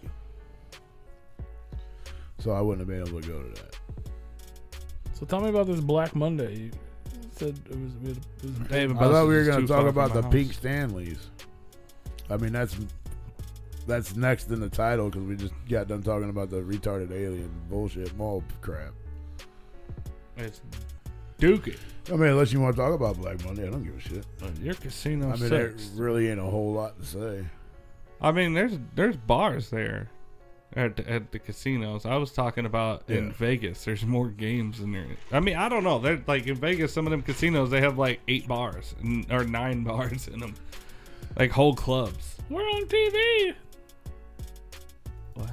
So I wouldn't have been able to go to that. So tell me about this Black Monday. You said it was. It was Dave and I thought Buster's we were is going too to far talk from about my the house. Pink Stanleys. I mean, that's that's next in the title because we just got done talking about the retarded alien bullshit mall crap. It's Duke. it. I mean, unless you want to talk about Black Monday, I don't give a shit. Your casino I mean, there sucks. really ain't a whole lot to say. I mean, there's there's bars there at at the casinos. I was talking about in Yeah. Vegas. There's more games in there. I mean, I don't know. They're like in Vegas. Some of them casinos they have like eight bars n- or nine bars in them, like whole clubs. We're on TV. What?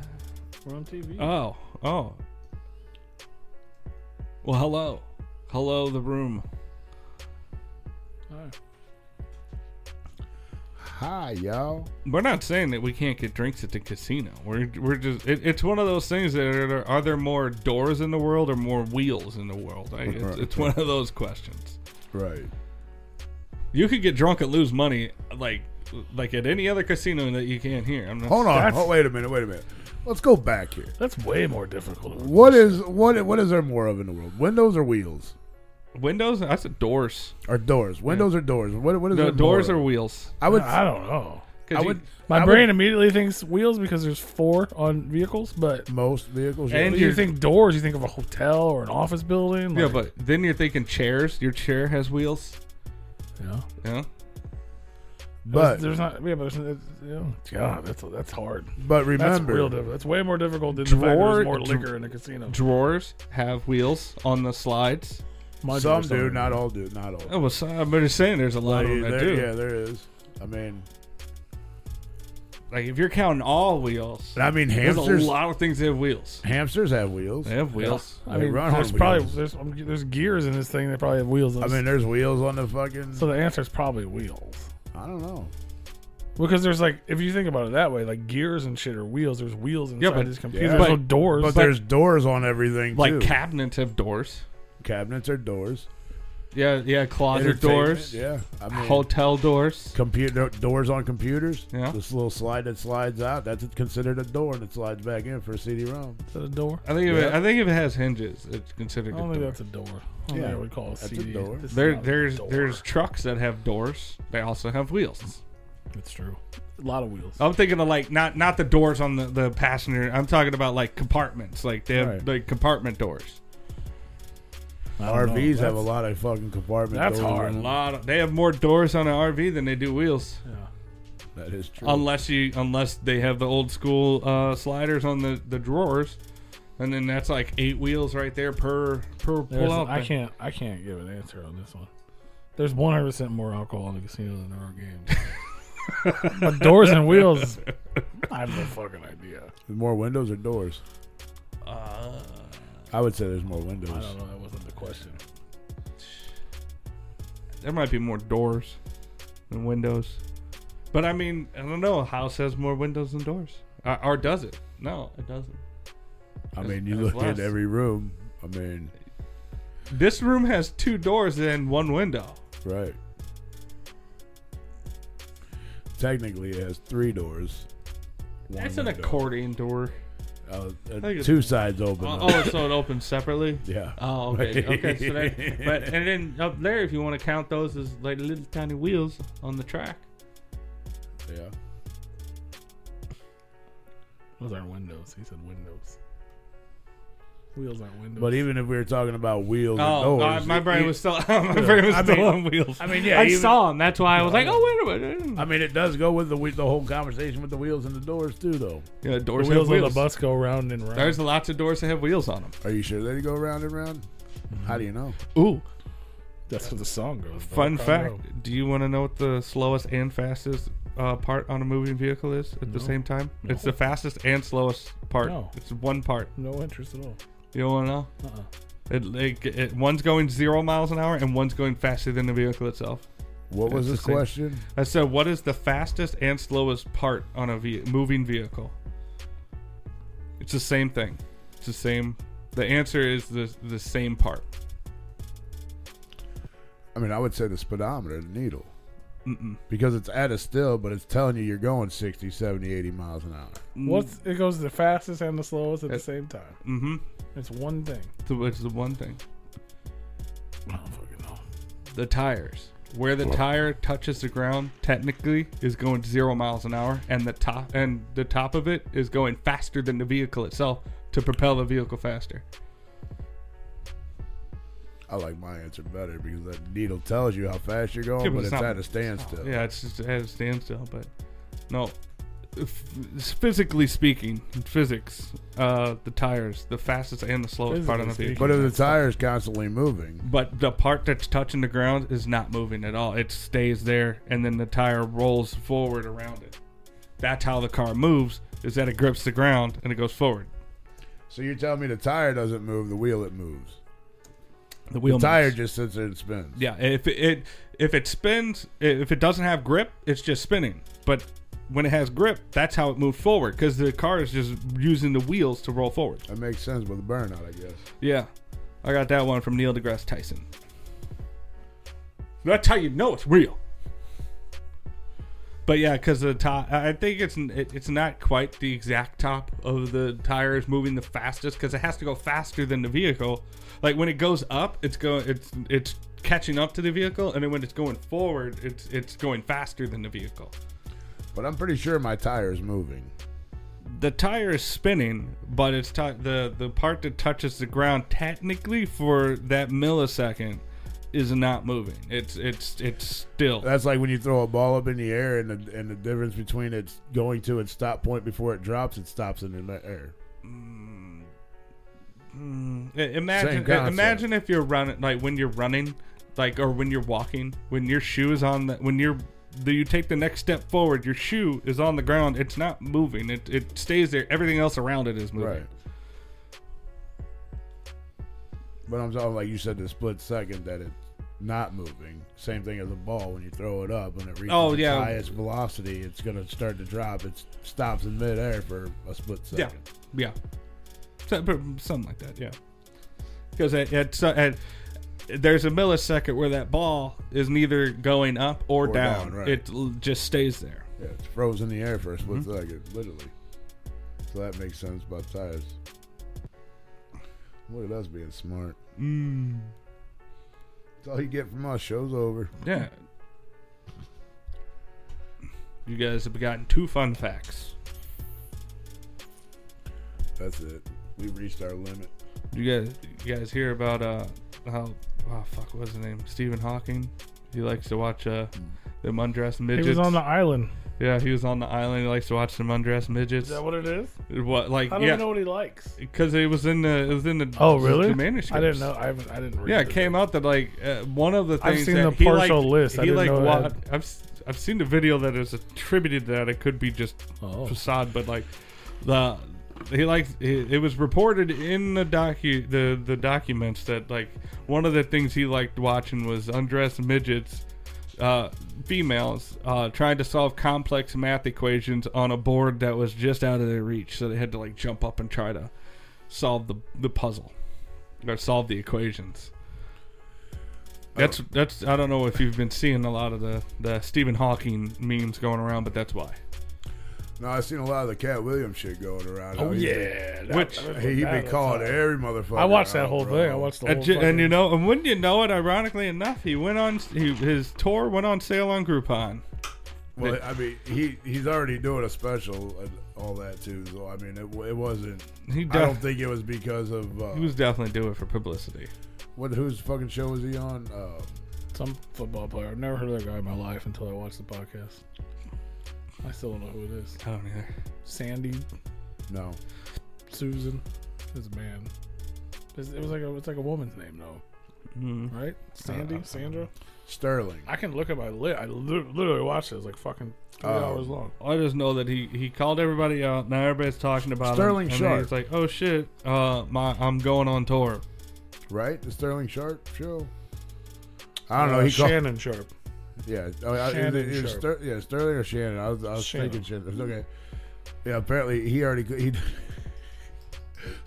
We're on TV. Oh, oh. Well, hello, hello, the room. Alright. Hi, y'all. We're not saying that we can't get drinks at the casino. We're we're just it, it's one of those things that are, are there more doors in the world or more wheels in the world? I, it's, it's one of those questions. Right. You could get drunk and lose money like like at any other casino that you can here. I'm not. Hold on. That's- Oh, wait a minute. Wait a minute. Let's go back here. That's way more difficult. than What is what? What is there more of in the world? Windows or wheels Windows? I said doors. or doors? Windows or doors? What? What is No, there doors more or of? wheels. I would. I don't know. 'Cause I you- would. My I brain immediately thinks wheels because there's four on vehicles, but would- most vehicles. And yeah. you you're- think doors, you think of a hotel or an office building. yeah, like, but then you're thinking chairs. Your chair has wheels. you know, Yeah. but there's, there's not. Yeah, but there's, you know, God, that's that's hard. but That's remember, real difficult. That's way more difficult than the fact that Drawer- there's more dr- liquor in the casino. Drawers have wheels on the slides. My some door's do, open. not all do, not all. Oh, well, so- I'm just saying there's a lot of them that there, do. Yeah, there is. I mean, Like if you're counting all wheels, and I mean there's hamsters. a lot of things that have wheels. Hamsters have wheels. They have wheels. I They mean, run there's on probably wheels. there's, um, there's gears in this thing that probably have wheels. In I mean, there's wheels on the fucking. so the answer is probably wheels. I don't know. Because there's like, if you think about it that way, like gears and shit are wheels. There's wheels inside Yeah, but- this computer. yeah. there's no But- doors. But there's doors on everything Like too. cabinets have doors. Cabinets are doors. Yeah, yeah, closet Entertainment, doors, Yeah. I mean, hotel doors. computer doors on computers. Yeah. This little slide that slides out. That's considered a door, and it slides back in for a CD-ROM. Is that a door? I think if it, Yeah. I think if it has hinges, it's considered. I a don't think door. that's a door. I don't Yeah, think I would call it a that's a CD. door. This is There, not a there's door. there's trucks that have doors. They also have wheels. It's true. A lot of wheels. I'm thinking of like not not the doors on the, the passenger. I'm talking about like compartments. Like they have Right. like compartment doors. I don't know. RVs have a That's- lot of fucking compartment That's doors hard. in A them. lot. Of, they have more doors on an RV than they do wheels. Yeah. That is true. Unless you unless they have the old school uh, sliders on the the drawers, and then that's like eight wheels right there per per There's- pull out. I can't. I can't give an answer on this one. There's 100 percent more alcohol in the casino than there are games. but doors and wheels, I have no fucking idea. There's more windows or doors? Uh, I would say there's more I windows. don't know. That wasn't the question. there might be more doors than windows, but I mean I don't know. A house has more windows than doors, uh, or does it? No, it doesn't. I, There's- mean, you there's look less. at every room. I mean, This room has two doors and one window. right. Technically, it has three doors. one That's an window. accordion door. Uh, uh, think it's- two sides open. Oh, up. oh, so it opens separately. yeah. Oh, okay, okay. So that, but and then up there, if you want to count those as like little tiny wheels on the track. yeah. Those aren't windows. He said windows. Wheels aren't windows. But even if we were talking about wheels Oh, or uh, doors, my brain you- was still my brain was I still mean- on wheels. I mean, yeah, I even- saw him. That's why I was like, oh wait a minute. I mean, it does go with the we- the whole conversation with the wheels and the doors too, though. Yeah, the doors wheels have on wheels. the bus go round and round. There's lots of doors that have wheels on them. Are you sure they go round and round? How do you know? Ooh, That's what the song goes. bro. fun Fuck fact. Oh, no. Do you want to know what the slowest and fastest uh, part on a moving vehicle is at the same time? It's the fastest and slowest part. No. It's one part. No interest at all. You don't want to know? Uh-uh. It, like it, one's going zero miles an hour and one's going faster than the vehicle itself. What was It's this the same- question? I said, what is the fastest and slowest part on a ve- moving vehicle? It's the same thing. It's the same. The answer is the the same part. I mean, I would say the speedometer, the needle, Mm-mm. because it's at a still, but it's telling you you're going 60, 70, 80 miles an hour. What's it goes the fastest and the slowest at the Mm. It- same time. Mm-hmm. It's one thing. So it's the one thing. I don't fucking know. The tires. Where the tire touches the ground technically is going zero miles an hour, and the top and the top of it is going faster than the vehicle itself to propel the vehicle faster. I like my answer better because that needle tells you how fast you're going, Yeah, but but it's it's, not- at a standstill. Yeah, it's just at a standstill. But no, F- physically speaking, physics, uh, the tires, the fastest and the slowest part on the Physically vehicle. But if the tire's constantly moving, But the part that's touching the ground is not moving at all. It stays there, and then the tire rolls forward around it. That's how the car moves. Is that it grips the ground and it goes forward. so you're telling me the tire doesn't move, the wheel it moves. The wheel The tire moves. just sits there and spins. Yeah, if it, it if it spins, if it doesn't have grip, it's just spinning. But when it has grip, that's how it moved forward because the car is just using the wheels to roll forward. That makes sense with a burnout, I guess. Yeah, I got that one from Neil deGrasse Tyson. That's how you know it's real. But yeah, because the top, I I think it's it, it's not quite the exact top of the tires moving the fastest because it has to go faster than the vehicle. Like when it goes up, it's going it's it's catching up to the vehicle, and then when it's going forward, it's it's going faster than the vehicle. But I'm pretty sure my tire's moving. The tire is spinning, but it's ti the the part that touches the ground technically for that millisecond is not moving. It's it's it's still. That's like when you throw a ball up in the air and the, and the difference between its going to its stop point before it drops, it stops in the air. I- Imagine concept. imagine if you're running like when you're running, like or when you're walking, when your shoe is on the when you're do you take the next step forward, your shoe is on the ground, it's not moving. It it stays there. Everything else around it is moving. Right. But I'm talking like you said the split second that it's not moving. Same thing as a ball when you throw it up when it reaches Oh, its yeah. highest velocity, it's gonna start to drop. It stops in midair for a split Yeah, second. yeah, So- but something like that. Yeah, because at, at, so- at there's a millisecond where that ball is neither going up or, Or down. down, right. It l- just stays there. Yeah, it's frozen in the air for a split second, literally. So that makes sense about tires. Look at us being smart. Hmm. Mm. That's all you get from us. Show's over. Yeah. You guys have gotten two fun facts. That's it. We reached our limit. You guys, you guys hear about uh how oh fuck what's his name Stephen Hawking? He likes to watch uh Hmm. them undressed midgets. He was on the island. yeah, he was on the island. He likes to watch them undressed midgets. Is that what it is? what like I don't yeah? know what he likes. Because it was in the it was in the Oh, really? the manuscripts. I didn't know. I haven't. I didn't read. Yeah, it. it came out that like uh, one of the I've things seen that the he partial liked- list. I He didn't like know it wa- had- I've s- I've seen the video that is attributed to that. It could be just Oh. facade, but like the he likes it it was reported in the docu the the documents that like one of the things he liked watching was undressed midgets uh females uh trying to solve complex math equations on a board that was just out of their reach so they had to like jump up and try to solve the the puzzle or solve the equations that's that's I don't know if you've been seeing a lot of the the Stephen Hawking memes going around but that's why No, I've seen a lot of the Cat Williams shit going around. Oh He's yeah. been- that- Which- I remember He, he that been at the calling time. every motherfucker. I watched that out, whole bro. thing. I watched the whole. And, ju- and you fucking- know, and wouldn't you know it? Ironically enough, he went on he, his tour went on sale on Groupon. Well, I mean, he he's already doing a special and all that too. So I mean, it, w- it wasn't. He I don't def- think it was because of uh, he was definitely doing it for publicity. what whose fucking show was he on? Uh, some football player. I've never heard of that guy in my life until I watched the podcast. I still don't know who it is. I don't either. Sandy no, Susan. It's a man. It's, it was like a it's like a woman's name though, Mm. right? Sandy, Uh, Sandra. Sterling. I can look at my lit. I lit- literally watched it. It's like fucking three Oh. hours long. I just know that he, he called everybody out. Now everybody's talking about Sterling him. and Sharp. He's like, oh shit, uh, my I'm going on tour. right? The Sterling Sharp show. I don't know. Uh, He called. Shannon Sharp. Yeah, oh, I- it- Shannon it was Sharp. Ster- yeah, Sterling or Shannon. I was, I was Shannon. thinking Shannon. Okay. Yeah, apparently he already he. this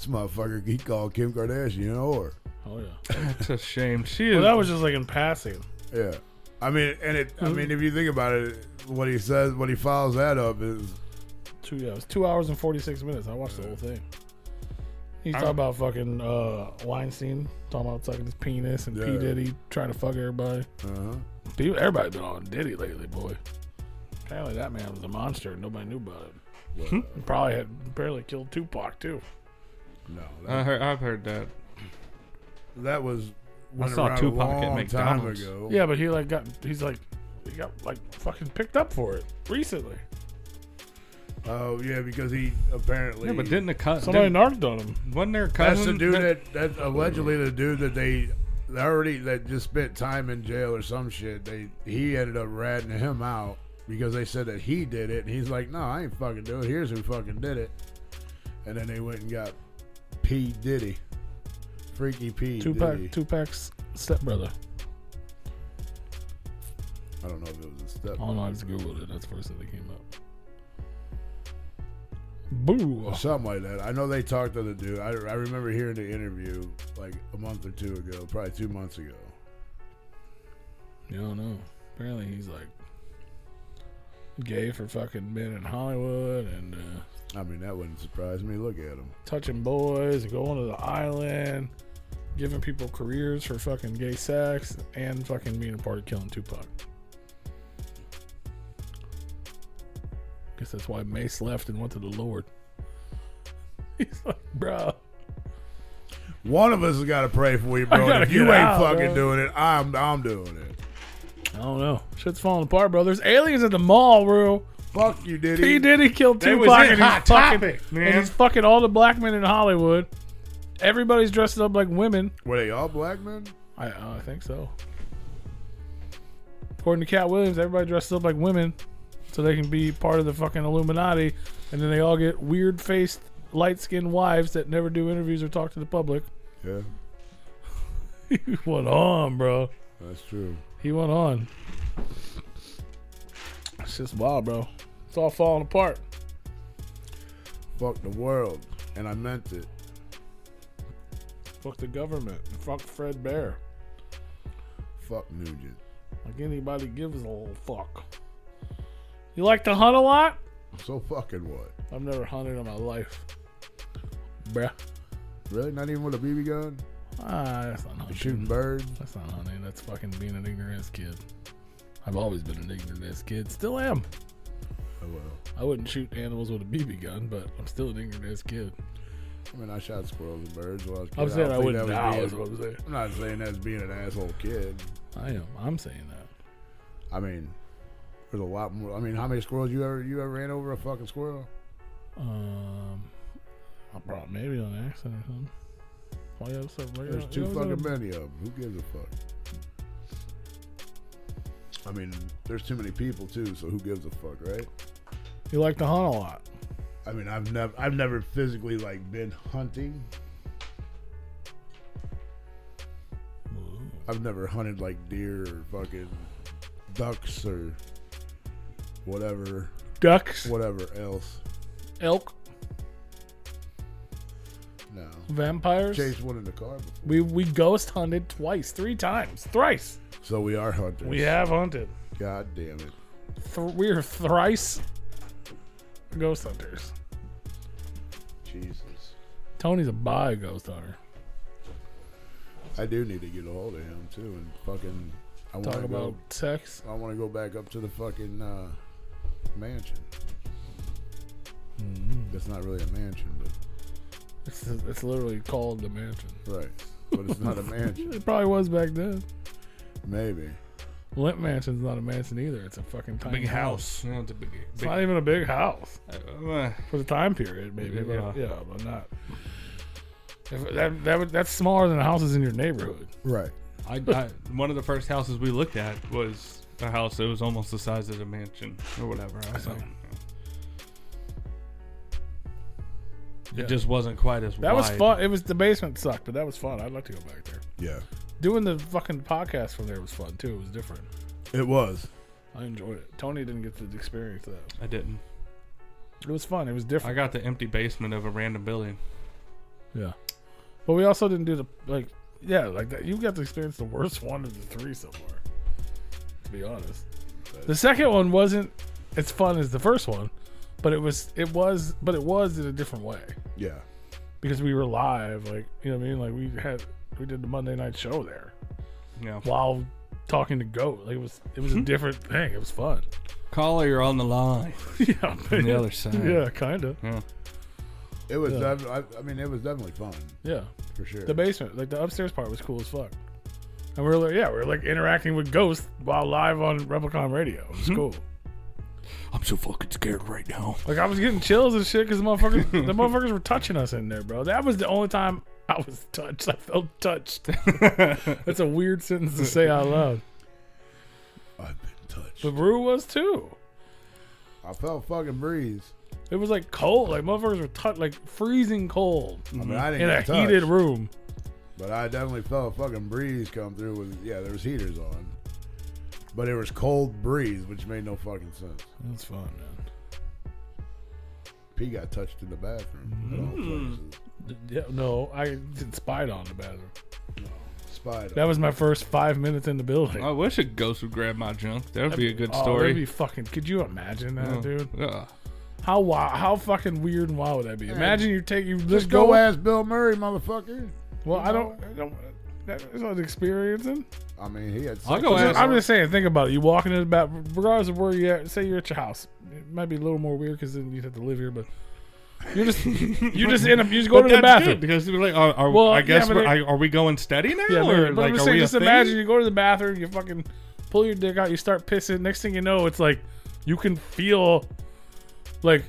motherfucker he called Kim Kardashian or Oh yeah. That's a shame. She is. Well, that was just like in passing. yeah. I mean, and it. I Mm-hmm. mean, if you think about it, what he says, what he follows that up is Two yeah, it was two hours and forty six minutes. I watched the whole thing. He's talking about fucking uh, Weinstein, talking about sucking his penis and P Yeah. Diddy trying to fuck everybody. uh People, everybody been on Diddy lately, boy. Apparently that man was a monster. and Nobody knew about it. And Probably had apparently killed Tupac too. no. That, I heard, I've heard that. that was went saw around Tupac a long at time McDonald's. ago. Yeah, but he like got he's like he got like fucking picked up for it recently. Oh yeah, because he apparently. Yeah, but didn't the cut? Somebody didn't- narked on him. Wasn't there a That's cousin? the dude that, that allegedly the dude that they they already that just spent time in jail or some shit. They he ended up ratting him out because they said that he did it, and he's like, "No, I ain't fucking do it. Here's who fucking did it." And then they went and got P Diddy, Freaky P Diddy. Tupac Tupac's stepbrother. I don't know if it was a step. Oh no, I just googled it. That's the first thing that came up. Boo. Or something like that. I know they talked to the dude. I, I remember hearing the interview like a month or two ago, probably two months ago. You don't know. Apparently he's like gay for fucking men in Hollywood and uh, I mean, that wouldn't surprise me. Look at him. touching boys, going to the island, giving people careers for fucking gay sex, and fucking being a part of killing Tupac. Guess that's why Mace left and went to the Lord. He's like, bro. One of us has got to pray for you, bro. gotta and If you get ain't out, fucking bro. doing it, I'm I'm doing it. I don't know. Shit's falling apart, bro. There's aliens at the mall, bro. Fuck you, Diddy. P Diddy killed That Tupac, was it, and he's, Hot fucking, Topic, man. and he's fucking all the black men in Hollywood. Everybody's dressed up like women. Were they all black men? I, uh, I think so. According to Cat Williams, everybody dressed up like women so they can be part of the fucking Illuminati, and then they all get weird faced, light skinned wives that never do interviews or talk to the public. Yeah, he went on, bro. that's true. He went on. It's just wild, bro. It's all falling apart. Fuck the world, and I meant it. Fuck the government. Fuck Fred Bear. Fuck Nugent. Like anybody gives a little fuck. You like to hunt a lot? So fucking what? I've never hunted in my life. Bruh. Really? Not even with a BB gun? Ah, that's not hunting. Shooting birds? That's not hunting. That's fucking being an ignorant ass kid. I've always been an ignorant ass kid. Still am. Oh well. I wouldn't shoot animals with a BB gun, but I'm still an ignorant ass kid. I mean, I shot squirrels and birds when I was a kid. I'm saying don't I think wouldn't that was die, being- is what I'm saying. I'm not saying that's being an asshole kid. I am. I'm saying that. I mean, there's a lot more. I mean, how many squirrels you ever you ever ran over a fucking squirrel? Um, I brought maybe on accident or something. Why you have something right There's now? too You always fucking gotta- many of them. Who gives a fuck? I mean, there's too many people too, so who gives a fuck, right? You like to hunt a lot. I mean, I've never I've never physically like been hunting. I've never hunted like deer or fucking ducks or whatever Ducks, whatever else. elk, No. vampires. Chased one in the car before. We we ghost hunted twice, three times, thrice. So we are hunters. We have hunted. God damn it. Th- we are thrice ghost hunters. Jesus. Tony's a bi ghost hunter. I do need to get a hold of him too and fucking I Talk want to about go sex. I want to go back up to the fucking uh, mansion. Mm-hmm. That's not really a mansion, but It's, it's literally called the mansion. right. But it's not a mansion. It probably was back then. Maybe. Limp Mansion's not a mansion either. It's a fucking tiny Big house. You know, it's a big, It's big- not even a big house uh, uh, for the time period, maybe. But, Yeah. yeah. but not. If that, that would- that's smaller than the houses in your neighborhood. Right. I, I, one of the first houses we looked at was a house that was almost the size of a mansion or whatever. I was like, Yeah. It just wasn't quite as That wide. was fun. It was the basement sucked, but that was fun. I'd like to go back there. Yeah. Doing the fucking podcast from there was fun too. It was different. It was. I enjoyed it. Tony didn't get to experience that. I didn't. It was fun. It was I different. got the empty basement of a random building. yeah. But we also didn't do the like yeah, like that. You got to experience the worst one of the three so far. To be honest. The second one wasn't as fun as the first one, but it was it was but it was in a different way. Yeah. Because we were live, like you know what I mean? Like we had we did the Monday night show there Yeah. while talking to Goat. Like it was it was a different thing. It was fun. Caller, you're on the line. yeah. On the other side. Yeah, kinda. Yeah. It was. Yeah. Def- I, I mean, it was definitely fun Yeah. for sure. the basement. Like the upstairs part was cool as fuck. And we are like, yeah, we are like interacting with ghosts while live on Replicon Radio. It was cool. I'm so fucking scared right now. Like I was getting chills and shit because the motherfuckers, the motherfuckers were touching us in there, bro. That was the only time I was touched. I felt touched. That's a weird sentence to say out loud. I've been touched. But Brew was too. I felt fucking breeze. It was like cold. Like motherfuckers were touched, like freezing cold I mean, I didn't Mm-hmm. in a get touched, heated room. but I definitely felt a fucking breeze come through. With yeah, there was heaters on, but it was cold breeze, which made no fucking sense. That's fun, man. P got touched in the bathroom. at Mm-hmm. all places. D- Yeah, no, I did spied on the bathroom. Spied That was my first five minutes in the building. I wish a ghost would grab my junk. That would be a good Oh, story. Oh. that'd be fucking. Could you imagine that, Yeah. dude? Yeah. How wild, how fucking weird and wild would that be? Imagine you take you just Just go go. ask Bill Murray, motherfucker. Well, I don't, I don't. That- That's what I was experiencing. I mean, he had. I'll sex go with ask- her. I'm just saying, think about it. You walk into the bathroom, regardless of where you're at. Say you're at your house. It might be a little more weird because then you'd have to live here, but you're just you just end up you just go But to the that's bathroom. good, because we're like, are, are- Well, I yeah, guess but we're, it- I- are we going steady now? Yeah, or but, but I'm like, are just saying, we a just thing? imagine you go to the bathroom, you fucking pull your dick out, you start pissing. Next thing you know, it's like you can feel like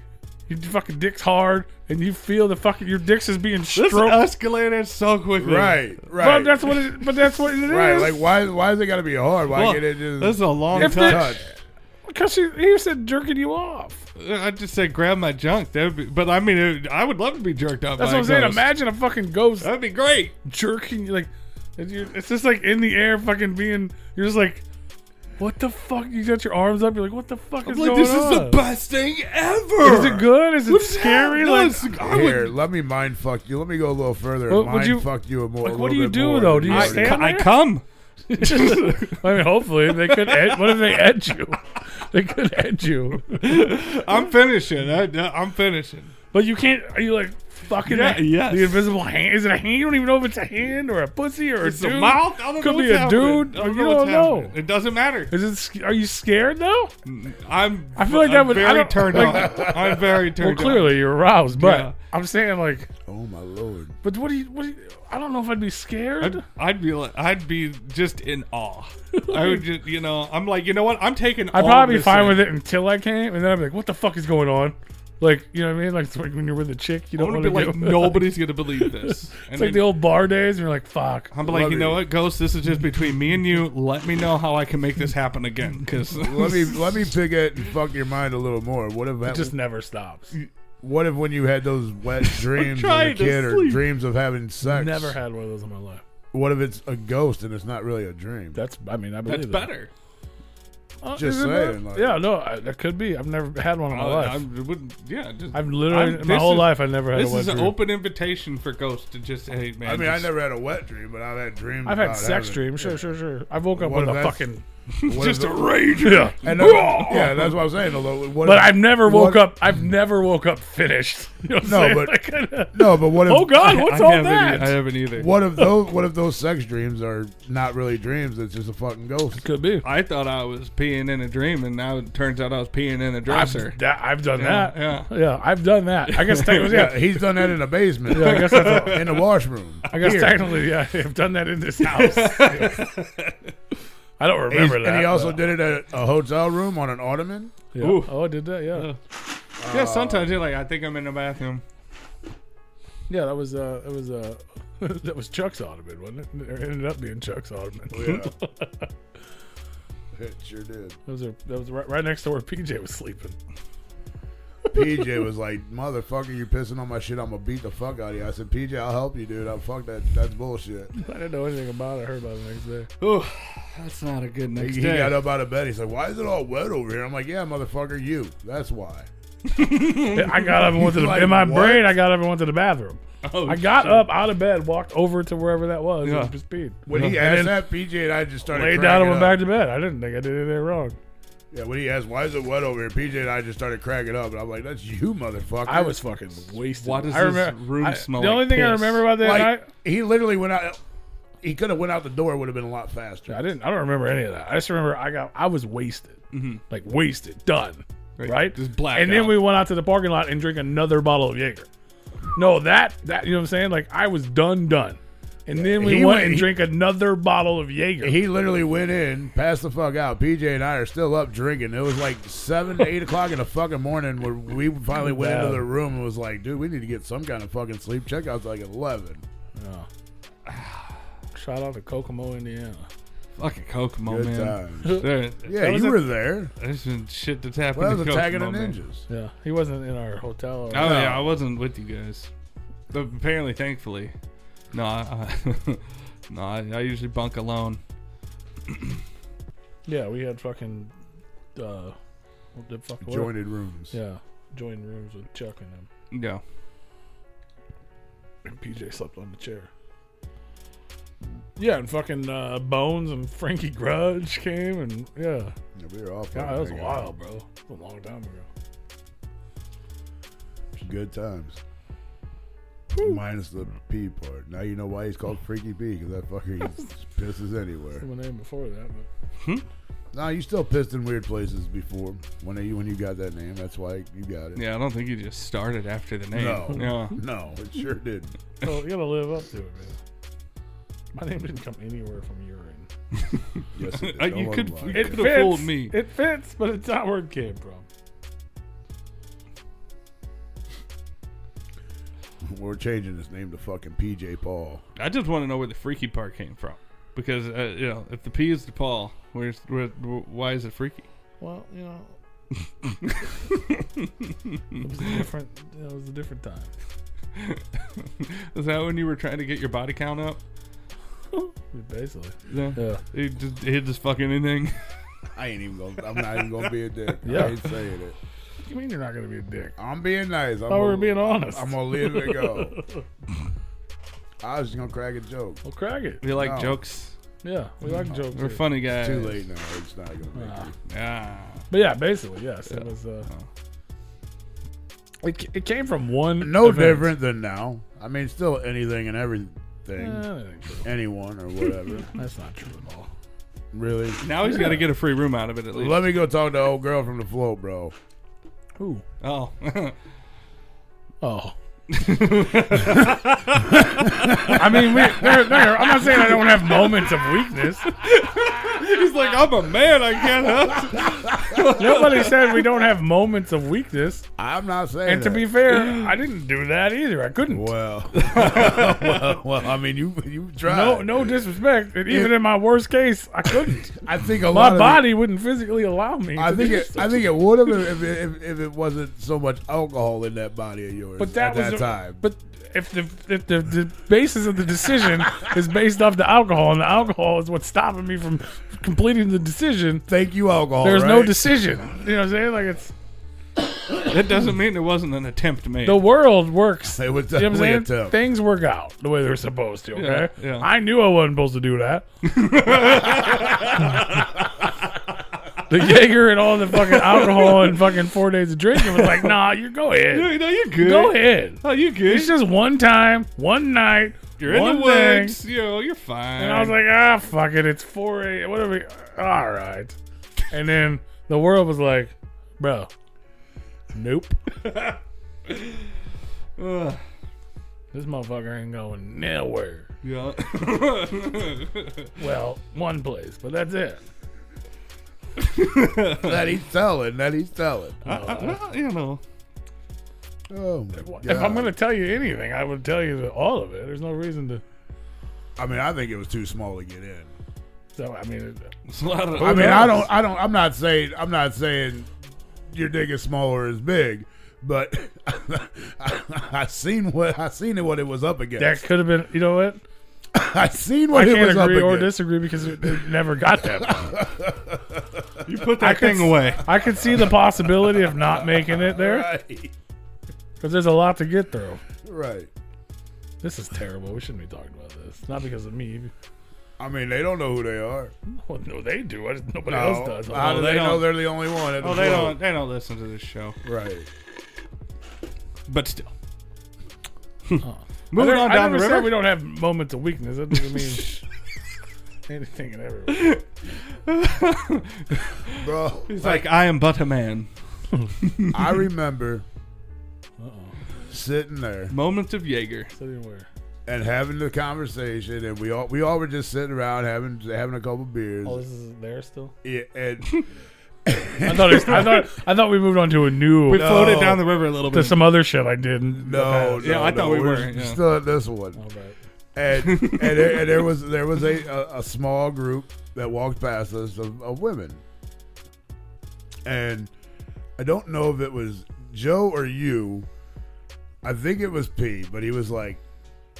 your fucking dick's hard, and you feel the fucking your dick's is being This stroked. escalated so quickly. Right, right, But that's what it. But that's what it is. right. Like, why? Why is it got to be hard? Why Well, can't it just this is a long If touch. touch? because she, he said jerking you off. I just said grab my junk. That would be, but I mean, it, I would love to be jerked up. That's what by a I'm saying. ghost. Imagine a fucking ghost That'd be great. jerking you like. and you- It's just like in the air, fucking being. You're just like, what the fuck? You got your arms up. You're like, what the fuck is Like going this on? is the best thing ever. Is it good? Is it What's scary? that? No, Like, it's- I would- Here, let me mind fuck you. Let me go a little further. What- and would mind you- fuck you more. like, a what little do you bit do, more though? than Do you already stand did. there? I come. I mean, hopefully they could. Ed, what if they ed you? They could ed you, I'm finishing. I, I'm finishing. but you can't. Are you like fucking? Yeah, that- yes. The invisible hand. Is it a hand? You don't even know if it's a hand or a pussy or It's a dude. a mouth. I don't Could know be what's a happening. dude. I You what's don't know. happening. It doesn't matter. Is it? sc- Are you scared though? I'm. I feel like that I'm would- I very don't- turned like- on. I'm very Well, turned on. clearly you're aroused, but Yeah. I'm saying like, Oh my lord! but what do you? What do you? I don't know if I'd be scared. I'd, I'd be like, I'd be just in awe. I would just, you know, I'm like, you know what? I'm taking. I'd probably be fine with it until I came, and then I'd be like, what the fuck is going on? Like, you know what I mean? Like, it's like when you're with a chick, you I don't would want be to like, nobody's gonna believe this. It's And like then the old bar days, and you're like, fuck. I'm like, Love you know you. what, Ghost? This is just between me and you. Let me know how I can make this happen again, because Let me let me pick it and fuck your mind a little more. What if that, It just never stops. what if when you had those wet dreams as a trying to kid or sleep. dreams of having sex? Never had one of those in my life. What if it's a ghost and it's not really a dream? That's, I mean, I believe that's that. better. Uh, Just is it better? saying, like- yeah, no, I, that could be. I've never had one in my I, life. I i would, yeah. Just, have literally, Uh, I'm- in my this whole is- life, I never had a This wet is an dream. open invitation for Ghost to just, hey man. I mean, I just- never had a wet dream, but I've had dreams. I've had about sex having- dreams. Sure, sure, sure. I woke up What if with a that's- fucking. What just if a the- rage. Yeah. and that's- yeah, that's what I'm saying. although, What But if- I've never woke what- up. I've never woke up finished. You know what I'm No, saying? but- Like, No, but what if? oh God, what's I all haven't, that? e- I haven't either. What if those? What if those sex dreams are not really dreams? It's just a fucking ghost. could be. I thought I was peeing in a dream, and now it turns out I was peeing in a dresser. I've, that, I've done Yeah, that. yeah. yeah, I've done that. I guess technically, yeah, Yeah, he's done that in the basement. Yeah, I guess that's in the washroom. I guess Here. technically, yeah, I've done that in this house. I don't He's- remember that. and he also but- did it at a hotel room on an ottoman. Yeah. Ooh. Oh, I did that. Yeah, yeah, sometimes you're like, I think I'm in the bathroom. yeah. That was uh, that was uh, that was Chuck's ottoman, wasn't it? It ended up being Chuck's ottoman. it sure did. Those are that was right, right next to where PJ was sleeping. PJ was like, "Motherfucker, you pissing on my shit? I'm gonna beat the fuck out of you." I said, "PJ, I'll help you, dude. I'll fuck that. That's bullshit." I didn't know anything about it. I heard about it the next day. Ooh, that's not a good He, next he day. got up out of bed. He's like, "Why is it all wet over here?" I'm like, "Yeah, motherfucker, you. That's why." I got up and went to the Like, in my what? brain. I got up and went to the bathroom. Oh, I got shit. up out of bed, walked over to wherever that was, Yeah. and just peed. When he And asked then that, PJ and I just started laid down cracking and up. went back to bed. I didn't think I did anything wrong. Yeah, when he asked, "Why is it wet over here?" PJ and I just started cracking up, and I'm like, "That's you, motherfucker." I was fucking wasted. Why does I this remember, room I- smell The like only thing I piss? remember about that like, night, he literally went out. He could have went out the door; would have been a lot faster. I didn't. I don't remember any of that. I just remember I got. I was wasted, Mm-hmm. like wasted, done, right? Right, just blacked And then out. we went out to the parking lot and drank another bottle of Jaeger. No, that that you know what I'm saying? Like I was done, done. And then we He went, went- and he- drank another bottle of Jaeger. He literally went in, passed the fuck out. PJ and I are still up drinking. It was like seven to eight o'clock in the fucking morning when we finally went into Wow. the room and was like, "Dude, we need to get some kind of fucking sleep." Checkout's like eleven. Shout out to Kokomo, Indiana. fucking Kokomo, Good man. times. There- Yeah, Oh, was you a- were there. There's some shit that's happened. Well, that to was attacking the Kokomo, man. ninjas. Yeah, he wasn't in our hotel. Or, Oh yeah, I wasn't with you guys. But apparently, thankfully, no, I, I, no, I, I usually bunk alone. yeah, we had fucking. Uh, what the fuck? what- Jointed rooms. Yeah, joined rooms with Chuck and him. Yeah, And PJ slept on the chair. Yeah, and fucking uh, Bones and Frankie Grudge came, and yeah, Yeah, we were all. fucking God, that was hanging out. wild, bro. That was a long time ago. Good times. Minus the P part. Now you know why he's called Freaky P because that fucker gets- pisses anywhere. My name before that, but Nah, you still pissed in weird places before when you when you got that name. That's why you got it. Yeah, I don't think you just started after the name. No. Yeah. No, it sure did. oh, you gotta live up to it, man. My name didn't come anywhere from urine. Yes, it Uh, did. you Don't could- lie. it- It Could've fits. fooled me. It fits, but it's not where it came from. We're changing his name to fucking PJ Paul. I just want to know where the freaky part came from. Because, uh, you know, if the P is the Paul, where's, where, why is it freaky? Well, you know, it was a different. It was a different time. Is that when you were trying to get your body count up? Basically, Yeah. yeah. It just, it just fucking anything. I ain't even gonna. I'm not even gonna be a dick. Yeah. I ain't saying it. You mean you're not gonna be a dick? I'm being nice. I'm Oh, we're gonna- being honest. I'm gonna leave it go. I was just gonna crack a joke. Well, crack it. We like No. jokes. Yeah, we like jokes. We're here. funny guys. Too late now. It's not gonna make Ah. Ah. But yeah, basically, yes, it Yeah. Uh-huh. was. Uh, Oh. it, ca- it came from one. No event. different than now. I mean, still anything and everything, Eh, I don't think so. anyone or whatever. That's not true at all. really. Now he's got to get a free room out of it at least. Let me go talk to old girl from the float, bro. Who? Oh. Oh. I mean, we, there, there. I'm not saying I don't have moments of weakness. he's like, I'm a man. I can't help. Nobody said we don't have moments of weakness. I'm not saying. And to that. be fair, I didn't do that either. I couldn't. well, well, well, I mean, you you tried. No, no disrespect. And even in my worst case, I couldn't. I think a lot My of body wouldn't physically allow me. I to think do it. so. I think it would have if, if, if, if it wasn't so much alcohol in that body of yours. But that at was that the- time. But if the if the, the basis of the decision is based off the alcohol, and the alcohol is what's stopping me from completing the decision, thank you, alcohol. there's no right? decision. You know what I'm saying? Like it's That doesn't mean there wasn't an attempt made. the world works. It was You know what definitely I'm a saying? tip. Things work out the way they're supposed to. Okay. Yeah, yeah. I knew I wasn't supposed to do that. the Jaeger and all the fucking alcohol and fucking four days of drinking was like, nah, you go No, ahead. no, you're good. Go ahead. Oh, you good. It's just one time, one night. You're in one the thing. woods. You know, you're fine. And I was like, ah, fuck it. It's 4 a.m. Whatever. All right. And then the world was like, bro, nope. Ugh. This motherfucker ain't going nowhere. Yeah. Well, one place, but that's it. that he's telling. That he's telling. well, you know. Oh my God. If I'm going to tell you anything, I would tell you the- all of it. There's no reason to. I mean, I think it was too small to get in. So, I mean, it- It's a lot of, I mean, I knows? don't. I don't. I'm not saying. I'm not saying your dick is small or is big, but I, seen what I seen it. What it was up that against. could have been, you know what? I seen what I it can't was up agree against. or disagree because it, it never got that far. you put I that could thing s- away. I could see the possibility of not making it there Right. because there's a lot to get through. Right. This is terrible. We shouldn't be talking about this. Not because of me. I mean, they don't know who they are. Well, no, they do. I just, nobody No. else does. How do Oh, they, they know don't. they're the only one? At the Oh, they club? don't. They don't listen to this show. Right. But still. I Moving never- on I down the never said river. we don't have moments of weakness. That doesn't mean anything and everything. Bro, He's like, I am but a man. I remember sitting there Moments of Jaeger. Sitting where? and having the conversation, and we all we all were just sitting around having having a couple beers. Oh, this is there still? Yeah, and I thought, it, I thought I thought we moved on to a new We No. floated down the river a little to bit. some other shit I did. in the no, past. no, Yeah, I thought no, we we're were, yeah. still at this one, All right. and and there, and there was there was a, a, a small group that walked past us of, of women, and I don't know if it was Joe or you. I think it was P, but he was like,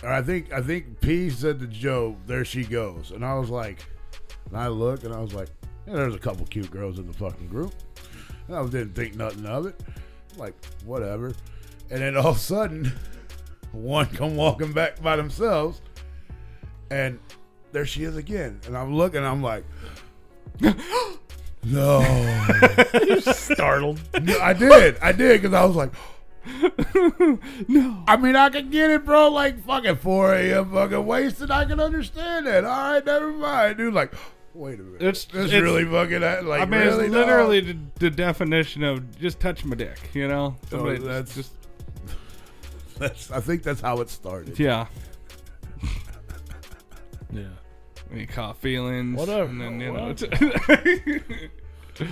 or I think I think P said to Joe, "There she goes," and I was like, and I look and I was like, yeah, there's a couple cute girls in the fucking group, and I didn't think nothing of it, like whatever, and then all of a sudden, one come walking back by themselves, and there she is again, and I'm looking, I'm like. No, Startled. I did, I did, because I was like, no. I mean, I can get it, bro. Like fucking 4 a.m. fucking wasted. I can understand that. All right, never mind, dude. Like, wait a minute. It's- this it's- really fucking that. Like, I mean, really, it's dog? literally the, the definition of just touch my dick, you know? Oh, So Somebody that's- just, That's, I think that's how it started. yeah. Yeah. Any caught feelings. What a- And then, you know, what? it's-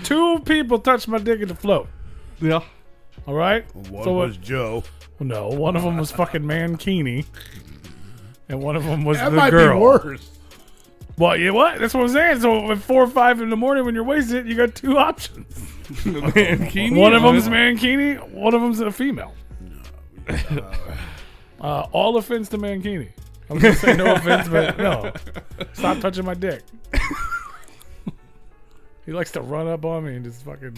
Two people touched my dick in the float. yeah. All right. One So what- was Joe. No, one of them was fucking Mankini, and one of them was That the might girl. be worse. Well, you what? That's what I'm saying. So at four or five in the morning, when you're wasted, you got two options. Mankini. One of them's Mankini. One of them's a female. Uh, all offense to Mankini. I'm gonna say no offense, but no. Stop touching my dick. he likes to run up on me and just fucking.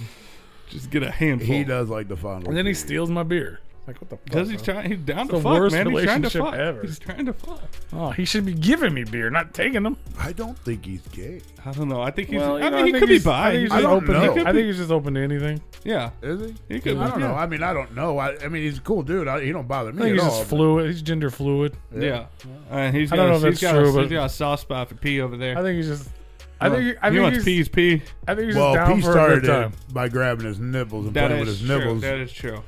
Just get a handful. He does like the final. And then he Four. steals my beer. Like what the fuck? Because he's man? trying, he's down to It's the fuck, worst man. He's trying to relationship fuck. ever. He's trying to fuck. Oh, he should be giving me beer, not taking them. I don't think he's gay. I don't know. I think he's. Well, you I know, mean, he think could be he's- I bi. think he's I just don't open. know. I think he's just open to anything. yeah. Is he? He could. I don't yeah. know. I mean, I don't know. I, I mean, he's a cool dude. I, he don't bother me I think at he's all. just fluid. He's gender fluid. Yeah. Uh, he's I got, don't a- know if he's that's got, true, a, but- he's got a soft spot for P over there. I think he's just. I He think. wants- I he think wants he's. P's P. I think he's just Well, down P for a started good time. it by grabbing his nipples and That playing with is his true. nipples That is true.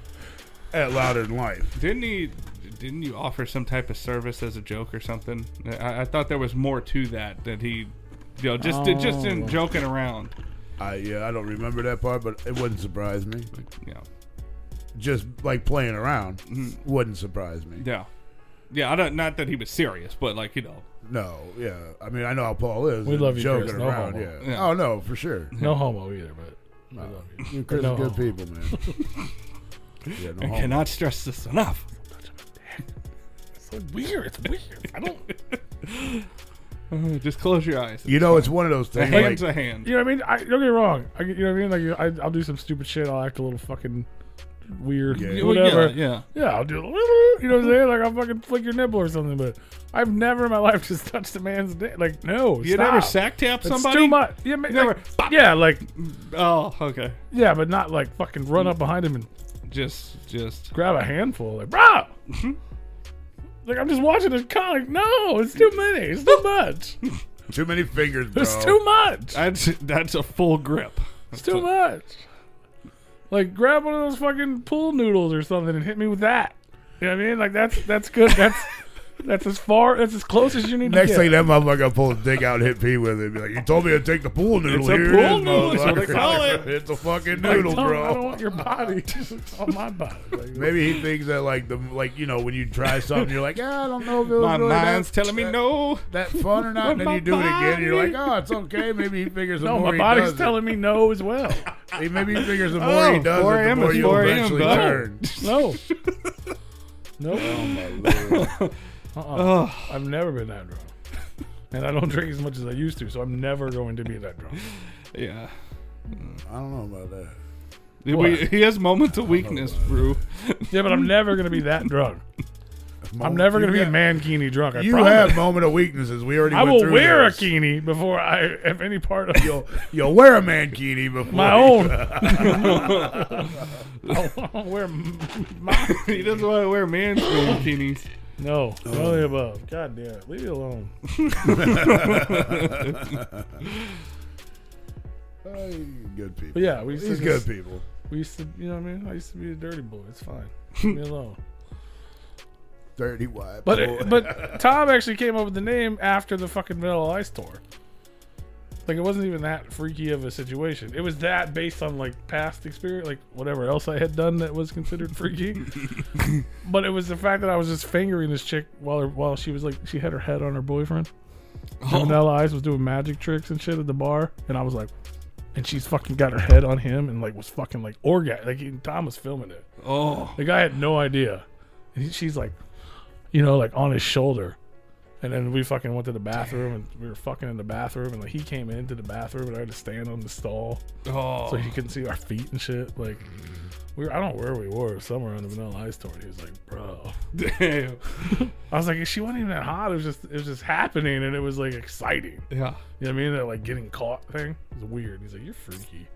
at Louder Than Life. Didn't he? Didn't you offer some type of service as a joke or something? I, I thought there was more to that. That he, you know, just just in Oh. joking around. I yeah, I don't remember that part, but it wouldn't surprise me. Yeah. Just like playing around wouldn't surprise me. Mm-hmm. Yeah. Yeah. I don't. Not that he was serious, but like you know. No, yeah. I mean, I know how Paul is. We and love you, joking Chris. No around. homo. yeah. Yeah. Oh no, for sure. No homo either, but. No. You Chris No are good homo. people, man. yeah, no I Oh. homo. cannot stress this enough. So weird. It's weird. I don't. Uh, Just close your eyes. You know, it's one of those a things. hand's like, a hand. You know what I mean? I, don't get me wrong. I, you know what I mean? Like you- I, I'll do some stupid shit. I'll act a little fucking weird. Yeah. Well, yeah, Well, Whatever. Yeah. yeah. Yeah, I'll do it. You know what I'm saying? Like I'll fucking flick your nipple or something, but I've never in my life just touched a man's dick. Like no, You stop. never sack tap It's somebody? too much. Yeah, ma- Never- Like, yeah, like Oh, okay. yeah, but not like fucking run up behind him and Just, just. grab a handful. Like bro, Mm-hmm. like I'm just watching this comic. No, it's too many. It's too much. too many fingers, bro. It's too much. That's that's a full grip. It's too much. Like grab one of those fucking pool noodles or something and hit me with that. You know what I mean? Like that's that's good. That's that's as far that's as close as you need Next to get. thing that motherfucker pull his dick out and hit P with it. Be like, you told me to take the pool noodle. It's a Here it pool is, noodle, that's what they motherfucker." call it. It's a fucking Like, noodle, Tom, I don't bro. want your body on my body. Like, Maybe he thinks that like the like you know when you try something you're like ah, I don't know if it was My really mind's that, telling me that- no. that fun or not, and then My you do it again. and You're body. like oh, it's okay. Maybe he figures the no, more my he body's does it. telling me no as well. He maybe figures the more Oh, he does, 4 it, the a.m. more is you'll 4 a.m., eventually bud. turn. No. No. Uh-uh. Ugh. I've never been that drunk. And I don't drink as much as I used to, so I'm never going to be that drunk. Yeah. I don't know about that. We, he has moments of weakness, Brew. Yeah, but I'm never going to be that drunk. I'm Moment- never going to you be a got- mankini drunk. I You promise. have moment of weaknesses. We already. I went will through wear those. a kini before I have any part of You'll you'll wear a mankini before my you- own. I'll, I'll wear m- my he doesn't want to wear man's bikinis. no, Oh. none of the above. God damn it, leave me alone. Hey, Good people. But yeah, we used to These good just- people. We used to, you know what I mean. I used to be a dirty boy. It's fine. Leave me alone. Dirty white. But boy. but Tom actually came up with the name after the fucking Vanilla Ice tour. Like it wasn't even that freaky of a situation. It was that based on like past experience, like whatever else I had done that was considered freaky. but it was the fact that I was just fingering this chick while her, while she was like she had her head on her boyfriend. And Vanilla Ice was doing magic tricks and shit at the bar, and I was like, and she's fucking got her head on him and like was fucking like orgasm. Like and Tom was filming it. Oh. The guy had no idea. And he- she's like, you know, like on his shoulder. And then we fucking went to the bathroom and we were fucking in the bathroom. And like he came into the bathroom and I had to stand on the stall Oh. so he couldn't see our feet and shit. Like, we were, I don't know where we were, somewhere in the Vanilla Ice store. And he was like, bro. Damn. I was like, she wasn't even that hot. It was just, it was just happening and it was like exciting. Yeah. You know what I mean? That like getting caught thing. It was weird. He's like, you're freaky.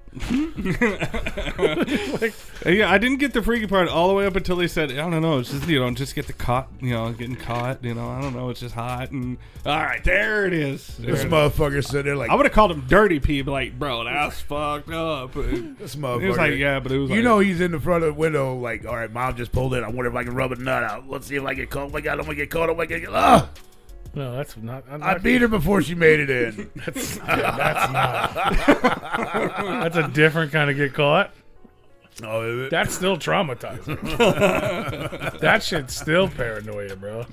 like, Yeah, I didn't get the freaky part all the way up until they said, I don't know, it's just, you know, just get the caught, you know, getting caught, you know, I don't know, it's just hot. And all right, there it is. There This it is. motherfucker sitting there like, I would have called him Dirty P, but like, bro, that's fucked up. And this he motherfucker. was like, yeah, but it was You like- know he's in the front of the window, like, all right, mom just pulled in. I wonder if I can rub a nut out. Let's see if I get caught. Oh my god, I'm gonna get caught. Oh my god, ah! no, that's not. I'm I not- beat her before she made it in. That's, yeah, that's not. that's a different kind of get caught. oh, is it? That's still traumatizing. that shit's still paranoia, bro.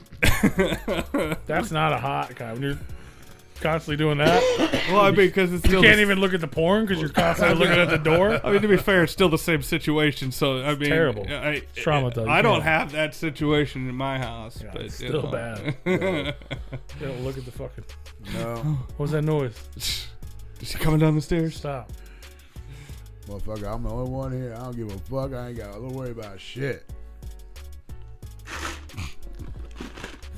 That's not a hot kind. When you're constantly doing that, well, I mean, because it's you still. can't the- even look at the porn because you're constantly looking at the door. I mean, to be fair, it's still the same situation. So I mean, terrible. I, Trauma, though, you I don't can't- have that situation in my house, Yeah, but it's you still know. bad. You don't look at the fucking. no, What was that noise? Is she coming down the stairs? Stop. motherfucker, I'm the only one here. I don't give a fuck. I ain't got. Don't worry about shit.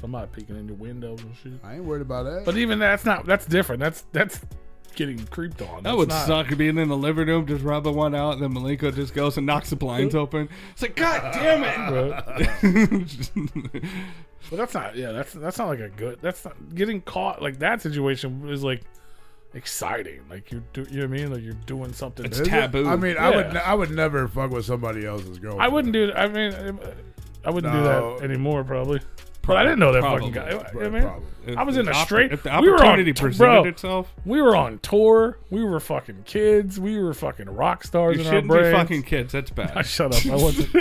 Somebody peeking in your windows and shit. I ain't worried about that. But even that's not. That's different. That's that's getting creeped on. That That's would not- suck being in the living room, just rubbing one out, and then Malenko just goes and knocks the blinds open. It's like, God damn it! bro. But that's not. Yeah, that's that's not like a good. That's not getting caught. Like that situation is like exciting. Like you're do. You know what I mean? Like you're doing something. It's Is it? taboo. I mean, I would Yeah. I would never fuck with somebody else's girl. I wouldn't do. I mean, I- I wouldn't No. do that anymore. Probably. But I didn't know that Probably. fucking guy. You know what I mean? Probably. I was in a If the op- straight. If the we were on, opportunity t- presented bro, itself, we were on tour. We were fucking kids. We were fucking rock stars you in our shouldn't be brains. fucking kids. That's I bad. shut up. I wasn't.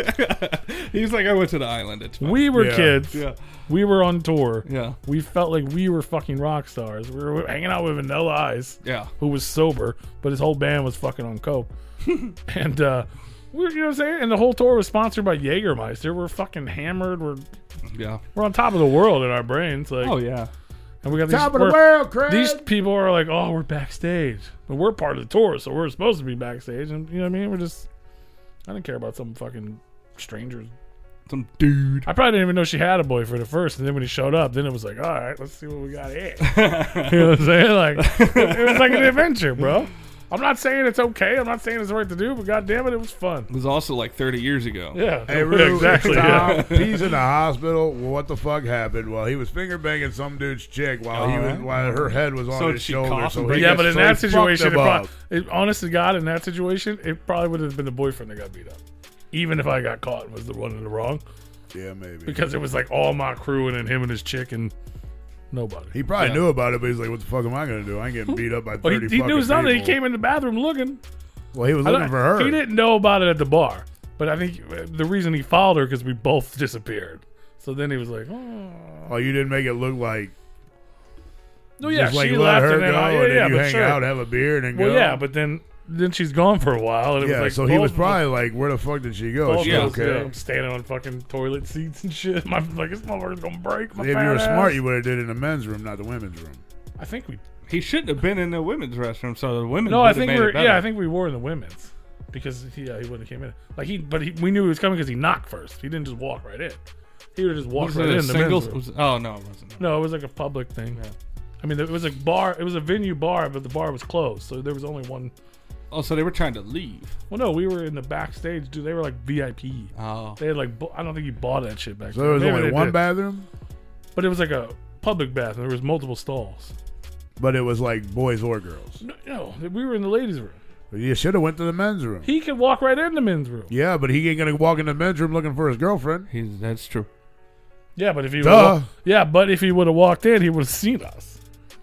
He's like, I went to the island. It's fine. we were Yeah. kids. yeah, We were on tour. yeah, We felt like we were fucking rock stars. We were hanging out with Vanilla Ice, yeah. who was sober, but his whole band was fucking on coke. and uh, we, are you know what I'm saying? And the whole tour was sponsored by Jägermeister. We're fucking hammered. We're Yeah. we're on top of the world in our brains. Like, Oh yeah. and we got these, Top of the we're- world, Craig. These people are like, oh, we're backstage, but we're part of the tour, so we're supposed to be backstage. And you know what I mean? We're just, I didn't care about some fucking strangers Some dude. I probably didn't even know she had a boyfriend at first, and then when he showed up, then it was like, all right, let's see what we got here. you know what I'm saying? Like, it was like an adventure, bro. I'm not saying it's okay. I'm not saying it's the right to do, but god damn it, it was fun. It was also like 30 years ago. Yeah, Hey, Rue, exactly. exactly. Yeah. He's in the hospital. What the fuck happened? Well, he was finger banging some dude's chick while he was Alright. while her head was on So his she shoulder. coughed So and he breathed. Yeah, just but in straight that situation, it fucked him probably, up. it, honest to God, in that situation, it probably would have been the boyfriend that got beat up. Even if I got caught and was the one in the wrong, yeah, maybe because it was like all my crew and then him and his chick and nobody. he probably knew about it, but he's like, "What the fuck am I gonna do? I ain't getting beat up by Well, thirty he, he fucking knew something. He people." came in the bathroom looking. well, he was looking for her. He didn't know about it at the bar, but I think uh, the reason he followed her because we both disappeared. So then he was like, oh. Oh, you didn't make it look like "No, yeah, just like she let left, her and go, then, I, yeah, and then yeah, you but hang sure. out, have a beer, and then well, go. yeah, but then then she's gone for a while, and it yeah. was "Oh, like, so he was both- probably like, "Where the fuck did she go? both Is she of yeah, us, okay?" yeah, I'm standing on fucking toilet seats and shit. My like this motherfucker's gonna break. My If you fat were smart, ass. you would have did it in the men's room, not the women's room. I think we. He shouldn't have been in the women's restroom, so the women. No, would I have think made we it were. better. Yeah, I think we were in the women's because he, yeah, he wouldn't have came in. Like he, but he, we knew he was coming because he knocked first. He didn't just walk right in. He would have just walked Was right in. it a the men's singles? room. was- oh no, it wasn't. No, it was like a public thing. Yeah. I mean, it was a bar. It was a venue bar, but the bar was closed, so there was only one. Oh, so they were trying to leave. Well, no, we were in the backstage. Dude, they were like VIP. Oh, They had like bu- I don't think you bought that shit back. So then. there was Maybe only they one did. bathroom, but it was like a public bathroom. There was multiple stalls. but it was like boys or girls. No, no, we were in the ladies' room. You should have went to the men's room. He could walk right in the men's room. Yeah, Yeah, but he ain't gonna walk in the men's room looking for his girlfriend. he's that's true. but if he Duh. wa- yeah, but if he would have walked in, he would have seen us.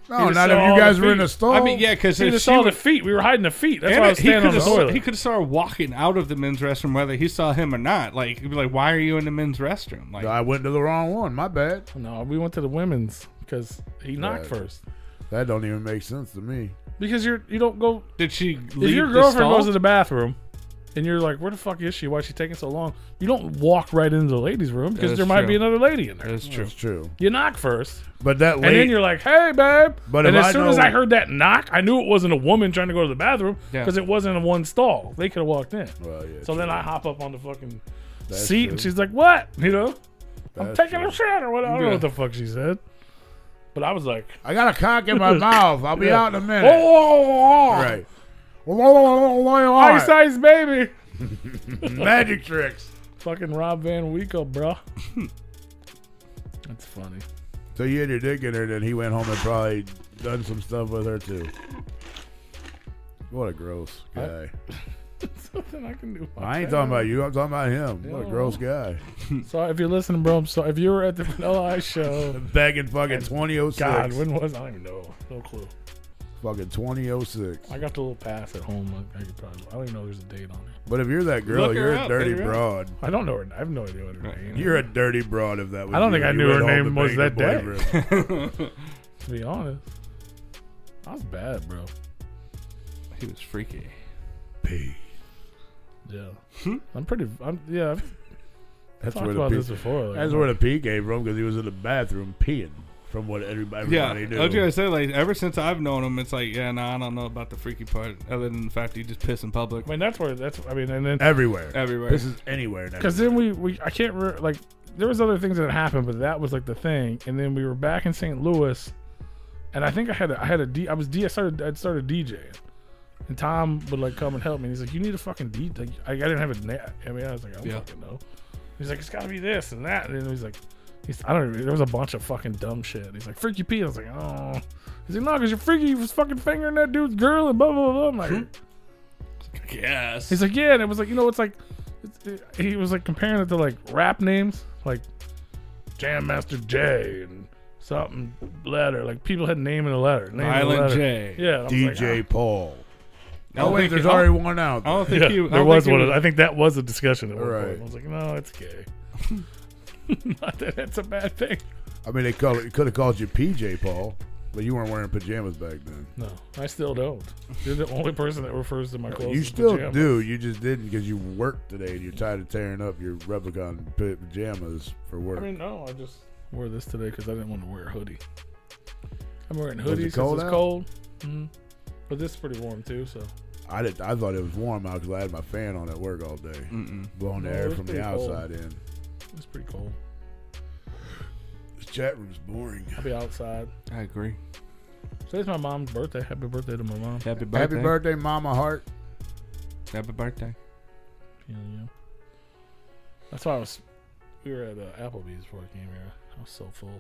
He No, just not saw if all you the guys were in feet. a stall. I mean, yeah, because Oh. He just saw the feet. We were hiding the feet. That's why I was he standing on the toilet. could have started walking out of the men's restroom whether he saw him or not. Like, he'd be like, "Why are you in the men's restroom?" Like, I went to the wrong one. My bad. no, we went to the women's because he knocked Right. first. That don't even make sense to me. Because you're you don't go did she? if leave your the girlfriend stall? goes to the bathroom and you're like, where the fuck is she? Why is she taking so long? You don't walk right into the ladies' room because That's there might true. be another lady in there. that's true. It's true. You knock first, But that and late, then you're like, "Hey, babe!" But and if as I soon as know- I heard that knock, I knew it wasn't a woman trying to go to the bathroom Yeah. because it wasn't in one stall. They could have walked in. Well, yeah, so true. then I hop up on the fucking That's seat, true. and she's like, "What?" You know, I'm That's taking true. a shit or whatever. I don't know Yeah. what the fuck she said, but I was like, I got a cock in my mouth. I'll be Yeah. out in a minute. "Oh, Right. Ice Ice Baby. Magic tricks. Fucking Rob Van Winkle, bro. That's funny. So you had your dick in her, then he went home and probably done some stuff with her too. What a gross guy. Something I can do. I ain't talking about you. I'm talking about him. What a Yeah. gross guy. So if you're listening, bro, I'm sorry. If you were at the Vanilla Ice show, Back in fucking 2006. God, when was I? don't even know. No clue. Fucking 2006. I got the little pass at home. I, I could probably. I don't even know there's a date on it. But if you're that girl, Look her you're a up, dirty figure it out. broad. I don't know her. I have no idea what her name. is, You're a dirty broad if that was I don't you. think I You knew went her home name to was bang that the day. boyfriend. To be honest, I was bad, bro. He was freaky. Pee. Yeah, I'm pretty. I'm yeah. I've That's talked Hmm? where the about this pee, before. Like, that's where the pee came from because he was in the bathroom peeing. From what everybody, Yeah, everybody I was knew. gonna say like ever since I've known him, it's like yeah, no, I don't know about the freaky part, other than the fact he just piss in public I mean, that's where that's. I mean, and then everywhere. everywhere. This is anywhere now. because then we we I can't re- like there was other things that happened, but that was like the thing. And then we were back in St. Louis, and I think I had a, I had a D I was D I started I started DJing, and Tom would like come and help me. And he's like, you need a fucking D like I, I didn't have a na- I mean I was like I don't Yeah. fucking know. He's like it's gotta be this and that, and then he's like. He's, I don't. even- There was a bunch of fucking dumb shit. And He's like, "Freaky P." I was like, "Oh." He's like, "No, because you're freaky. You was fucking fingering that dude's girl and blah blah blah." I'm like, yes. He's like, yeah, and it was like, you know, it's like, it's, it, he was like comparing it to like rap names, like Jam Master J and something letter. Like people had name and a letter. Name and a Island letter. J. Yeah. and I was like, DJ Paul. I Oh don't wait, think there's he- already one out. There. I don't ah. think Yeah, he. I don't there think was he one. was- I think that was a discussion at one Right. point. I was like, no, it's gay. Not that it's a bad thing. I mean, they call it, could have called you PJ Paul, but you weren't wearing pajamas back then. No, I still don't. You're the only person that refers to my clothes. you as still pajamas. do. You just didn't because you worked today and you're tired of tearing up your Replicon pa- pajamas for work. I mean, no, I just wore this today because I didn't want to wear a hoodie. I'm wearing hoodies it 'cause cold it's out? cold. hmm But this is pretty warm too, so I did. I thought it was warm out because I had my fan on at work all day, Mm-mm. blowing the Mm-hmm. No, it air was from the pretty cold. outside in. it's pretty cold. This chat room's boring. I'll be outside. I agree. Today's my mom's birthday. Happy birthday to my mom. Happy birthday. Happy birthday, Mama Heart. Happy birthday. Yeah, yeah. That's why I was. We were at uh, Applebee's before I came here. I was so full.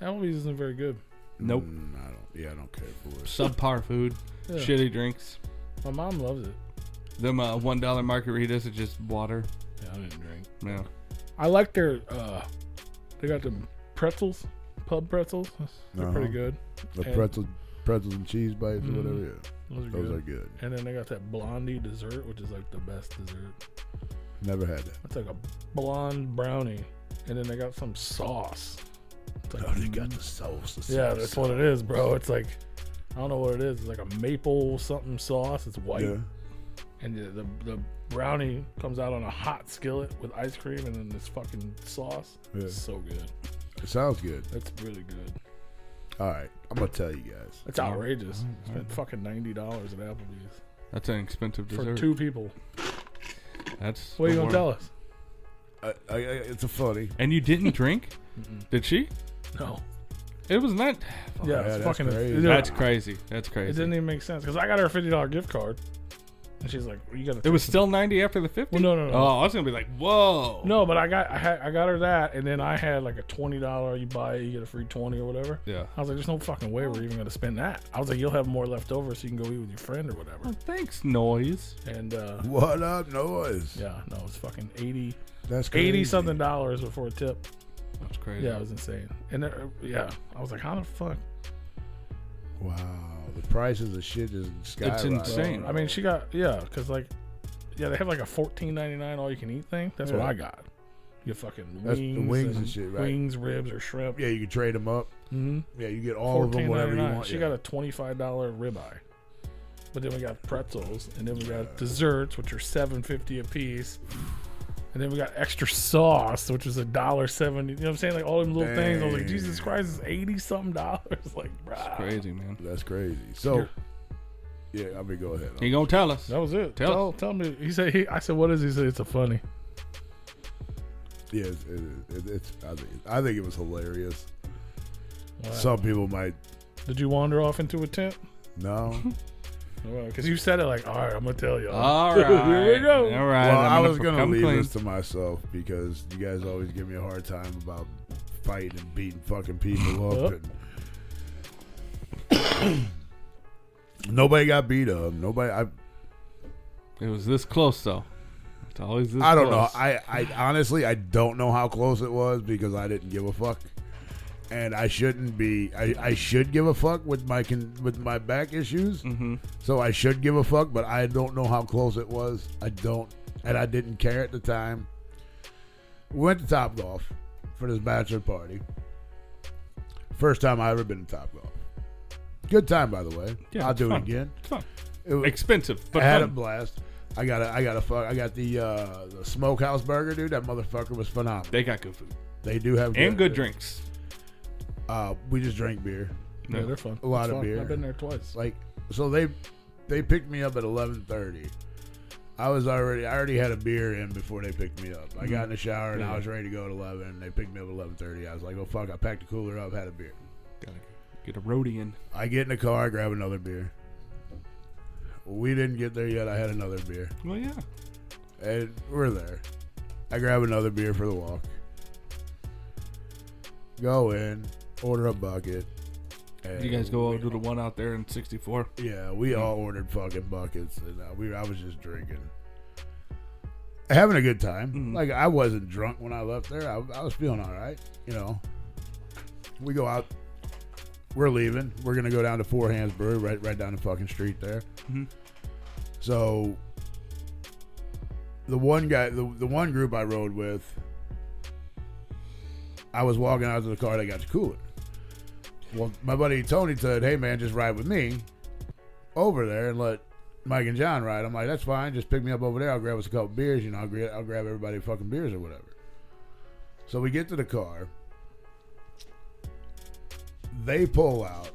Applebee's isn't very good. Nope. Mm, I don't. Yeah, I don't care for it. Subpar food. Yeah. Shitty drinks. My mom loves it. Them uh, one dollar margaritas are just water. Yeah, I didn't drink. No. I like their. uh They got the pretzels, pub pretzels. They're Uh-huh. pretty good. The And- pretzel, pretzels and cheese bites Mhm. or whatever. Yeah, Those are those good. are good. And then they got that blondie dessert, which is like the best dessert. Never had that. That's like a blonde brownie. And then they got some sauce. It's the like- sauce. The yeah, that's what it is, bro. It's like I don't know what it is. It's like a maple something sauce. It's white, Yeah. and the, the the brownie comes out on a hot skillet with ice cream, and then this fucking sauce. Yeah. It's so good. It sounds good. That's really good. All right, I'm gonna tell you guys. It's outrageous. Spent fucking ninety dollars at Applebee's That's an expensive for dessert. two people. That's What are you the gonna worst. tell us? I, I, I, it's a funny. And you didn't drink? Mm-mm. Did she? No. It was not. yeah, yeah, it's that's fucking. crazy. it- That's crazy. That's It crazy. didn't even make sense because I got her a fifty dollar gift card, and she's like, "You gotta." It was take still ninety after the fifty. Well, no, no, no. Oh, I was gonna be like, whoa. No, but I got I, had, I got her that, and then I had like a twenty dollar. You buy it, you get a free twenty or whatever. Yeah. I was like, "There's no fucking way we're even gonna spend that." I was like, "You'll have more left over, so you can go eat with your friend or whatever." Well, Oh, thanks, noise. And uh, What up, noise? yeah, no, it's fucking 80, That's crazy. 80 something dollars before a tip. That's crazy. Yeah, it was insane. And there, yeah, I was like, "How the fuck?" Wow, the prices of shit is skyrocketing. insane. I mean, she got yeah, because like, yeah, they have like a fourteen ninety nine all you can eat thing. That's Yeah. what I got. You get fucking That's wings, the wings and shit, right? Wings, ribs, or shrimp. Yeah, you can trade them up. Mm-hmm. Yeah, you get all of them Fourteen whatever ninety you nine. want. She yeah. got a twenty five dollar ribeye, but then we got pretzels, and then we got desserts, which are seven fifty a piece, and then we got extra sauce, which is a dollar seventy. You know what I'm saying? Like all them little things. I was like, Jesus Damn. Christ, it's eighty something dollars. Like, bruh. Crazy, man. That's crazy. So, yeah, I mean, go ahead. You gonna tell us? That was it. Tell Tell, tell, me. He said. He, I said, what is? He He said, it's a funny. Yeah, it's, it, it, it's I, think, I think it was hilarious. Wow. Some people might Did you wander off into a tent? no. Because you said it like, all right, I'm gonna tell y'all. All right. Here we go. All right. well, I'm I was gonna gonna come leave clean. this to myself because you guys always give me a hard time about fighting and beating fucking people up. Yep. and- Nobody got beat up. Nobody. I. It was this close though. It's always this. I don't close. know. I. I honestly, I don't know how close it was because I didn't give a fuck, and I shouldn't be. I. I should give a fuck with my con, with my back issues. Mhm. So I should give a fuck, but I don't know how close it was. I don't, and I didn't care at the time. We went to Top Golf for this bachelor party. First time I ever been to Top Golf. Good time, by the way. Yeah, I'll it's do fun. it again. It's fun. It was, Expensive, I but had a fun. blast. I got a, I got a fuck. I got the uh, the smokehouse burger, dude. That motherfucker was phenomenal. they got good food They do have and good drinks. Uh, we just drank beer. Yeah, No. they're fun. A lot It's of fun. beer. I've been there twice. like so they they picked me up at 11:30 I was already I already had a beer in before they picked me up. I got in the shower and I was ready to go at 11 and they picked me up at 11:30. I was like, "Oh fuck, I packed the cooler up, had a beer." Gotta get a roadie in. I get in the car, grab another beer. We didn't get there yet. I had another beer. Well, yeah. And we're there. I grab another beer for the walk. Go in, order a bucket. and You guys go we- over to the one out there in 64. Yeah, we all ordered fucking buckets, and uh, we I was just drinking, having a good time. Mhm. Like I wasn't drunk when I left there. I, I was feeling all right, you know. We go out. We're leaving. We're gonna go down to Four Hands Brewery, right, right down the fucking street there. Mhm. So the one guy, the, the one group I rode with, I was walking out to the car. They got the cooler. Well, my buddy Tony said, "Hey man, just ride with me over there and let Mike and John ride." I'm like, "That's fine. Just pick me up over there. I'll grab us a couple beers. You know, I'll, gra- I'll grab everybody fucking beers or whatever." So we get to the car. They pull out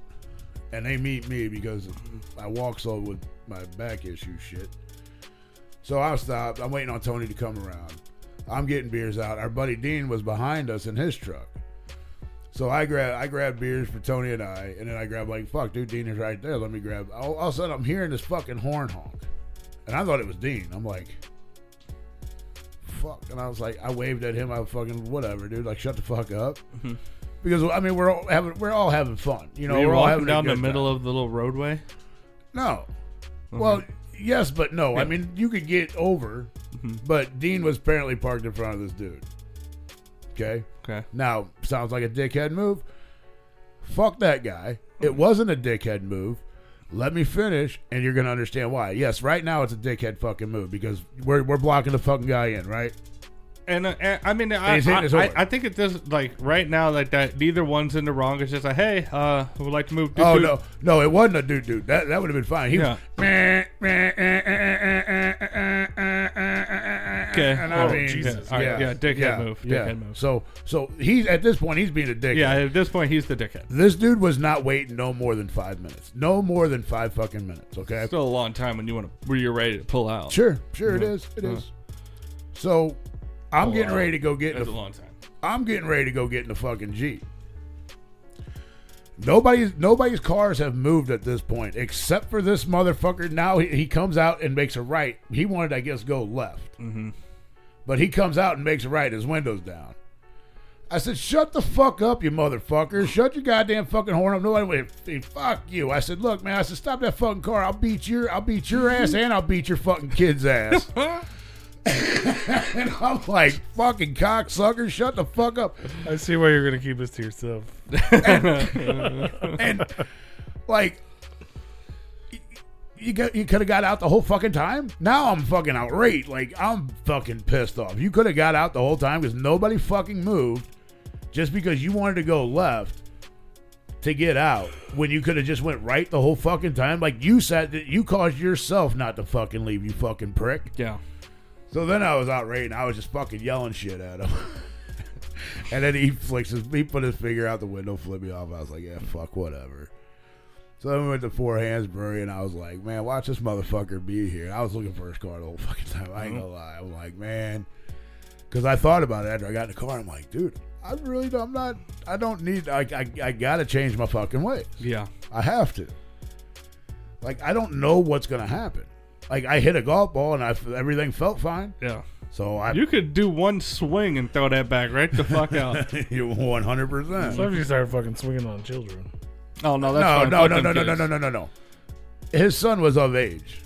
and they meet me because I walk slow with my back issue shit. So I stopped. I'm waiting on Tony to come around. I'm getting beers out. Our buddy Dean was behind us in his truck. So I grab I grab beers for Tony and I, and then I grab like fuck, dude, Dean is right there. Let me grab. All, all of a sudden, I'm hearing this fucking horn honk, and I thought it was Dean. I'm like, fuck, and I was like, I waved at him. I fucking whatever, dude. Like, shut the fuck up, Mm-hmm. because I mean, we're all having we're all having fun, you know. Were you are all having walking a down the good middle time. of the little roadway. No. Mm-hmm. Well, yes, but no. I mean, you could get over, Mm-hmm. but Dean was apparently parked in front of this dude. Okay. Okay. Now, sounds like a dickhead move. Fuck that guy. It wasn't a dickhead move. Let me finish, and you're going to understand why. Yes, right now it's a dickhead fucking move because we're, we're blocking the fucking guy in, right? And, uh, and I mean, I, he's hitting I, his I, horn. I think it does like right now, like that. Neither one's in the wrong. It's just like, hey, uh, I would like to move. Oh to- no, no, it wasn't a dude, dude. That that would have been fine. He Yeah. was. Okay. Oh, Jesus. All right, yeah, dickhead move, dickhead move. So, so he's at this point he's being a dickhead. Yeah. At this point, he's the dickhead. This dude was not waiting no more than five minutes. No more than five fucking minutes. Okay. Still a long time when you want to, when you're ready to pull out. Sure, sure it is. It is. So, I'm Oh, getting Uh-huh. wow. ready to go get in That's a the long time. I'm getting ready to go get in the fucking Jeep. Nobody's nobody's cars have moved at this point except for this motherfucker. Now he, he comes out and makes a right. He wanted, I guess, go left, mm-hmm. but he comes out and makes a right. His windows down. I said, "Shut the fuck up, you motherfucker! Shut your goddamn fucking horn up!" Nobody went, "Hey, "Fuck you!" I said, "Look, man," I said, "Stop that fucking car! I'll beat your, I'll beat your ass, and I'll beat your fucking kid's ass." and I'm like, "Fucking cocksucker! Shut the fuck up!" I see why you're gonna keep this to yourself. and like y- you got, you could have got out the whole fucking time. Now I'm fucking outraged. Like I'm fucking pissed off. You could have got out the whole time because nobody fucking moved, just because you wanted to go left to get out when you could have just went right the whole fucking time. Like you said, that you caused yourself not to fucking leave. You fucking prick. Yeah. So then I was outraged and I was just fucking yelling shit at him. and then he flicks his he put his finger out the window, flipped me off. I was like, Yeah, fuck, whatever. So then we went to Four Hands Brewery and I was like, Man, watch this motherfucker be here. I was looking for his car the whole fucking time. I ain't gonna lie. I'm like, man. Cause I thought about it after I got in the car. I'm like, dude, I really don't I'm not I don't need I I, I gotta change my fucking ways. Yeah. I have to. Like I don't know what's gonna happen. Like I hit a golf ball and I f- everything felt fine. Yeah. So I You could do one swing and throw that back right the fuck out. you one hundred percent. What if you started fucking swinging on children? Oh no, that's No, fine. no, Fuck no, them no, no, no, kids. no, no, no, no. His son was of age.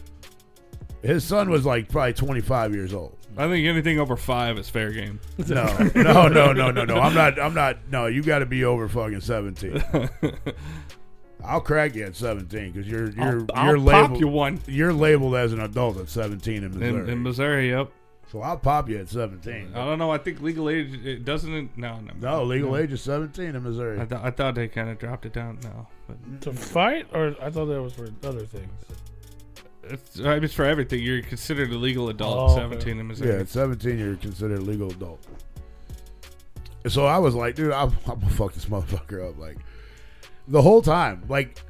His son was like probably twenty five years old. I think anything over five is fair game. No, no, no, no, no, no. I'm not. I'm not. No, you got to be over fucking seventeen. I'll crack you at seventeen because you're you're I'll, you're I'll labeled pop you one you're labeled as an adult at seventeen in Missouri. in, in Missouri. Yep. so I'll pop you at seventeen. I don't know. I think legal age it doesn't. It, no, no. no, legal age is seventeen in Missouri. I, th- I thought they kind of dropped it down now, but To fight? Or I thought that was for other things. it's, I mean, it's for everything. You're considered a legal adult Oh, at okay. 17 in Missouri. Yeah, at 17, you're considered a legal adult. And so I was like, dude, I'm, I'm gonna fuck this motherfucker up. Like, the whole time, like,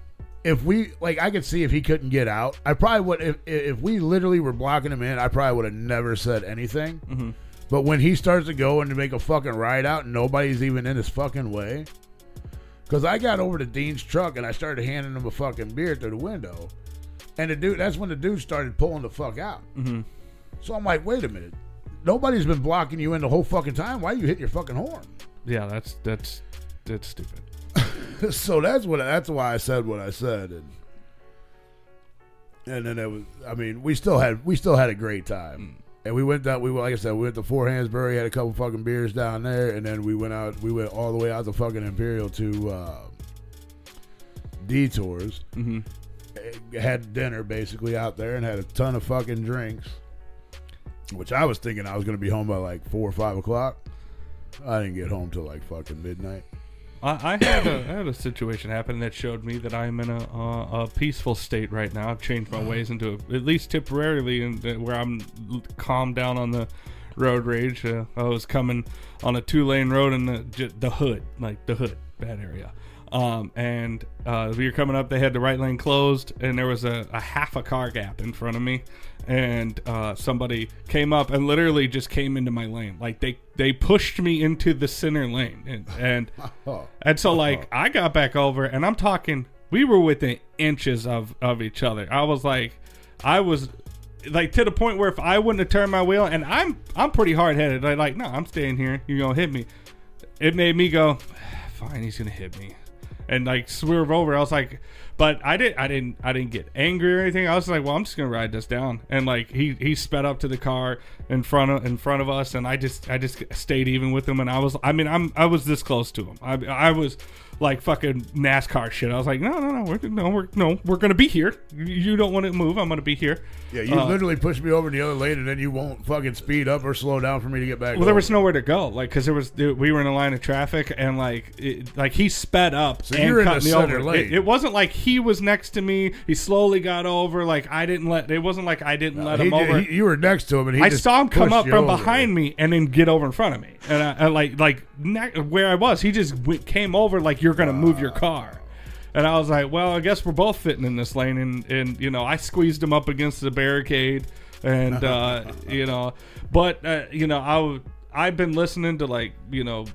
if we, like, I could see if he couldn't get out. I probably would, if, if we literally were blocking him in, I probably would have never said anything. But when he starts to go and to make a fucking ride out, nobody's even in his fucking way. Cause I got over to Dean's truck and I started handing him a fucking beer through the window, and the dude, that's when the dude started pulling the fuck out. So I'm like, wait a minute. Nobody's been blocking you in the whole fucking time. Why you hitting your fucking horn? Yeah, that's that's that's stupid. so that's what that's why I said what I said and and then it was I mean, we still had we still had a great time. And we went down we went- like I said, we went to Fort Hansbury, had a couple fucking beers down there, and then we went out we went all the way out to fucking Imperial to uh detours. Mm-hmm. Eh, Had dinner basically out there and had a ton of fucking drinks. Which I was thinking I was gonna be home by like four or five o'clock. I didn't get home till like fucking midnight. I, I had a I had a situation happen that showed me that I'm in a uh, a peaceful state right now. I've changed my ways into at least temporarily, and where I'm l- calmed down on the road rage. Uh, I was coming on a two lane road in the j- the hood, like the hood, that area. Um, and uh, we were coming up. They had the right lane closed, and there was a, a half a car gap in front of me. And uh, somebody came up and literally just came into my lane. Like they they pushed me into the center lane, and and Oh. and so like I got back over and I'm talking we were within inches of of each other. I was like I was like to the point where if I wouldn't have turned my wheel and I'm I'm pretty hard headed. I like, no, I'm staying here. You're gonna hit me. It made me go, fine, he's gonna hit me. And like swerve over. I was like but I didn't I didn't I didn't get angry or anything. I was like, well I'm just gonna ride this down. And like he he sped up to the car in front of in front of us and I just I just stayed even with him and I was I mean I'm I was this close to him. I I was like fucking NASCAR shit. I was like, no, no, no, we're no, we're no, we're gonna be here. You don't want to move. I'm gonna be here. Yeah, you Uh, literally pushed me over to the other lane, and then you won't fucking speed up or slow down for me to get back. Well, there over. was nowhere to go, like, because there was we were in a line of traffic, and like, it, like he sped up So and you're in cut the me center over. lane. It, it wasn't like he was next to me. He slowly got over. Like I didn't let. It wasn't like I didn't let He him did- over. he- you were next to him, and he I just saw him come pushed up you from over. behind me and then get over in front of me, and I, I like like ne- where I was, he just w- came over like you're gonna move your car, and I was like, well, I guess we're both fitting in this lane, and and you know I squeezed him up against the barricade, and uh, you know, but uh, you know I w- I've been listening to like you know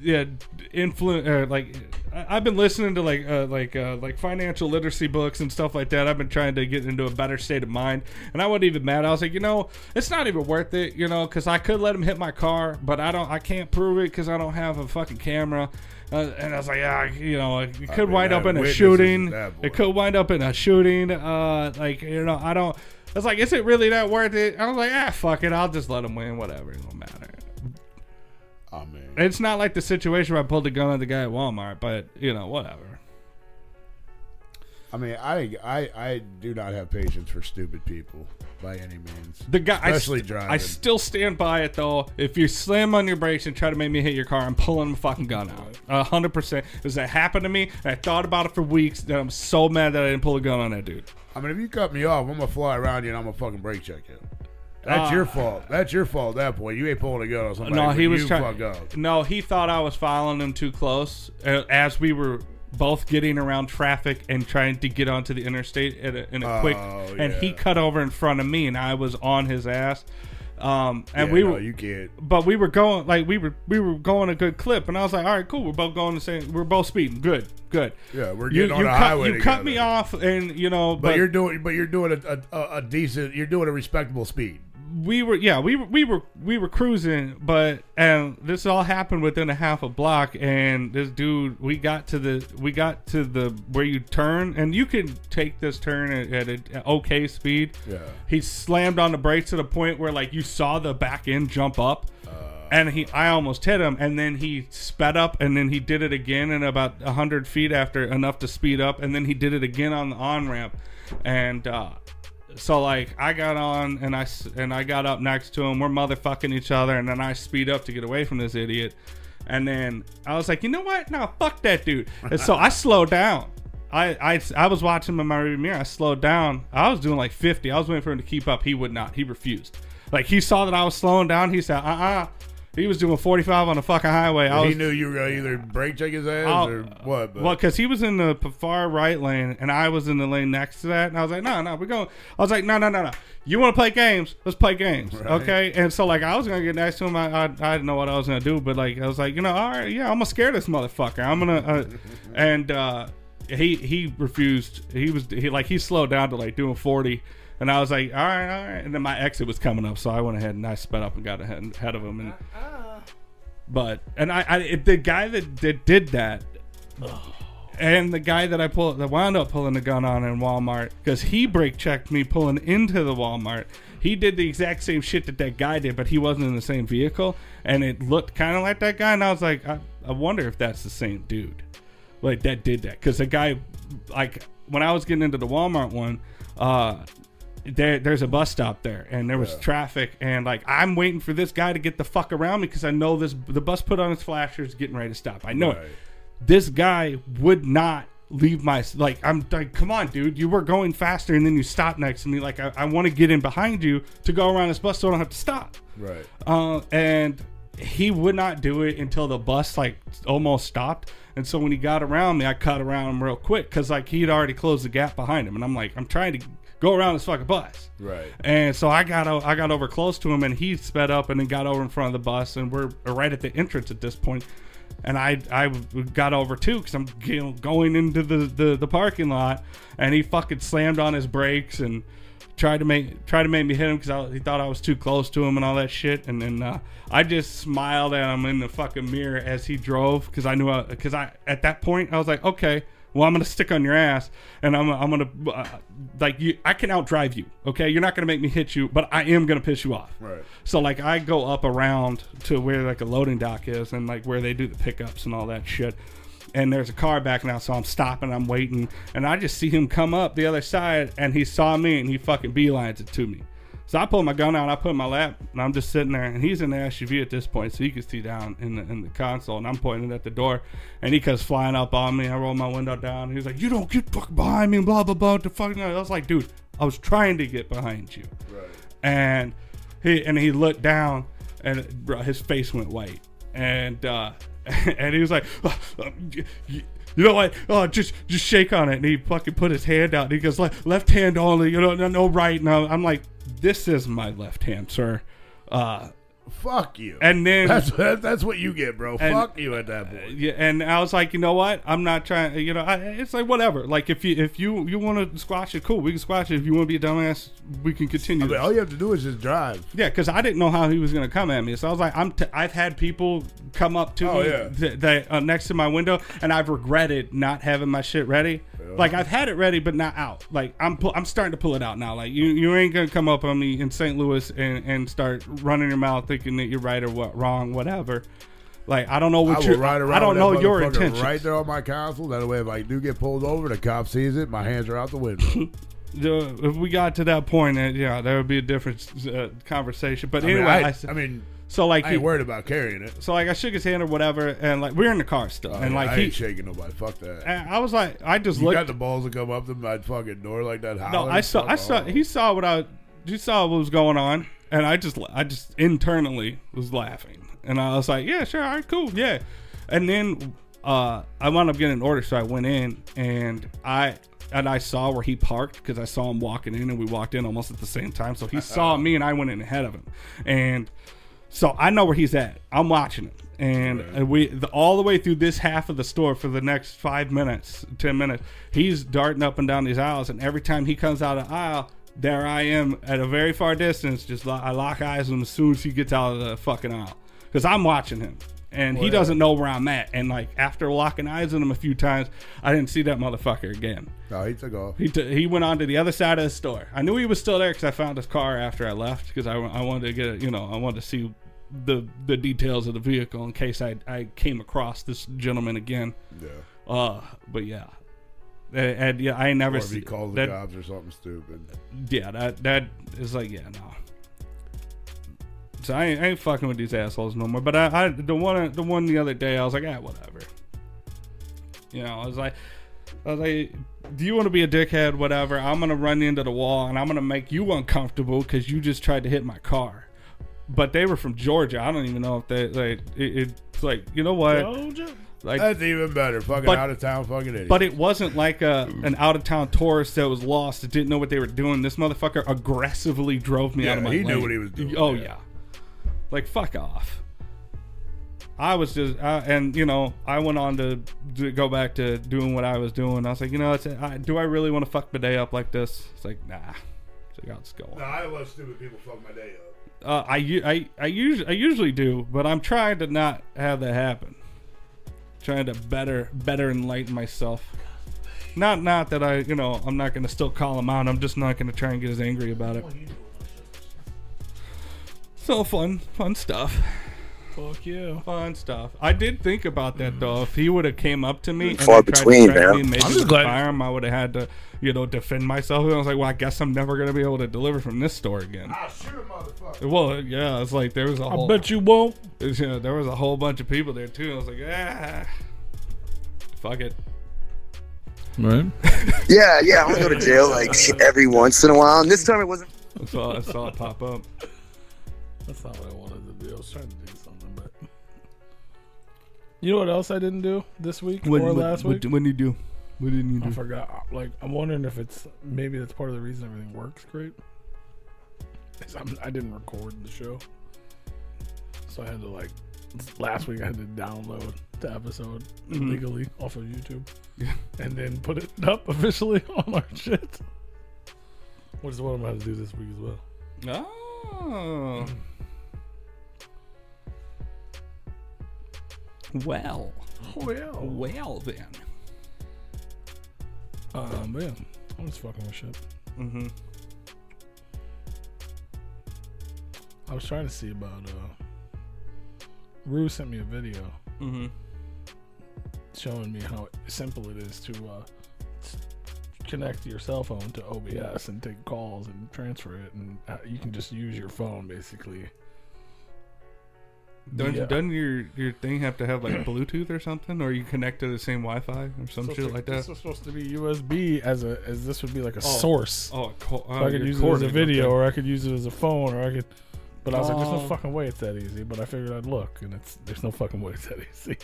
yeah, influence uh, like I- I've been listening to like uh, like uh, like financial literacy books and stuff like that. I've been trying to get into a better state of mind, and I wasn't even mad. I was like, you know, it's not even worth it, you know, because I could let him hit my car, but I don't, I can't prove it because I don't have a fucking camera. Uh, and I was like, ah, you know, it could mean, wind I up in have a witnesses shooting. to that, boy. It could wind up in a shooting. Uh, like you know, I don't. I was like, is it really that worth it? I was like, ah, fuck it, I'll just let him win, whatever, it don't matter. I mean, It's not like the situation where I pulled the gun on the guy at Walmart, but you know, whatever. I mean, I, I, I do not have patience for stupid people by any means. The guy, I Especially st- driving. I still stand by it though. If you slam on your brakes and try to make me hit your car, I'm pulling the fucking gun out. A hundred percent. Because that happened to me, and I thought about it for weeks. That I'm so mad that I didn't pull a gun on that dude. I mean, if you cut me off, I'm gonna fly around you, and I'm gonna fucking brake check you. That's Ah. your fault. That's your fault. At that point, you ain't pulling a gun on somebody. No, when he was you trying. Fuck up. No, he thought I was following him too close uh, as we were both getting around traffic and trying to get onto the interstate at a, in a quick. Oh, And he yeah. cut over in front of me, and I was on his ass. Um, and Yeah, we no, were, you can't. but we were going like we were we were going a good clip, and I was like, all right, cool, we're both going the same, we're both speeding, good, good. Yeah, we're getting You, you, on the cut, highway. you cut together. me off, and you know, but, but, you're doing, but you're doing a, a- a, a decent, you're doing a respectable speed. we were yeah we were we were we were cruising but and this all happened within a half a block and this dude we got to the we got to the where you turn and you can take this turn at, at an okay speed Yeah. he slammed on the brakes to the point where like you saw the back end jump up and he i almost hit him and then he sped up and then he did it again in about 100 feet after enough to speed up and then he did it again on the on ramp and uh so like I got on and I s- and I got up next to him. We're motherfucking each other, and then I speed up to get away from this idiot. And then I was like, you know what? No, fuck that dude. And so I slowed down. I, I I was watching him in my rearview mirror. I slowed down. I was doing like 50. I was waiting for him to keep up. He would not. He refused. Like he saw that I was slowing down. He said, uh uh He was doing 45 on the fucking highway. I he was knew you were gonna either brake check his ass I'll- or what. But well, because he was in the p- far right lane and I was in the lane next to that, and I was like, no, no, we're going. I was like, no, no, no, no. You want to play games? Let's play games, okay? And so like I was gonna get next to him. I, I I didn't know what I was gonna do, but like I was like, you know, all right, yeah, I'm gonna scare this motherfucker. I'm gonna uh, and uh, he he refused. He was he like he slowed down to like doing forty. And I was like, all right, all right. And then my exit was coming up, so I went ahead and I sped up and got ahead, ahead of him. And, but and I, I it, the guy that, that did that and the guy that I pulled that wound up pulling the gun on in Walmart because he brake checked me pulling into the Walmart. He did the exact same shit that that guy did, but he wasn't in the same vehicle, and it looked kind of like that guy. And I was like, I, I wonder if that's the same dude, like that did that because the guy, like when I was getting into the Walmart one, uh. There, there's a bus stop there, and there was traffic, and like I'm waiting for this guy to get the fuck around me because I know this. The bus put on its flashers, getting ready to stop. I know Right. it this guy would not leave my like i'm like come on dude you were going faster and then you stopped next to me like i, I want to get in behind you to go around this bus so i don't have to stop right. uh, and he would not do it until the bus like almost stopped and so when he got around me i cut around him real quick because like he'd already closed the gap behind him and i'm like i'm trying to go around this fucking bus Right. and so I got o- I got over close to him, and he sped up and then got over in front of the bus, and we're right at the entrance at this point. And I I got over too because I'm you know, going into the, the the parking lot, and he fucking slammed on his brakes and tried to make tried to make me hit him because he thought I was too close to him and all that shit. And then uh, I just smiled at him in the fucking mirror as he drove because I knew because I at that point I was like okay well, I'm gonna stick on your ass, and I'm I'm gonna uh, like you. I can outdrive you. Okay, you're not gonna make me hit you, but I am gonna piss you off. Right. So like I go up around to where like a loading dock is, and like where they do the pickups and all that shit. And there's a car back now, so I'm stopping. I'm waiting, and I just see him come up the other side, and he saw me, and he fucking beelines it to me. So I pull my gun out, I put it in my lap, and I'm just sitting there. And he's in the SUV at this point, so you can see down in the in the console. And I'm pointing at the door, and he comes flying up on me. I roll my window down. He's like, "You don't get fucking behind me," and blah blah blah. The fucking I was like, "Dude, I was trying to get behind you." Right. and he and he looked down and bro, his face went white and uh and he was like "Oh, oh, y- y- you know what? Oh, just just shake on it. And he fucking put his hand out. And he goes, "Le- left hand only. You know, no, no right. And I'm I'm like, this is my left hand, sir. Uh, Fuck you. and then that's that, that's what you get, bro. And- uh, Fuck you at that point. yeah, and I was like, you know what? I'm not trying. You know, I, it's like whatever. Like if you if you you want to squash it, cool. We can squash it. If you want to be a dumbass, we can continue. I mean, this. all you have to do is just drive. Yeah, because I didn't know how he was going to come at me. So I was like, I'm t- I've had people come up to Oh, me yeah. th- that, uh, next to my window, and I've regretted not having my shit ready. Like I've had it ready, but not out. Like I'm pu- I'm starting to pull it out now. Like you you ain't gonna come up on me in St. Louis and and start running your mouth thinking that you're right or what wrong, whatever. Like I don't know I what will you ride around. I don't with know that your motherfucker intentions. Right there on my console. That way, if I do get pulled over, the cop sees it. My hands are out the window. The- if we got to that point, uh, yeah, there would be a different uh, conversation. But I mean, anyway, I, I s- I mean, so like I he- ain't worried about carrying it. So like I shook his hand or whatever, and like we're in the car still, and like Oh, I he, ain't shaking nobody. Fuck that. and I was like, I just You looked. got the balls to come up to my fucking door like that. no, hollering? I saw, Fuck I saw, off. he saw what I, you saw what was going on, and I just, I just internally was laughing, and I was like, yeah, sure, all right, cool, yeah, and then uh, I wound up getting an order, so I went in, and I, and I saw where he parked because I saw him walking in, and we walked in almost at the same time. So he Uh-huh. saw me, and I went in ahead of him, and so I know where he's at. I'm watching him, and and we the, all the way through this half of the store for the next five minutes, ten minutes, he's darting up and down these aisles, and every time he comes out of the aisle. There I am at a very far distance. Just lo- I lock eyes with him as soon as he gets out of the fucking aisle, because I'm watching him, and he doesn't know where I'm at. And like after locking eyes with him a few times, I didn't see that motherfucker again. No, he took off. He, t- he went on to the other side of the store. I knew he was still there because I found his car after I left because I, w- I wanted to get a- you know I wanted to see the the details of the vehicle in case I I came across this gentleman again. Yeah. Uh, but yeah, and, and, yeah, I never Or if see- he called the that, cops or something stupid. Yeah, that that is like yeah no. So I ain't, I ain't fucking with these assholes no more. But I, I the one the one the other day I was like ah whatever. You know I was like I was like, do you want to be a dickhead? Whatever. I'm going to run into the wall and I'm going to make you uncomfortable because you just tried to hit my car. But they were from Georgia. I don't even know if they, like, it, it's like, you know what? Georgia? Like, That's even better. Fucking But- out of town fucking idiot. but it wasn't like a an out of town tourist that was lost that didn't know what they were doing. This motherfucker aggressively drove me Yeah, out of my. he knew lane. what he was doing, Oh yeah. yeah, like fuck off. I was just, I, and you know, I went on to, to go back to doing what I was doing. I was like, you know, it's, I, do I really want to fuck my day up like this? It's like, nah. It's like, I'll just go. no, I let stupid people fuck my day up. Uh, I, u- I, I, usually, I usually do, but I'm trying to not have that happen. Trying to better, better enlighten myself. Not, not that I, you know, I'm not gonna still call him out. I'm just not gonna try and get as angry about it. So fun, fun stuff, Fuck yeah. fun stuff. I did think about that though. If he would have came up to me and Far tried to between, threaten man. me, maybe I'm just with a glad- firearm, I would have had to, you know, defend myself. And I was like, well, I guess I'm never gonna be able to deliver from this store again. I'll shoot a motherfucker. Well, yeah, it's like there was a I whole. bet you won't. It's, you know, there was a whole bunch of people there too. I was like, ah, fuck it. Right. Yeah, yeah, I want to go to jail like every once in a while. And this time it wasn't. I saw, I saw it pop up. That's not what I wanted to do. I was trying to do something, but. You know what else I didn't do this week or last week? What, did you do? What didn't you I do? forgot. Like, I'm wondering if it's maybe that's part of the reason everything works great. Is I'm, I didn't record the show, so I had to like last week. I had to download the episode Mhm. legally off of YouTube, and then put it up officially on our shit. Which is what I'm about to do this week as well. Oh. Well, Well, well then. um, yeah, I'm just fucking with shit. Mm-hmm. I was trying to see about uh, Rue sent me a video. Mm-hmm. showing me how simple it is to uh, s- connect your cell phone to OBS and take calls and transfer it, and uh, you can just use your phone basically. Don't, Yeah. doesn't your your thing have to have like Bluetooth or something, or you connect to the same Wi-Fi or some shit like that? This was supposed to be USB as a as this would be like a source. Oh, co- So I could use it as a video, or I could use it as a phone, or I could. But I was like, there's Oh. no fucking way it's that easy. But I figured I'd look, and it's there's no fucking way it's that easy.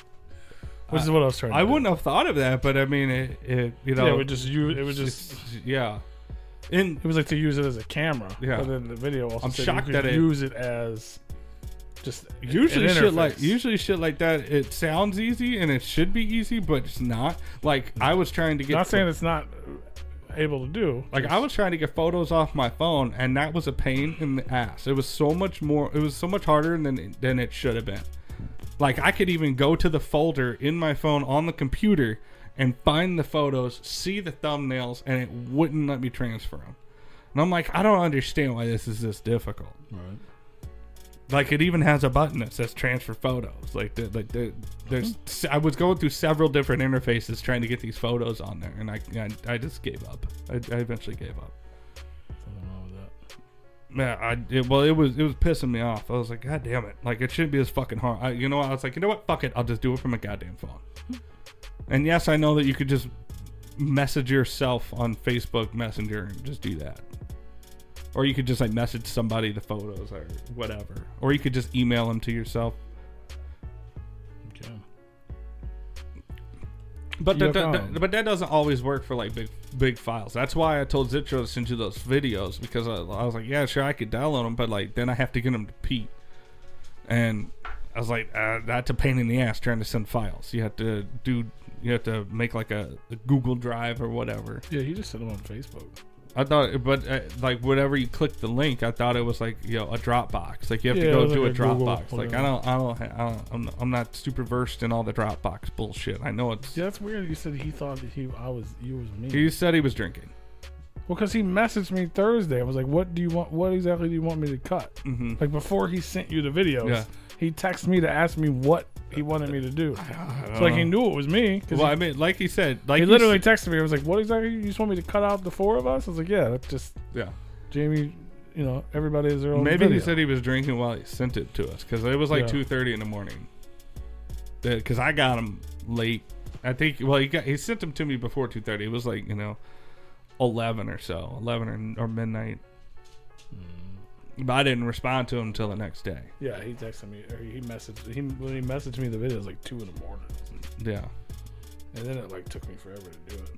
Which is what I was trying. to I do. wouldn't have thought of that, but I mean, it, it you know, Yeah, it would just you. It would just. yeah. In It was like to use it as a camera. Yeah. But then the video also I'm said shocked you could that it- use it as just usually an shit like interface. usually shit like that, it sounds easy and it should be easy, but it's not. Like I was trying to get Not saying it's not able to do. like I was trying to get photos off my phone, and that was a pain in the ass. It was so much more. It was so much harder than than it should have been. Like I could even go to the folder in my phone on the computer and find the photos, see the thumbnails, and it wouldn't let me transfer them. And I'm like, I don't understand why this is this difficult. Right. Like it even has a button that says transfer photos. Like the, like the, there's I was going through several different interfaces trying to get these photos on there, and I I, I just gave up. I, I eventually gave up. Something wrong with that. Man, I it, well, it was it was pissing me off. I was like, God damn it! Like it shouldn't be as fucking hard. I, you know, I was like, you know what? Fuck it. I'll just do it from a goddamn phone. Hmm. And yes, I know that you could just message yourself on Facebook Messenger and just do that, or you could just like message somebody the photos or whatever, or you could just email them to yourself. Okay. But Your that, that- phone. that- but that doesn't always work for like big big files. That's why I told Ziptro to send you those videos because I, I was like, yeah, sure, I could download them, but like then I have to get them to Pete, and I was like, uh, that's a pain in the ass trying to send files. You have to do, you have to make like a, a Google Drive or whatever. Yeah, he just sent them on Facebook. I thought, but uh, like whenever you click the link, I thought it was like you know a Dropbox. Like you have Yeah, to it go was do like a a Google Dropbox. Like I whatever. don't, I don't, ha- I don't I'm, I'm not super versed in all the Dropbox bullshit. I know it's. Yeah, that's weird. You said he thought that he, I was, you was me. He said he was drinking. Well, because he messaged me Thursday. I was like, "What do you want? What exactly do you want me to cut?" Mm-hmm. Like before he sent you the videos, Yeah. he texted me to ask me what he wanted me to do. So like he knew it was me. 'cause Well, he, I mean, like he said, like he he literally s- texted me. I was like, "What exactly? You just want me to cut out the four of us?" I was like, "Yeah, that's just yeah. Jamie. You know, everybody is their own." Maybe video. he said he was drinking while he sent it to us because it was like Yeah. two thirty in the morning. Because I got him late. I think. Well, he got he sent them to me before two thirty. It was like you know, eleven or so, eleven or, or midnight. But I didn't respond to him until the next day. Yeah, he texted me or he messaged he when he messaged me the video it was like two in the morning, Yeah. and then it like took me forever to do it.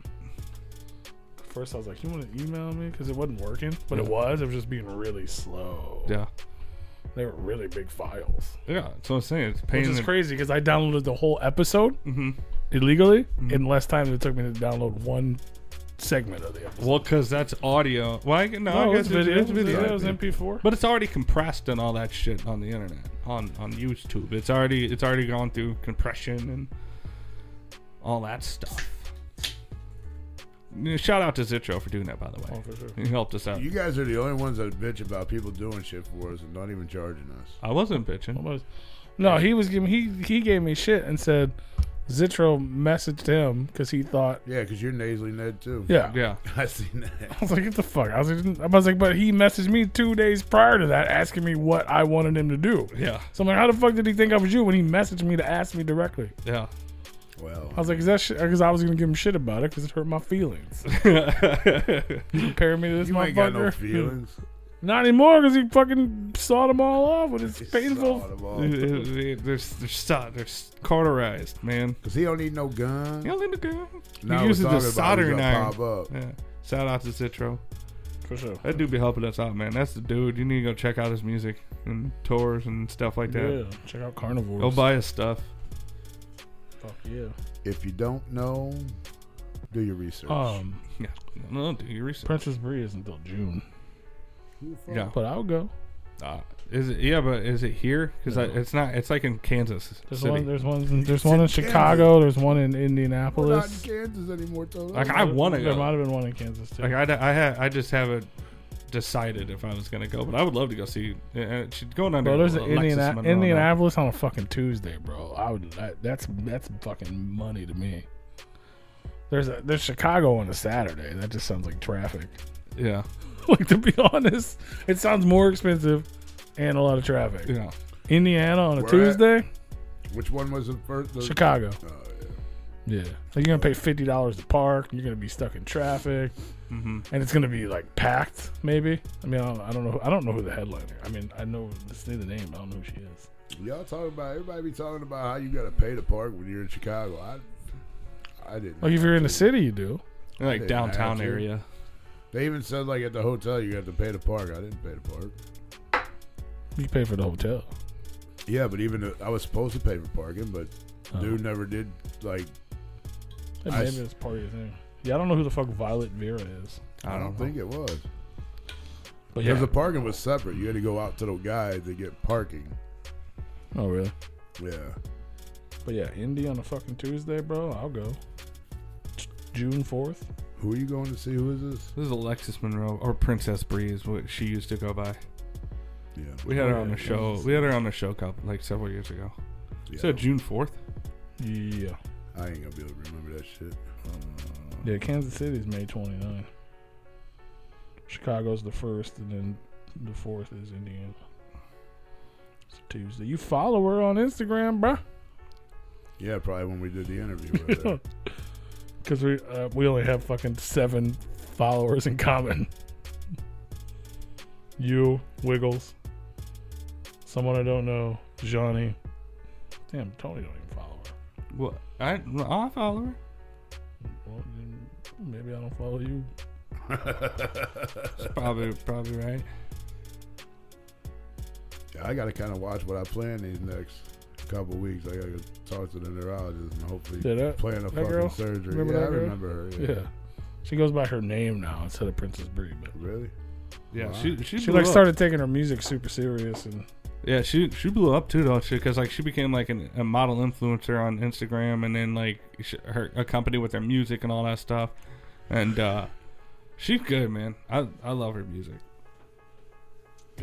First, I was like, "You want to email me?" Because it wasn't working, but it Yeah. was. It was just being really slow. Yeah. They were really big files, Yeah. So I'm saying it's a pain. which is in the- crazy because I downloaded the whole episode Mhm. illegally Mm-hmm. in less time than it took me to download one segment of the episode. Oh, Well, because that's audio. Well, I, no, No, I it guess was video. It's video. It was MP4. But it's already compressed and all that shit on the internet, on on YouTube. It's already it's already gone through compression and all that stuff. Yeah, Shout out to Zitro for doing that, by the way. Oh, for sure. He helped us out. You guys are the only ones that bitch about people doing shit for us and not even charging us. I wasn't bitching. Almost. No, he was giving he he gave me shit and said Zitro messaged him because he thought Yeah, because you're nasally Ned too. yeah. Yeah, I seen that. I was like, get the fuck. I was like, I was like, but he messaged me two days prior to that asking me what I wanted him to do. yeah, So I'm like, how the fuck did he think I was you when he messaged me to ask me directly? yeah. Well, I was like, is that shit? Because I was gonna give him shit about it because it hurt my feelings. Compare me to this you ain't got no motherfucker. feelings. Not anymore because he fucking sawed them all off with his It's painful. they're they're, so- they're cauterized, man. Because he don't need no gun. You don't need to go. Now he we're uses talking the about soldering who's gonna iron. Pop up. Yeah. Shout out to Zitro. For sure. That dude be helping us out, man. That's the dude. You need to go check out his music and tours and stuff like that. Yeah. Check out carnivores. Go buy his stuff. Fuck yeah. If you don't know, do your research. Um, Yeah. No, do your research. Princess Bree is until June, Yeah. but I'll go. Uh, is it? Yeah, but is it here? Because it's not. It's like in Kansas There's City. one. There's ones. in- There's in one in Kansas. Chicago. There's one in We're not in Indianapolis. Kansas anymore, Toto. like I want to There might go. have been one in Kansas too. Like I, I had. I just haven't decided if I was gonna go, but I would love to go see. Uh, she's going under. bro, there's an Alexis Indiana- Monroe now. Indianapolis on a fucking Tuesday, bro. I would. That, that's that's fucking money to me. There's a there's Chicago on a Saturday. That just sounds like traffic. Yeah. like to be honest, it sounds more expensive and a lot of traffic. Yeah. Indiana on Where a at? Tuesday, Which one was the first? The, Chicago. Oh, yeah. Yeah. Like you're gonna pay fifty dollars to park. You're gonna be stuck in traffic, Mm-hmm. and it's gonna be like packed. Maybe. I mean, I don't, I don't know. I don't know who the headliner. I mean, I know just say the name. but I don't know who she is. Y'all talking about everybody be talking about how you gotta pay to park when you're in Chicago. I, I didn't. Like if you're in the city, Oh, you do. Like Yeah, downtown dude. area. They even said like at the hotel you have to pay to park. I didn't pay to park. You pay for the hotel. Yeah, but even though- I was supposed to pay for parking, but Oh. dude never did. Like Hey, I Maybe s- it's part of your thing. Yeah, I don't know who the fuck Violet Vera is. I, don't, know. think it was But because yeah. the parking was separate. You had to go out to the guy to get parking. oh really? Yeah, But yeah, Indy on a fucking Tuesday, bro. I'll go. J- June fourth. who are you going to see? Who is this? This is Alexis Monroe or Princess Bree is what she used to go by. Yeah, We had her Yeah, on the yeah, show. it's- We had her on the show couple, like several years ago. yeah. So June fourth. Yeah. I ain't gonna be able to remember that shit. Uh, Yeah, Kansas City's May 29. Chicago's the first, and then the fourth is Indiana. It's a Tuesday. You follow her on Instagram, bruh. Yeah, probably when we did the interview. With her. Because we uh, we only have fucking seven followers in common. You, Wiggles, someone I don't know, Johnny. Damn, Tony don't even follow her. Well, I I follow her. well, then maybe I don't follow you. Probably, probably right. Yeah, I got to kind of watch what I plan these next couple weeks. I got to talk to the neurologist and hopefully Yeah, that- plan a that fucking girl? surgery. Remember yeah, that I girl? remember her. Yeah. Yeah. She goes by her name now instead of Princess Bree, but Really? Yeah, Wow. she she, she blew like up. started taking her music super serious and Yeah, she she blew up too though, because like she became like an, a model influencer on Instagram, and then like sh her a company with her music and all that stuff, and uh she's good, man. I I love her music.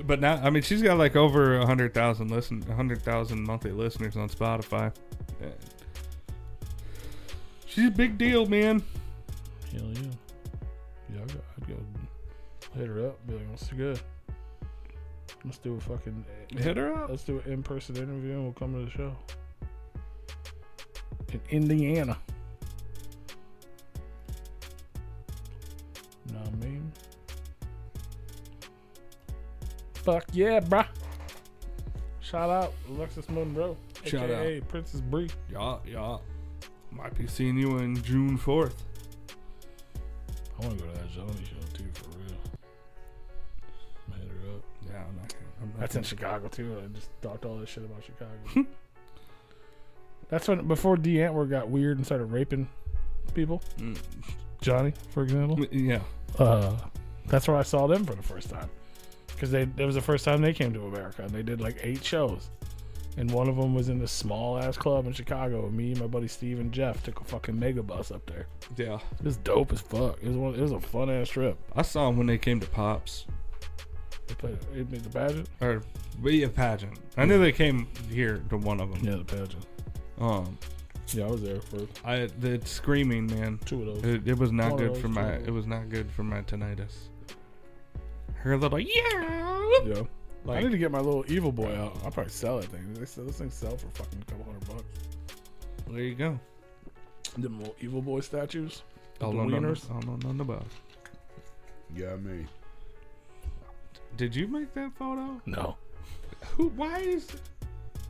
But now, I mean, she's got like over a hundred thousand listen, a hundred thousand monthly listeners on Spotify. And She's a big deal, man. hell yeah, yeah, I'd go, I'd go hit her up. Be like, what's the good? Let's do a fucking Hit her up. Let's do an in-person interview and we'll come to the show in Indiana. Know what I mean? Fuck yeah, bruh. Shout out Alexis Monroe, Shout aka Princess Bree. Yeah, yeah. Might be seeing you in June fourth. I want to go to that zombie show too, for real. I'm gonna hit her up. Yeah, I'm not. I'm not That's in Chicago too. I just talked all this shit about Chicago. That's when before D Antwerp got weird and started raping people. Mm. Johnny, for example. Yeah. Uh, that's where I saw them for the first time. Because they that was the first time they came to America and they did like eight shows. And one of them was in this small ass club in Chicago. And me and my buddy Steve and Jeff took a fucking mega bus up there. Yeah. It was dope as fuck. It was one. It was a fun ass trip. I saw them when they came to Pops They played. They made the pageant. or be a pageant. I knew they came here to one of them. the pageant. Um, Yeah, I was there for I the screaming man. two of those. It, it was One not of good those for my. two. It was not good for my tinnitus. Her little yeah. Yeah. I Like, need to get my little evil boy out. I'll probably sell that thing. They sell, this thing sell for fucking a couple hundred bucks. there you go. Them little evil boy statues. The All on, wieners. all on, on the bus. Yeah, me. Did you make that photo? No. Who? Why is?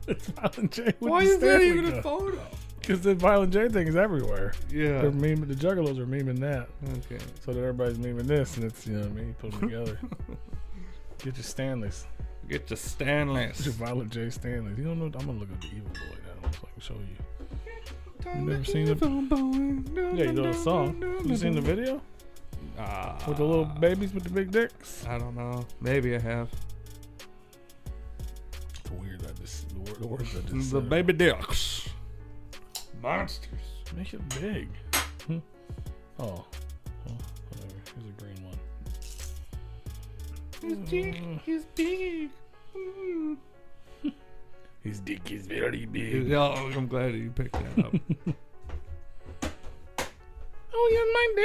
It's Violent J. Why is that even a photo? Because the Violent J thing is everywhere. Yeah. They're memeing, the Juggalos are memeing that. Okay. So that everybody's memeing this, and it's, you know what I mean? Put them together. Get your Stanleys. Get your Get your Stanley's. Violent J Stanleys. You don't know, I'm going to look up the evil boy now so I can show you. Never seen the- Yeah, you know the song. You seen the video? Ah. With the little babies with the big dicks? I don't know. Maybe I have. It's weird. I just, the, word, the words I just The said. baby dicks. Monsters. Make it big. Hmm. Oh. Well, whatever. Here's a green one. His dick is big. His dick is very big. Oh, I'm glad you picked that up. Oh, yeah, my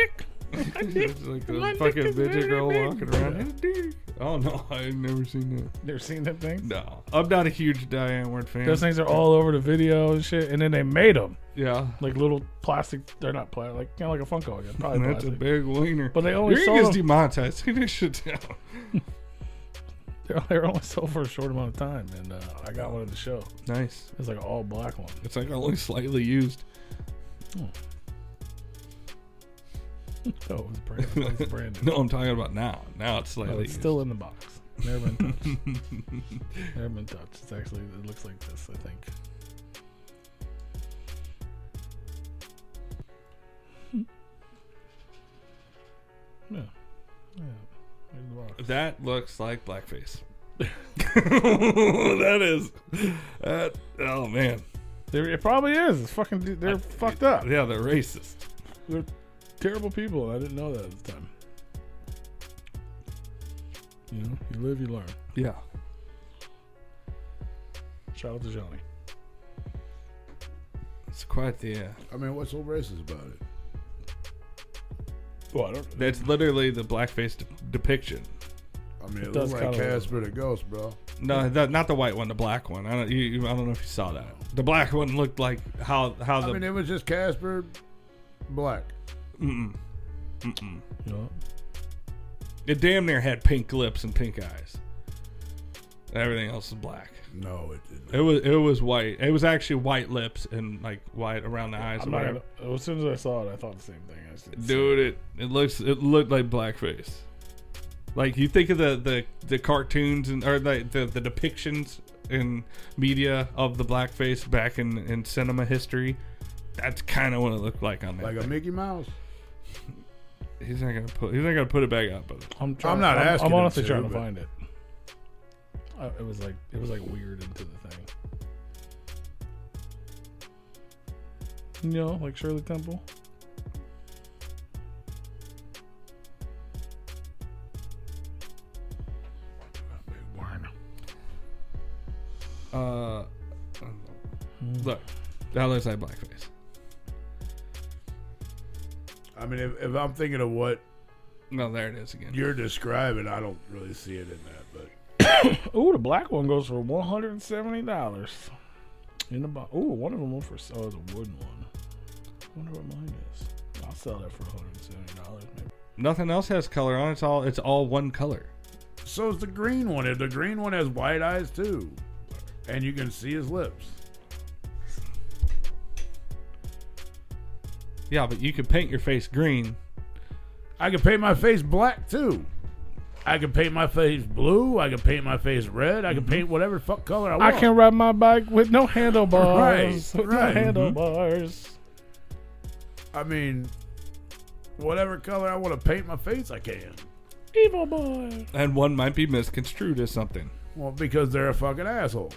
dick. My dick. it's like My the dick fucking is midget very girl big. walking around. His dick. Oh no, I've never seen that. Never seen them things? No, I'm not a huge Diane Ward fan. Those things are all over the video and shit. And then they made them yeah, like little plastic. They're not plastic. Like kind of like a Funko. Again. Probably and that's a plastic. big wiener. But they only Your sold is them- demonetized. Take this shit down. They're, they're only sold for a short amount of time. And uh, I got one at the show. Nice. It's like an all black one. It's like only slightly used. No, Oh, it was brand, it was brand new. No, I'm talking about now. Now it's slightly. No, Oh, it's used. still in the box. Never been touched. Never been touched. It's actually it looks like this, I think. Yeah. Yeah. There's the box. That looks like blackface. that is. That, oh man. There- It probably is. It's fucking. They're fucked up. Yeah, they're racist. They're terrible people. I didn't know that at the time. You know, you live, you learn. Yeah. Shout out to Johnny. It's quite the. Uh, I mean, what's so racist about it? Well, I don't. that's literally the blackface de- depiction. I mean, it, does looks like kinda look- Casper the Ghost, bro. No, that, not the white one, the black one. I don't. You, you- I don't know if you saw that. The black one looked like how how I the. mean, it was just Casper Black. mm-mm, mm-mm. You know, It damn near had pink lips and pink eyes. Everything else is black. No, it didn't. It was it was white. It was actually white lips and like white around the eyes. I'm or not whatever. gonna, as soon as I saw it, I thought the same thing. I just didn't Dude, it, it looks it looked like blackface. Like you think of the the, the cartoons and or like the, the depictions in media of the blackface back in, in cinema history. That's kind of what it looked like on that. Like a thing. Mickey Mouse. he's not gonna put he's not gonna put it back up. But see it. I'm, trying, I'm not I'm, asking I'm him honestly to, trying to but- find it. I, it was like it was like weird into the thing. You know, like Shirley Temple. uh, look, that looks like blackface. I mean, if, if I'm thinking of what No, there it is again. you're describing, I don't really see it in that. But Ooh, the black one goes for one hundred and seventy dollars. In the box. Ooh, one of them went for oh, it's a wooden one. Wonder what mine is. I'll sell that for one hundred and seventy dollars. Maybe. Nothing else has color on. it. It's all it's all one color. so is the green one. If the green one has white eyes too, and you can see his lips. Yeah, but you could paint your face green. I can paint my face black too. I can paint my face blue. I can paint my face red. I can paint whatever fuck color I Mm-hmm. I want. can ride my bike with no handlebars. Right, with right. No handlebars. I mean, whatever color I want to paint my face, I can. Evil boy. And one might be misconstrued as something. Well, because they're a fucking asshole.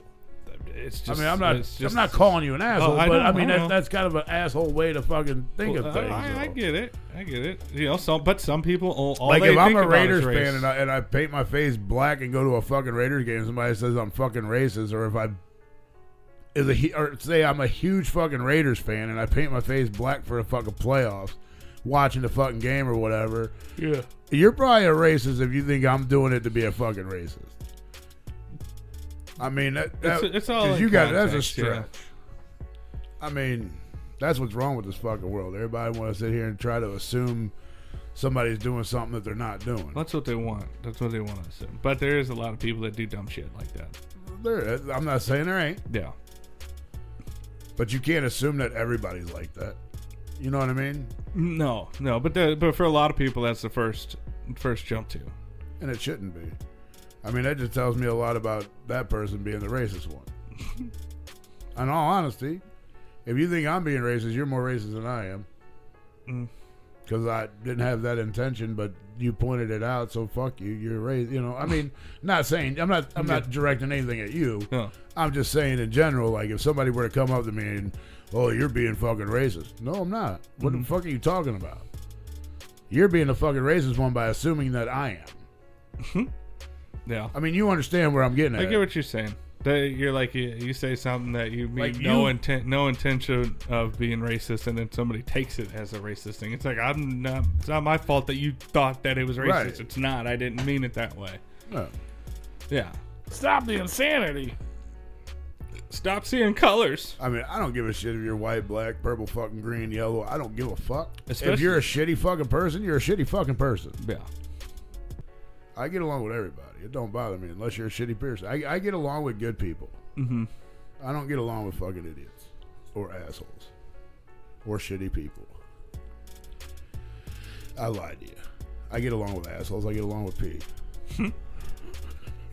It's I just. mean, I'm not. It's just, Oh, I'm not calling you an asshole, I but know, I mean, I that's, know. that's kind of an asshole way to fucking think Well, of things. Uh, I, I though. get it. I get it. You know, some but some people all, all Like they if I'm think a about is Raiders race. fan and I, and I paint my face black and go to a fucking Raiders game, somebody says I'm fucking racist, or if I is a hu- or say I'm a huge fucking Raiders fan and I paint my face black for the fucking playoffs, watching the fucking game or whatever, Yeah. you're probably a racist if you think I'm doing it to be a fucking racist. I mean, that, that, it's, it's all 'cause in you got that's a context, yeah. stretch. I mean, that's what's wrong with this fucking world. Everybody want to sit here and try to assume somebody's doing something that they're not doing. That's what they want. That's what they want us to. But there is a lot of people that do dumb shit like that. There, I'm not saying there ain't, Yeah. but you can't assume that everybody's like that. You know what I mean? No, no, but the, but for a lot of people, that's the first first jump to. And it shouldn't be. I mean, that just tells me a lot about that person being the racist one. In all honesty, if you think I'm being racist, you're more racist than I am. Mm. Because I didn't have that intention, but you pointed it out, so fuck you. You're racist. You know, I mean, not saying I'm not. I'm not directing anything at you. No. I'm just saying in general, like if somebody were to come up to me and, oh, you're being fucking racist. No, I'm not. What the fuck are you talking about? You're being a fucking racist one by assuming that I am. Yeah. I mean, you understand where I'm getting at. I get what you're saying. That you're like you, you say something that you mean Like no you- intent, no intention of being racist, and then somebody takes it as a racist thing. It's like I'm not. It's not my fault that you thought that it was racist. Right. It's not. I didn't mean it that way. No. Yeah. Stop the insanity. Stop seeing colors. I mean, I don't give a shit if you're white, black, purple, fucking green, yellow. I don't give a fuck. if Especially- you're a shitty fucking person, you're a shitty fucking person. Yeah. I get along with everybody. It don't bother me unless you're a shitty person. I, I get along with good people. Mm-hmm. I don't get along with fucking idiots or assholes or shitty people. I lied to you. I get along with assholes. I get along with P.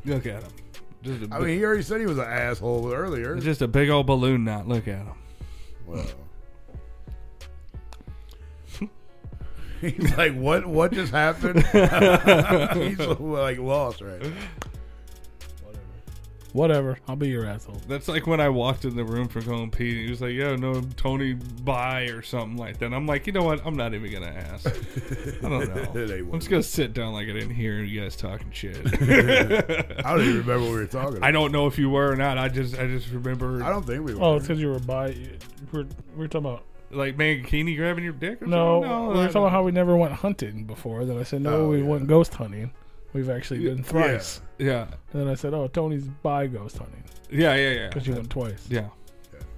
Look at him. Just a, I bi- mean, he already said he was an asshole earlier. just a big old balloon. Not look at him. Well. He's like, what? What just happened? He's like lost, right? now. Whatever. I'll be your asshole. That's like when I walked in the room for going pee, and he was like, "Yo, no, Tony, bye" or something like that. I'm like, you know what? I'm not even gonna ask. I don't know. They I'm just wouldn't. gonna sit down like I didn't hear you guys talking shit. I don't even remember what we were talking. About. I don't know if you were or not. I just, I just remember I don't think we were. Oh, it's because you were bi. you- We're, we were talking about like Mankini grabbing your dick. Or no. something? we were I talking about don't- how we never went hunting before. Then I said no, Oh, we yeah. went ghost hunting. We've actually been thrice. yeah, And then I said, oh, Tony's bi ghost hunting yeah, yeah, yeah, because you went twice. yeah.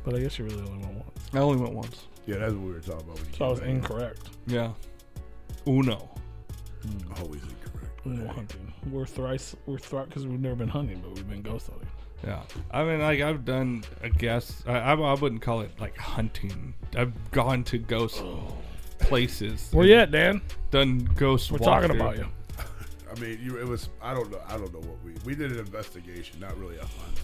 But I guess you really only went once. I only went once. yeah, that's what we were talking about. When you So I was came back. incorrect. Yeah, uno. Always Oh, incorrect. We go hunting. We're thrice. We're thrice because we've never been hunting, but we've been ghost hunting. Yeah, I mean, like I've done, I guess I, I, I wouldn't call it like hunting. I've gone to ghost Oh. places. Where you at, Dan? Done ghost. We're walk talking about you. I mean, you, it was. I don't know. I don't know what we we did an investigation, not really a hunt.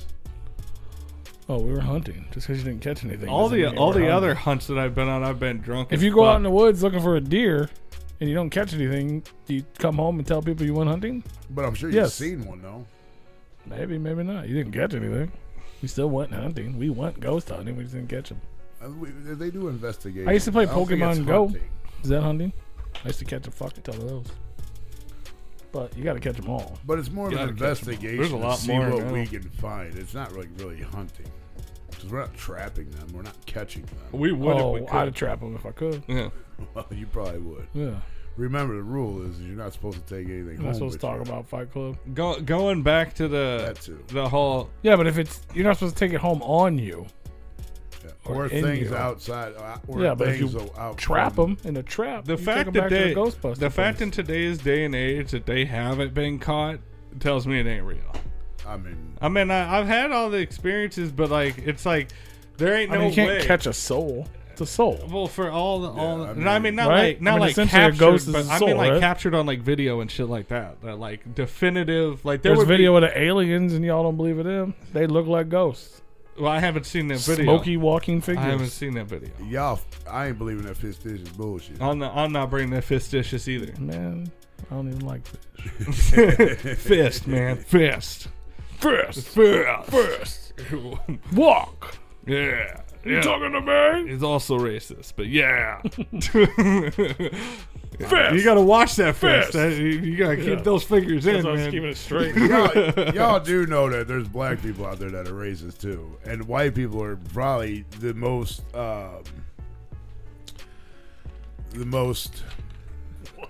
Oh, we were hunting. Just because you didn't catch anything. All doesn't mean the you all were the hunting. other hunts that I've been on, I've been drunk. If as you go out in the fuck. woods looking for a deer and you don't catch anything, do you come home and tell people you went hunting? But I'm sure you've Yes. seen one though. Maybe, maybe not. You didn't catch anything. You still went hunting. We went ghost hunting. We just didn't catch them. I mean, we- they do investigation. I used to play don't think it's Pokemon Go. hunting. Is that hunting? I used to catch a fucking ton of those. But you got to catch them all. but it's more of You an gotta catch 'em all. There's a investigation. lot to see more what now. we can find. It's not like really hunting because we're not trapping them. We're not catching them. we would oh, if we could. I'd trap them if I could. yeah. Well, you probably would. Yeah. Remember the rule is you're not supposed to take anything. You're home not supposed to with talk you. about Fight Club. Go, going back to the That too. the whole Yeah, but if it's you're not supposed to take it home on you. Yeah. or or in things you. outside. uh, Or Yeah, but if things you out Trap from- them in a trap. the you take fact 'em that back they to the, Ghostbusters the fact place. in today's day and age that they haven't been caught tells me it ain't real. I mean, I mean, I, I've had all the experiences, but like it's like there ain't I no mean, you can't way. catch a soul. It's a soul. well, for all the all, I I, mean- mean, I mean not Right? like not I mean, like essentially a captured, ghost is but a I soul, mean like right? captured on like video and shit like that. That like definitive, like there There's would be- video of the aliens, and y'all don't believe it. Them, they look like ghosts. well, I haven't seen that video. Smoky walking I haven't figures. seen that video. y'all, I ain't believing that fish dish is bullshit. I'm not, I'm not bringing that fistitious either. Man, I don't even like fish. fist, man, fist, fist, fist, fist. Walk. yeah, You yeah. talking to me? He's also racist, but yeah. Fist. You gotta watch that fist. Fist. That- you- you gotta keep Yeah. those fingers in, Because I was man. keeping it straight. y'all, y'all do know that there's black people out there that are racist too, and white people are probably the most, um, the most. What?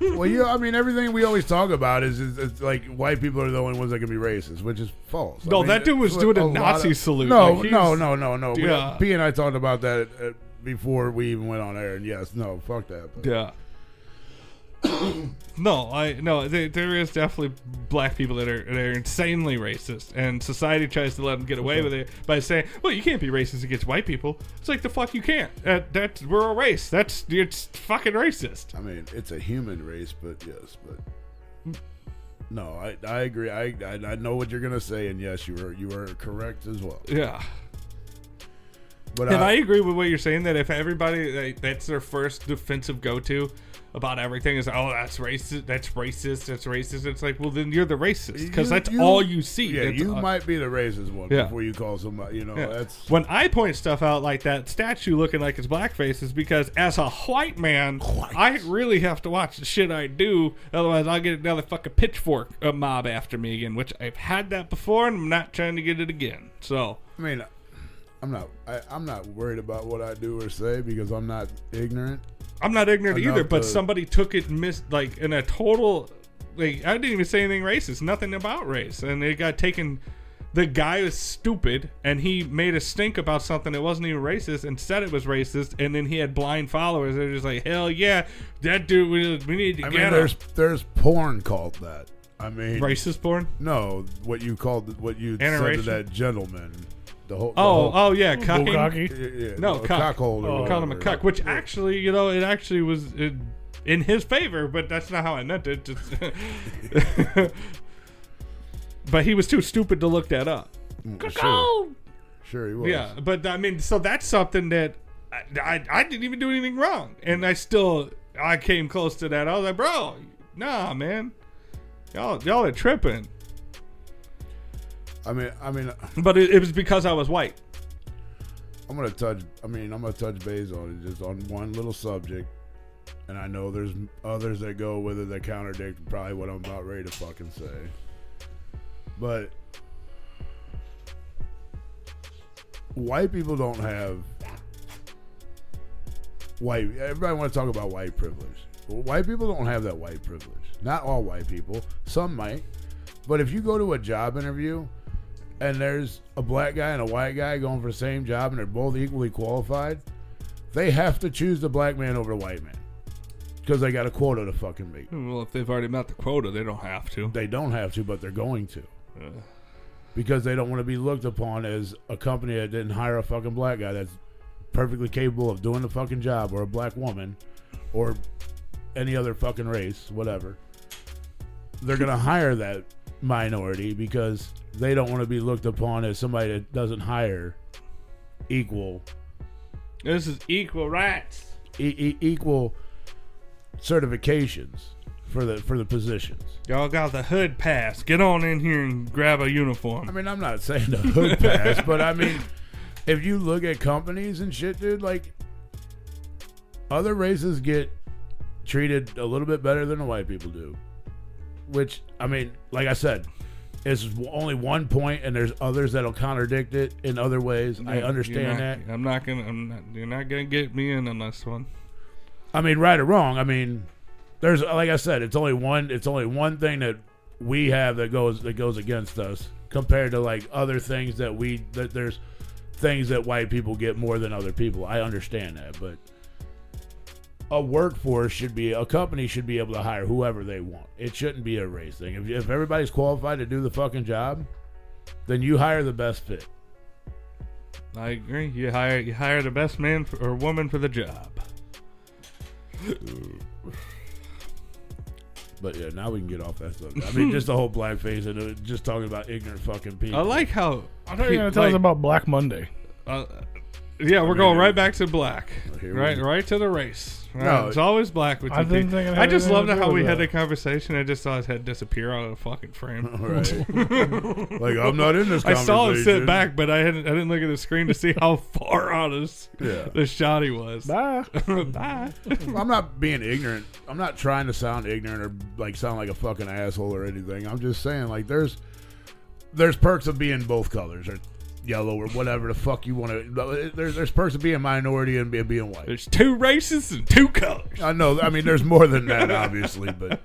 well, you. I mean, everything we always talk about is, is, is like white people are the only ones that can be racist, which is false. I No, mean, that dude was it's doing a lot Nazi of- salute. No, Like, he no, was- no, no, no. We- Yeah. P and I talked about that uh, before we even went on air, and yes, no, fuck that. But. Yeah. no, I no. There, there is definitely black people that are that are insanely racist, and society tries to let them get away with it by saying, "Well, you can't be racist against white people." It's like the fuck you can't. That that's we're a race. That's it's fucking racist. I mean, it's a human race, but yes, but Hmm. no, I, I agree. I, I I know what you're gonna say, and yes, you were you were correct as well. Yeah. But And I I, agree with what you're saying that if everybody like, that's their first defensive go-to about everything is oh that's racist that's racist that's racist it's like well then you're the racist because You- that's you- all you see yeah, That's you all- might be the racist one Yeah. before you call somebody. You know, Yeah. that's when I point stuff out like that statue looking like it's blackface is because as a white man, I really have to watch the shit I do. Otherwise, I'll get another fucking pitchfork uh mob after me again, which I've had that before, and I'm not trying to get it again. So I mean, I'm not I, I'm not worried about what I do or say because I'm not ignorant. I'm not ignorant Enough either, but to- somebody took it and missed like in a total like I didn't even say anything racist, nothing about race, and it got taken. The guy is stupid, and he made a stink about something that wasn't even racist, and said it was racist, and then he had blind followers. They're just like, hell yeah, that dude, we, we need to I mean, get him. there's there's porn called that. I mean, Racist porn? no, what you called what you said to Interracial? that gentleman. The whole the Oh, whole- oh yeah, cocking. Bulgogi. Yeah, yeah, No, a cock. cockhold or We called him a whatever. cuck, which actually, you know, it actually was in, in his favor, but that's not how I meant it. Just- but he was too stupid to look that up. Mm, Sure, sure he was. Yeah, but I mean, so that's something that I, I, I didn't even do anything wrong, and I still I came close to that. I was like, bro, nah, man, y'all y'all are tripping. I mean, I mean, But it, it was because I was white. I'm gonna touch. I mean, I'm gonna touch base on it just on one little subject, and I know there's others that go with it that contradict probably what I'm about ready to fucking say. But white people don't have white. Everybody want to talk about white privilege. But white people don't have that white privilege. Not all white people. Some might, but if you go to a job interview and there's a black guy and a white guy going for the same job and they're both equally qualified, they have to choose the black man over the white man. because they got a quota to fucking meet. Well, if they've already met the quota, they don't have to. They don't have to, but they're going to Uh, because they don't want to be looked upon as a company that didn't hire a fucking black guy that's perfectly capable of doing the fucking job or a black woman or any other fucking race, whatever. They're going to hire that minority because they don't want to be looked upon as somebody that doesn't hire equal this is equal rights. e- e- equal certifications for the for the positions. Y'all got the hood pass. Get on in here and grab a uniform. I mean, I'm not saying the hood pass, but I mean, if you look at companies and shit, dude, like other races get treated a little bit better than the white people do. Which, I mean, like I said, it's only one point, and there's others that'll contradict it in other ways. I You're understand that. not- I'm not gonna. I'm not, you're not gonna get me in on this one. I mean, right or wrong. I mean, there's like I said, it's only one. It's only one thing that we have that goes that goes against us compared to like other things that we that there's things that white people get more than other people. I understand that, but a workforce should be a company should be able to hire whoever they want. It shouldn't be a race thing. If, if everybody's qualified to do the fucking job, then you hire the best fit. I agree. You hire you hire the best man for, or woman for the job. But yeah, now we can get off that subject. I mean, just the whole blackface and uh, just talking about ignorant fucking people. I like how. I thought you were going to tell us about Black Monday. Uh, yeah, we're going right back to black, Here we- right, right to the race. Right? No. it's always black with I you didn't people. think it had I just anything loved to do how with we had that. a conversation. I just saw his head disappear out of the fucking frame. Right. like I'm not in this. I Conversation. saw him sit back, but I hadn't. I didn't look at the screen to see how far out of s- Yeah. the shot he was. Bye. Bye. I'm not being ignorant. I'm not trying to sound ignorant or like sound like a fucking asshole or anything. I'm just saying like there's there's perks of being both colors or yellow or whatever the fuck you want to. There's there's perks of being minority and be- being white. There's two races and two colors. I know. I mean, there's more than that, obviously, but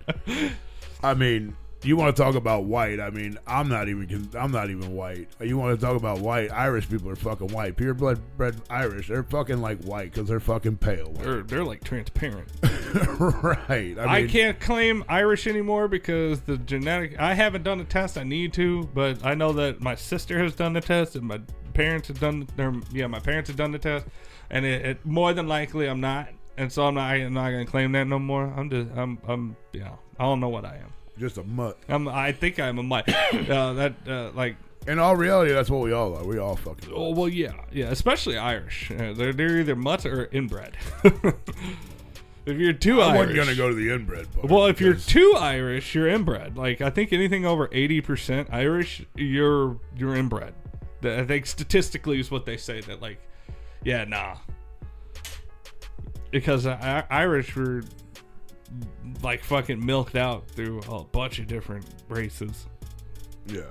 I mean, you want to talk about white? I mean, I'm not even. con- I'm not even white. You want to talk about white? Irish people are fucking white. Pure blood bred Irish. They're fucking like white because they're fucking pale. They're, they're like transparent. right. I, I mean, can't claim Irish anymore because the genetic. I haven't done the test. I need to, but I know that my sister has done the test and my parents have done. Their, yeah, my parents have done the test, and it, it more than likely I'm not, and so I'm not. I'm not gonna claim that no more. I'm just. I'm. I'm. Yeah. I don't know what I am. Just a mutt. I'm. I think I'm a mutt. uh, that uh, like. In all reality, that's what we all are. We all fucking. Oh well, yeah, yeah. Especially Irish. Uh, they're they're either mutts or inbred. if you're too I wasn't Irish, gonna go to the inbred part. Well, if you're because- too Irish, you're inbred. Like I think anything over eighty percent Irish, you're you're inbred. That- I think statistically is what they say that like, yeah, nah, because I- I- Irish were like fucking milked out through a bunch of different races. yeah.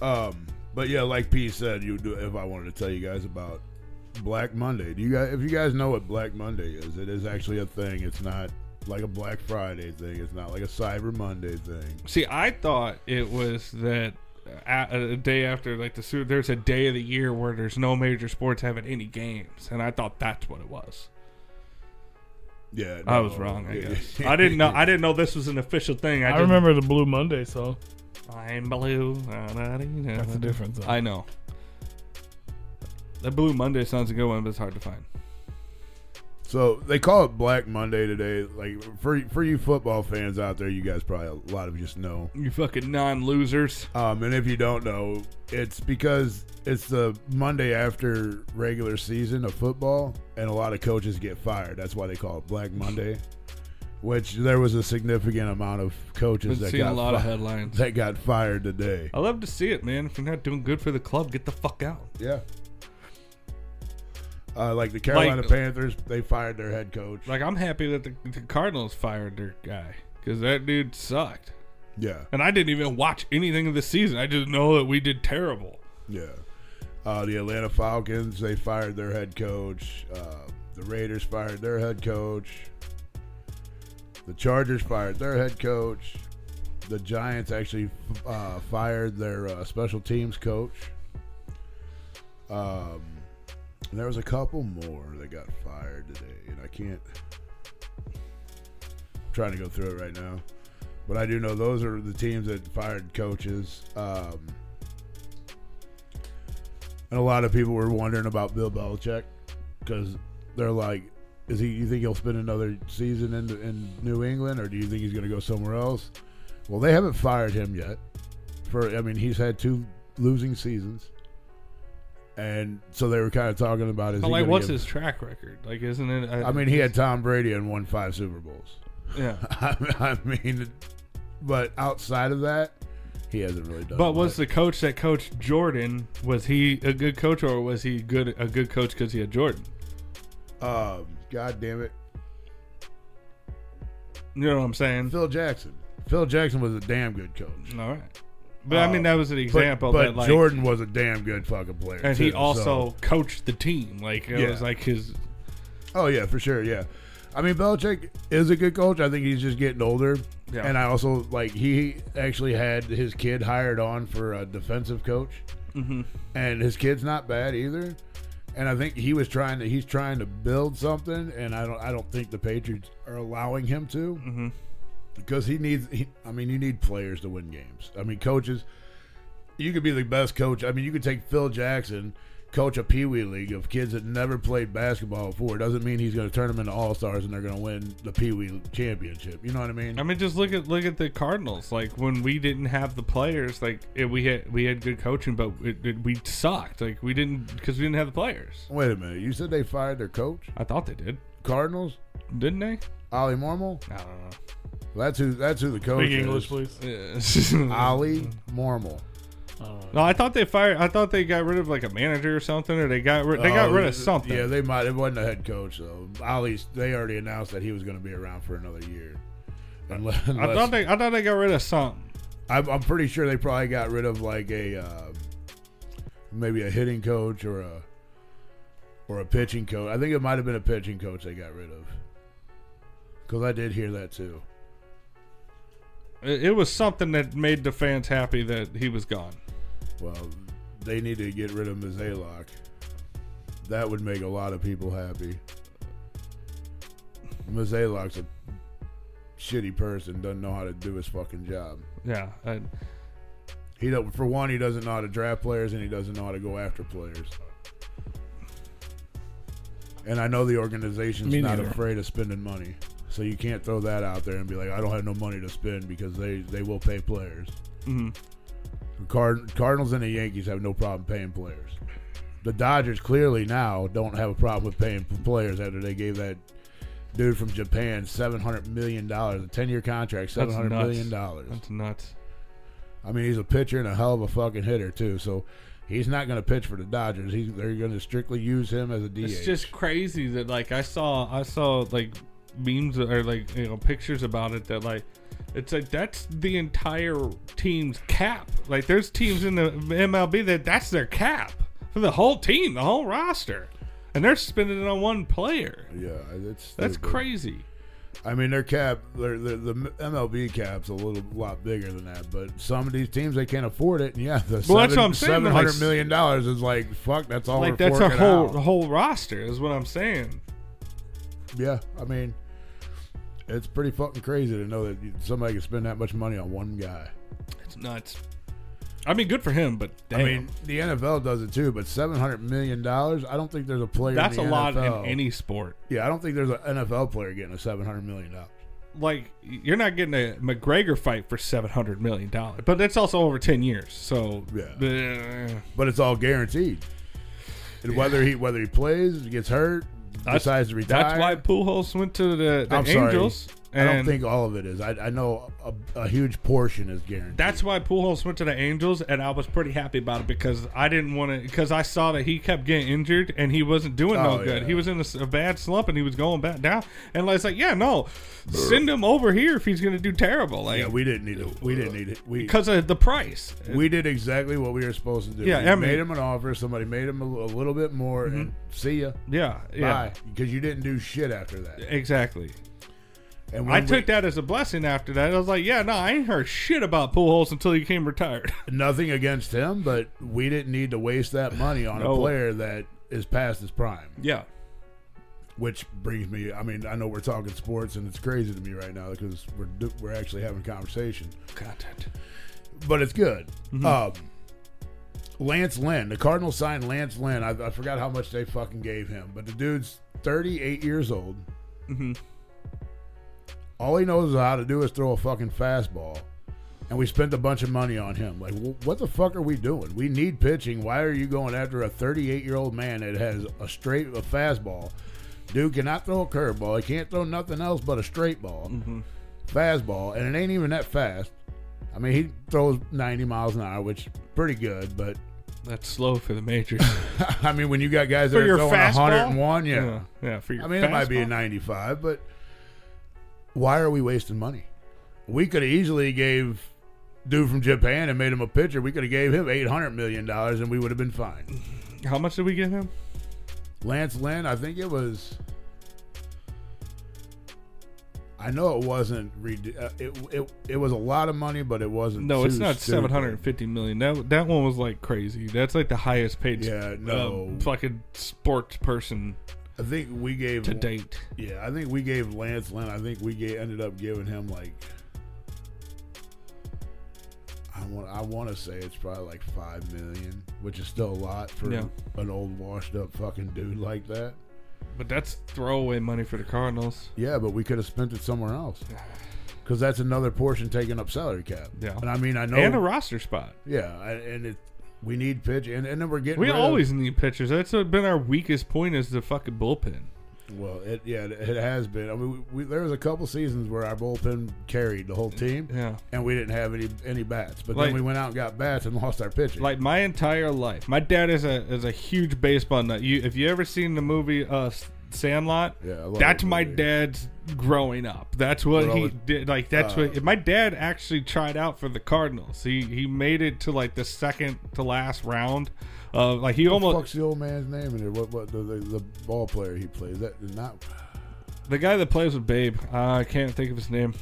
Um, but yeah, like P said, you do. If I wanted to tell you guys about Black Monday, do you guys? If you guys know what Black Monday is, it is actually a thing. It's not like a Black Friday thing. It's not like a Cyber Monday thing. See, I thought it was that uh, a, a day after like the Super- there's a day of the year where there's no major sports having any games, and I thought that's what it was. Yeah, I no. was wrong. I Yeah. guess I didn't know. I didn't know this was an official thing. I, I just- remember the Blue Monday, so I'm blue. That's that's the difference. I know. That Blue Monday sounds a good one, but it's hard to find. So they call it Black Monday today. Like for for you football fans out there, you guys probably a lot of you just know You fucking non-losers. Um, and if you don't know, it's because it's the Monday after regular season of football, and a lot of coaches get fired. That's why they call it Black Monday. Which there was a significant amount of coaches Been that seeing got a lot of fi- headlines. that got fired today. I love to see it, man. If you're not doing good for the club, get the fuck out. Yeah. Uh, like the Carolina Like- Panthers, they fired their head coach. Like I'm happy that the, the Cardinals fired their guy because that dude sucked, yeah, and I didn't even watch anything of the season. I just know that we did terrible. yeah. Uh, the Atlanta Falcons, they fired their head coach. Uh, the Raiders fired their head coach. The Chargers fired their head coach. The Giants actually uh, fired their uh, special teams coach. Um, and there was a couple more that got fired today, and I can't. trying to go through it right now. But I do know those are the teams that fired coaches. Um, and a lot of people were wondering about Bill Belichick because they're like, is he? You think he'll spend another season in in New England, or do you think he's going to go somewhere else? Well, they haven't fired him yet. For I mean, he's had two losing seasons, and so they were kind of talking about is But he like, gonna what's give- his track record? Like, isn't it? I mean, he had Tom Brady and won five Super Bowls. yeah. I mean, but outside of that, he hasn't really done. But was much. the coach that coached Jordan was he a good coach or was he good a good coach because he had Jordan? um, God damn it, You know what I'm saying? Phil Jackson. Phil Jackson was a damn good coach. All right, but I mean that was an Uh, But- example. but that, like, Jordan was a damn good fucking player, and he too, also so- coached the team. Like it Yeah. was like his Oh yeah, for sure. Yeah, I mean Belichick is a good coach. I think he's just getting older. Yeah. And I also like he actually had his kid hired on for a defensive coach, and his kid's not bad either. And I think he was trying to he's trying to build something, and I don't I don't think the Patriots are allowing him to because he needs. He, I mean, you need players to win games. I mean, coaches. You could be the best coach. I mean, you could take Phil Jackson, coach a Pee Wee league of kids that never played basketball before. Doesn't mean he's going to turn them into all stars and they're going to win the Pee Wee championship. You know what I mean? I mean, just look at look at the Cardinals. Like when we didn't have the players, like it, we had we had good coaching, but it, it, we sucked. Like we didn't because we didn't have the players. Wait a minute. You said they fired their coach, I thought they did, Cardinals, didn't they? Ollie Mormel. I don't That's who. That's who the coach Big is. English, please. know. Ollie Mormel. no, I thought they fired. I thought they got rid of like a manager or something, or they got rid, they got Oh, rid of something. Yeah, they might. It wasn't a head coach though. Ollie's. They already announced that he was going to be around for another year. Unless, I thought they I thought they got rid of something. I'm, I'm pretty sure they probably got rid of like a uh, maybe a hitting coach or a or a pitching coach. I think it might have been a pitching coach they got rid of because I did hear that too. It, it was something that made the fans happy that he was gone. Well, they need to get rid of Mazalok. That would make a lot of people happy. Mazalok's a shitty person. Doesn't know how to do his fucking job. Yeah, I, He don't, for one, he doesn't know how to draft players, and he doesn't know how to go after players. And I know the organization's Me not neither. afraid of spending money, so you can't throw that out there and be like, "I don't have no money to spend," because they they will pay players. Mhm. The Card- Cardinals and the Yankees have no problem paying players. The Dodgers clearly now don't have a problem with paying p- players after they gave that dude from Japan seven hundred million dollars, a ten year contract, seven that's hundred million nuts. dollars. That's nuts. I mean, he's a pitcher and a hell of a fucking hitter too. So he's not going to pitch for the Dodgers. He's they're going to strictly use him as a DH. It's just crazy that like I saw I saw like memes or like you know pictures about it that like it's like that's the entire team's cap. Like there's teams in the MLB that that's their cap for the whole team, the whole roster, and they're spending it on one player. yeah, it's That's stupid. crazy. I mean, their cap, their, their, the MLB cap's a little lot bigger than that. But some of these teams they can't afford it, and yeah, the Well, that's what I'm saying, seven but like- hundred million dollars is like fuck. That's all. Like we're that's a forking whole out. the whole roster is what I'm saying. Yeah, I mean, it's pretty fucking crazy to know that you- somebody can spend that much money on one guy. It's nuts. I mean, good for him, but I damn. mean, the NFL does it too, but seven hundred million dollars. I don't think there's a player. in that's a the lot NFL. in any sport. Yeah, I don't think there's an NFL player getting a seven hundred million dollars. like you're not getting a McGregor fight for seven hundred million dollars, but that's also over ten years. So uh, But it's all guaranteed. And whether he whether he plays, gets hurt, That's- decides to retire. that's why Pujols went to the, the I'm sorry. Angels. I And don't think all of it is. I, I know a, a huge portion is guaranteed. that's why Pujols went to the Angels, and I was pretty happy about it because I didn't want to because I saw that he kept getting injured and he wasn't doing Oh, no good. yeah. He was in a, s- a bad slump and he was going back down. And like, it's like, yeah, no, send him over here if he's going to do terrible, like yeah, we didn't need it. We didn't need it. We because of the price. we did exactly what we were supposed to do. Yeah, we I mean- made him an offer. Somebody made him a, a little bit more, and Mm-hmm. see ya, yeah, yeah, bye. Because you didn't do shit after that. exactly. And when I we- took that as a blessing after that. I was like, yeah, no, I ain't heard shit about Pujols until he came retired. nothing against him, but we didn't need to waste that money on No. a player that is past his prime. yeah. Which brings me, I mean, I know we're talking sports and it's crazy to me right now because we're, do- we're actually having a conversation, God, but it's good. Um, Lance Lynn, the Cardinals signed Lance Lynn. I, I forgot how much they fucking gave him, but the dude's 38 years old. All he knows how to do is throw a fucking fastball. And we spent a bunch of money on him. Like, wh- what the fuck are we doing? We need pitching. Why are you going after a 38 year old man that has a straight a fastball? Dude cannot throw a curveball. He can't throw nothing else but a straight ball, fastball, and it ain't even that fast. I mean, he throws 90 miles an hour, which pretty good, but that's slow for the majors. I mean, when you got guys that For are your throwing fastball? 101, yeah. yeah, yeah. For your I mean, it might be a fastball. 95, but why are we wasting money? We could have easily gave dude from Japan and made him a pitcher. We could have gave him 800 million dollars and we would have been fine. How much did we get him? Lance Lynn, I think it was I know it wasn't re- uh, it, it it was a lot of money, but it wasn't No, it's too not stupid. seven hundred and fifty million. That that one was like crazy. That's like the highest paid. Yeah, no. uh, fucking sports person I think we gave to date. Yeah, I think we gave Lance Lynn. I think we gave, ended up giving him like I want. I want to say it's probably like five million, which is still a lot for Yeah. an old washed-up fucking dude like that. But that's throwaway money for the Cardinals. Yeah, but we could have spent it somewhere else because that's another portion taken up salary cap. Yeah. and I mean I know. And a roster spot. yeah, I- and it we need pitch, and, and then we're getting We rid of- always need pitchers. That's uh, been our weakest point is the fucking bullpen. well, it yeah, it, it has been. I mean, we, we, there was a couple seasons where our bullpen carried the whole team. Yeah. and we didn't have any any bats. But Like- then we went out and got bats and lost our pitching. Like my entire life, my dad is a is a huge baseball nut. You, if you ever seen the movie uh, Sandlot, Yeah, I love that's that my movie. dad's growing up. That's what With all he the- did. Like that's uh, what my dad actually tried out for the Cardinals. He he made it to like the second to last round. Of like he what the almost fuck's the old man's name in there? What what the, the, the ball player he plays? That is not the guy that plays with Babe. Uh, I can't think of his name.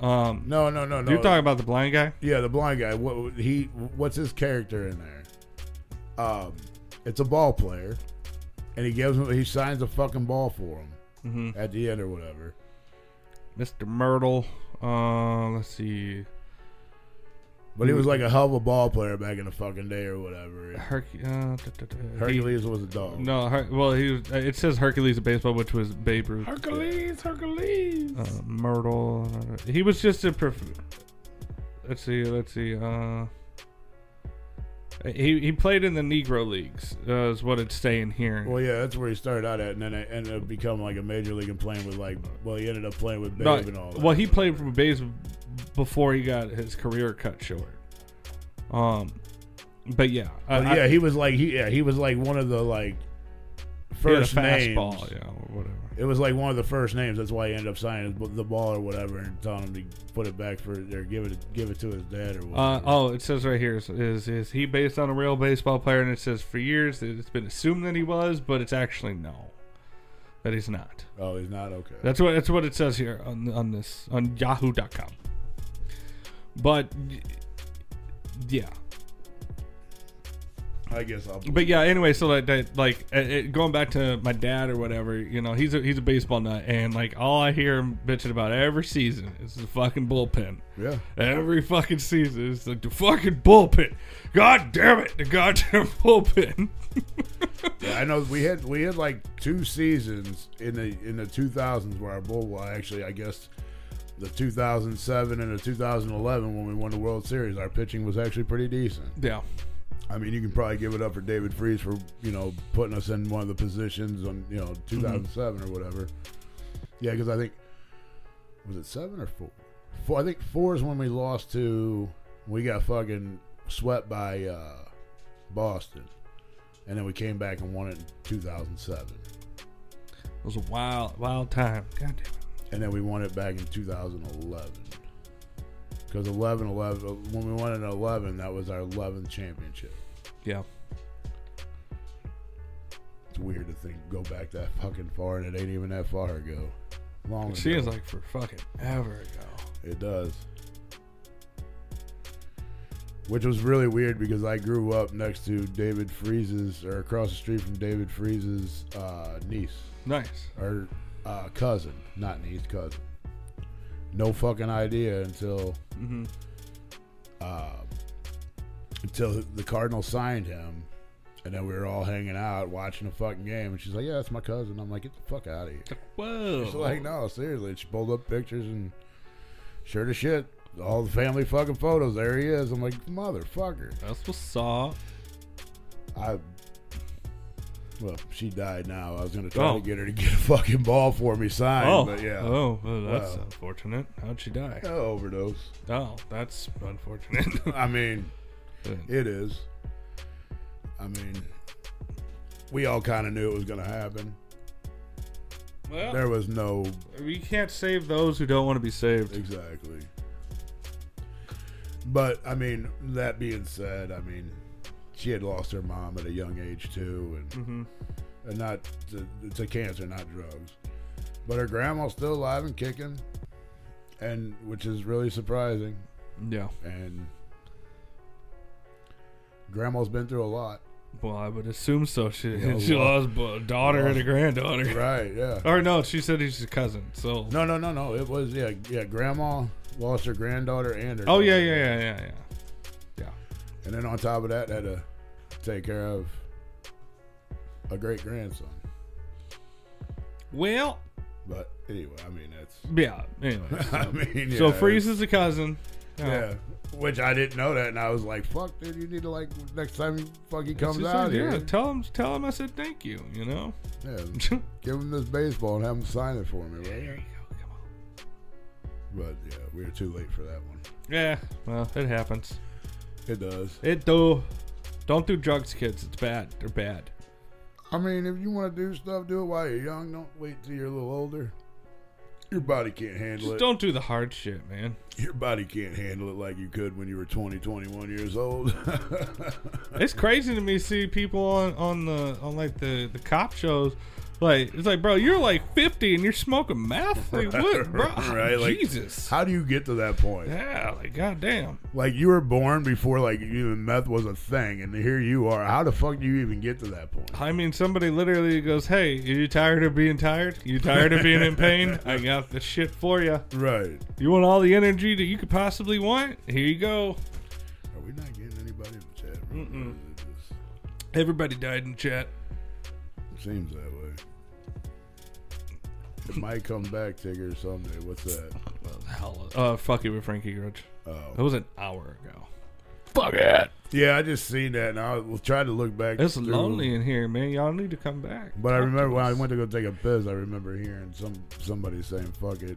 Um, no no no no. you're talking about the blind guy. yeah, the blind guy. What he what's his character in there? Um, it's a ball player, and he gives him he signs a fucking ball for him at the end or whatever. Mr. Mm-hmm. Myrtle. Uh, let's see. But he was Mm. like a hell of a ball player back in the fucking day or whatever. Herc- uh, da, da, da. He- Hercules was a dog. no, Her- well, he was, uh, it says Hercules of baseball, which was Babe Ruth. Hercules, Hercules. Uh, Myrtle. uh, He was just a. Prof- let's see. Let's see. Uh, he he played in the Negro leagues, uh, is what it's saying here. Well, yeah, that's where he started out at, and then it ended up becoming like a major league and playing with like. Well, he ended up playing with Babe No, and all. That. well, he played for Bays before he got his career cut short. Um, but yeah, I- But I- yeah, he was like he yeah he was like one of the like he had a first names. fastball, yeah, or whatever. It was like one of the first names. That's why he ended up signing b- the ball or whatever, and telling him to put it back for or give it give it to his dad or whatever. Uh, oh, it says right here is, is is he based on a real baseball player? And it says for years that it's been assumed that he was, but it's actually no, that he's not. oh, he's not okay. That's what that's what it says here on on this on Yahoo.com. But y- yeah, I guess I'll. but yeah. Anyway, so that, that like uh, it, going back to my dad or whatever, you know, he's a he's a baseball nut, and like all I hear him bitching about every season is the fucking bullpen. yeah. Every fucking season, it's like the fucking bullpen. God damn it, the goddamn bullpen. Yeah, I know we had we had like two seasons in the in the 2000s where our bull well, actually I guess the 2007 and the 2011 when we won the World Series our pitching was actually pretty decent. yeah, I mean you can probably give it up for David Freeze for you know putting us in one of the positions on you know 2007 or whatever. Yeah, because I think was it seven or four? Four I think four is when we lost to we got fucking swept by uh, Boston, and then we came back and won it in 2007, it was a wild, wild time. God damn it. and then we won it back in 2011. Because 11, 11, when we won in 11, that was our 11th championship. Yeah. It's weird to think go back that fucking far, and it ain't even that far ago. Long It ago. seems like for fucking ever ago. It does. which was really weird because I grew up next to David Freeze's or across the street from David Freeze's uh, niece Nice. or uh, cousin, not niece, cousin. No fucking idea until uh, hmm until the Cardinal signed him, and then we were all hanging out watching the fucking game. And she's like, "Yeah, that's my cousin." I'm like, "Get the fuck out of here!" Whoa. She's like, "No, seriously." She pulled up pictures and sure to shit, all the family fucking photos. There he is. I'm like, "Motherfucker!" That's what's up. I. Well, she died now. I was gonna try Oh. to get her to get a fucking ball for me signed, Oh, but yeah, oh, well, that's Wow. unfortunate. How'd she die? I overdose. Oh, that's unfortunate. I mean, Good. it is. I mean, we all kind of knew it was gonna happen. well, There was no we can't save those who don't want to be saved. exactly. But I mean, that being said, I mean, she had lost her mom at a young age too, and Mm-hmm. and not to, to cancer, not drugs. But her grandma's still alive and kicking, and which is really surprising. Yeah. And grandma's been through a lot, Well, I would assume so. She, Yeah, she well- lost a daughter and a granddaughter. right? Yeah. Or no, she said he's his cousin. So. No, no, no, no. It was yeah, yeah. Grandma lost her granddaughter and her. Oh yeah, daughter. yeah, yeah, yeah, yeah. And then on top of that, had to take care of a great grandson. Well, But anyway, I mean that's. yeah. Anyway, I mean, so yeah, Freeze is a cousin. Oh. Yeah, which I didn't know that, and I was like, "Fuck, dude, you need to like next time fucking It's comes just out like, here, Yeah, tell him, tell him I said thank you. You know. yeah, There give him this baseball and have him sign it for me." you Right? go, come on. But yeah, we were too late for that one. Yeah. Well, it happens. It does. It do. Don't do drugs, kids. It's bad. They're bad. I mean, if you want to do stuff, do it while you're young. Don't wait till you're a little older. Your body can't handle Just it. don't do the hard shit, man. Your body can't handle it like you could when you were 20, 21 years old. It's crazy to me to see people on on the on like the the cop shows. Like it's like, bro, you're like 50 and you're smoking meth. Like what, bro? Ah, Right, like- Jesus. How do you get to that point? yeah. Like goddamn. Like you were born before like even meth was a thing, and here you are. How the fuck do you even get to that point? I mean, somebody literally goes, "Hey, are you tired of being tired? You tired of being in pain? I got the shit for you. Right. You want all the energy that you could possibly want? Here you go." Are we not getting anybody in the chat room? Mm-mm. Or is It just Everybody died in chat. it seems that way. It might come back, Tigger, someday. What's that? Well, the hell, uh, fuck it with Frankie Grudge. That Oh, was an hour ago. Fuck it. yeah. I just seen that, and I was trying to look back. It's through- lonely in here, man. Y'all need to come back. But I Talk to remember when I us. went to go take a piss. I remember hearing some somebody saying "fuck it,"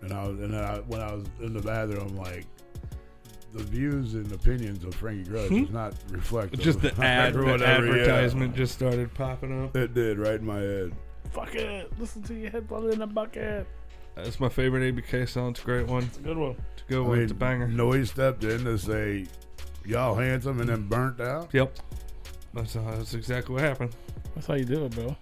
and I was, and then I, when I was in the bathroom, like the views and opinions of Frankie Grudge is not reflective. Hmm? just the of ad, the whatever, yeah. advertisement just started popping up. It did right in my head. Fuck it. Listen to your head bubbling in a bucket. That's my favorite ABK song. It's a great one It's a good one. to go I with mean, the banger. Noise stepped in to say, "Y'all handsome," and then burnt out. Yep, that's uh, that's exactly what happened. That's how you do it, bro.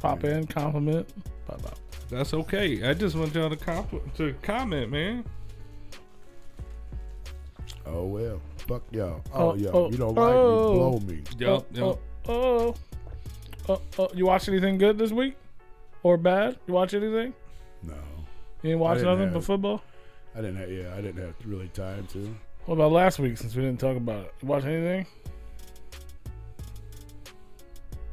Pop in, compliment, pop out. That's okay. I just want y'all to comp- to comment, man. Oh well, fuck y'all. Oh, Oh, yeah, oh, you don't oh. like me, blow me. Yup, yup. Oh, oh, oh, oh. You watch anything good this week or bad? You watch anything? No, You didn't watch didn't nothing have- but football? I didn't. Have, yeah, I didn't have really time to. What about last week since we didn't talk about it? You watch anything?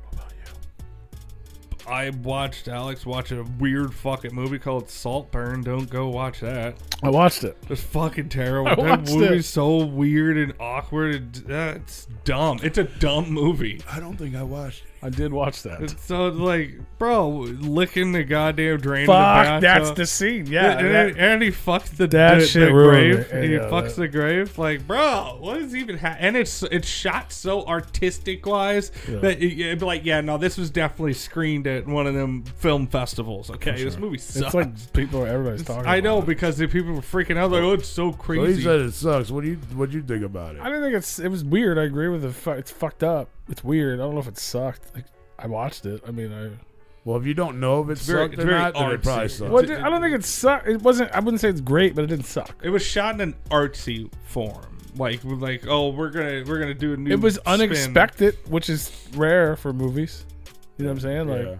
What about you? I watched Alex watch a weird fucking movie called Saltburn. Don't go watch that. I watched it. It's fucking terrible. I that watched movie's it. so weird and awkward. And, uh, it's dumb. It's a dumb movie. I don't think I watched it. I did watch that. It's so like, bro, licking the goddamn drain. Fuck, in the uh, that's bathtub. the scene. Yeah, and, that- and- and he fucks the, That the, the shit ruined grave. it. He Yeah, that- fucks the grave. Like, bro, what is even ha And it's it's shot so artistic wise that it, it'd be like, yeah, no, this was definitely screened at one of them film festivals. Okay, this movie sucks. it's like people are everybody's talking. I know about it. because the people were freaking out. Like, oh, it's so Well, he crazy. said it sucks. What do you What do you think about it? I didn't think it's. It was weird. I agree with the. Fu- it's fucked up. It's weird. I don't know if it sucked. Like, I watched it. I mean, I. Well, if you don't know if it very- sucked it's or very not, then it artsy. probably sucked. Well, it did- I don't think it sucked. It wasn't. I wouldn't say it's great, but it didn't suck. it was shot in an artsy form. like with like oh we're gonna we're gonna do a new. It was spin. unexpected, which is rare for movies. You know what I'm saying? Like Yeah.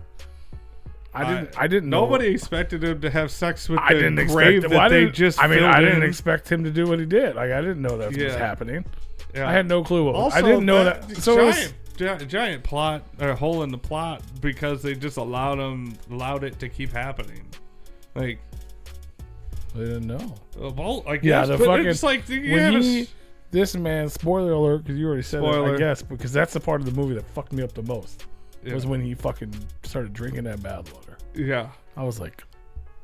I didn't I didn't know Nobody expected him to have sex with the I didn't grave expect that well, I they didn't- just. I mean filled I didn't in. expect him to do what he did. Like I didn't know that was Yeah. happening. Yeah. I had no clue what Also, I didn't know that. so it was- giant, gi- giant plot or hole in the plot because they just allowed them allowed it to keep happening. Like, I didn't know. uh, well, I Yeah, guess, the but fucking it's like you when have a he, s- this man, spoiler alert, because you already said it, I Spoiler. guess, because that's the part of the movie that fucked me up the most yeah, was when he fucking started drinking that bad water. yeah. I was like,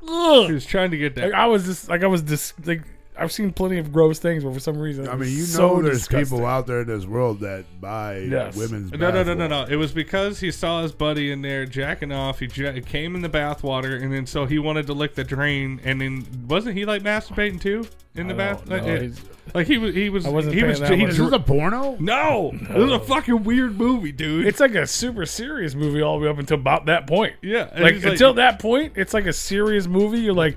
He was trying to get that. like I was just like I was dis like I've seen plenty of gross things, but for some reason, I mean, you know, so there's disgusting. people out there in this world that buy Yes. women's. no, no, no, bathwater. no, no. It was because he saw his buddy in there jacking off. He ja- came in the bathwater, and then so he wanted to lick the drain. And then wasnth he like masturbating too in the I bath? don't Like, know. it- He's- like he was, he was, I wasn't he paying was, that he much Is dr- this a porno? no, This is a fucking weird movie, dude. It's like a super serious movie all the way up until about that point. Yeah, and like he's until that point, it's like a serious movie. You're like,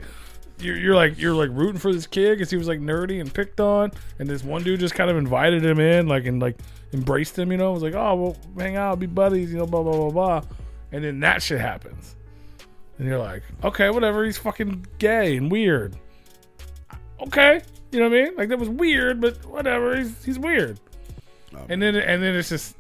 you're, you're like, you're like rooting for this kid because he was like nerdy and picked on, and this one dude just kind of invited him in, like and like embraced him. You know, was like, oh, well, hang out, be buddies. You know, blah blah blah blah, and then that shit happens, and you're like, okay, whatever. He's fucking gay and weird. Okay, you know what I mean? Like that was weird, but whatever. He's he's weird. And then and then it's just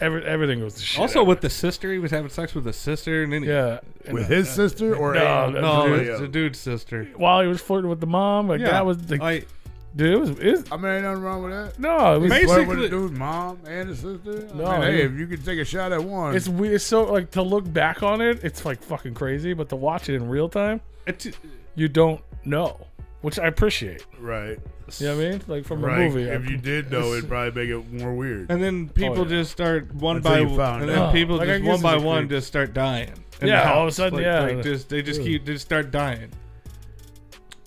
every, everything goes to shit. Also with the sister, he was having sex with the sister, and then he, Oh, yeah, Oh, and With his sister or No, a- no, no, Yeah. it's the dude's sister. while he was flirting with the mom, like Yeah, that was like, like dude, it was, it was- I mean, ain't nothing wrong with that. no, it was, Basically- Flirt with a dude's mom and his sister. No, No, hey, he- if you could take a shot at one, it's weird. It's so like to look back on it, it's like fucking crazy, but to watch it in real time, it's, you don't know, which I appreciate. right. You know what I mean? Like from Right. a movie, if I- you did know, it'd probably make it more weird. and then people Oh, yeah. just start one Until by you found one, and it. then Oh, people like, I just guess one it's by a one creep. just start dying. in Yeah, the all of a house. sudden, Like- yeah. like, just they just keep just start dying.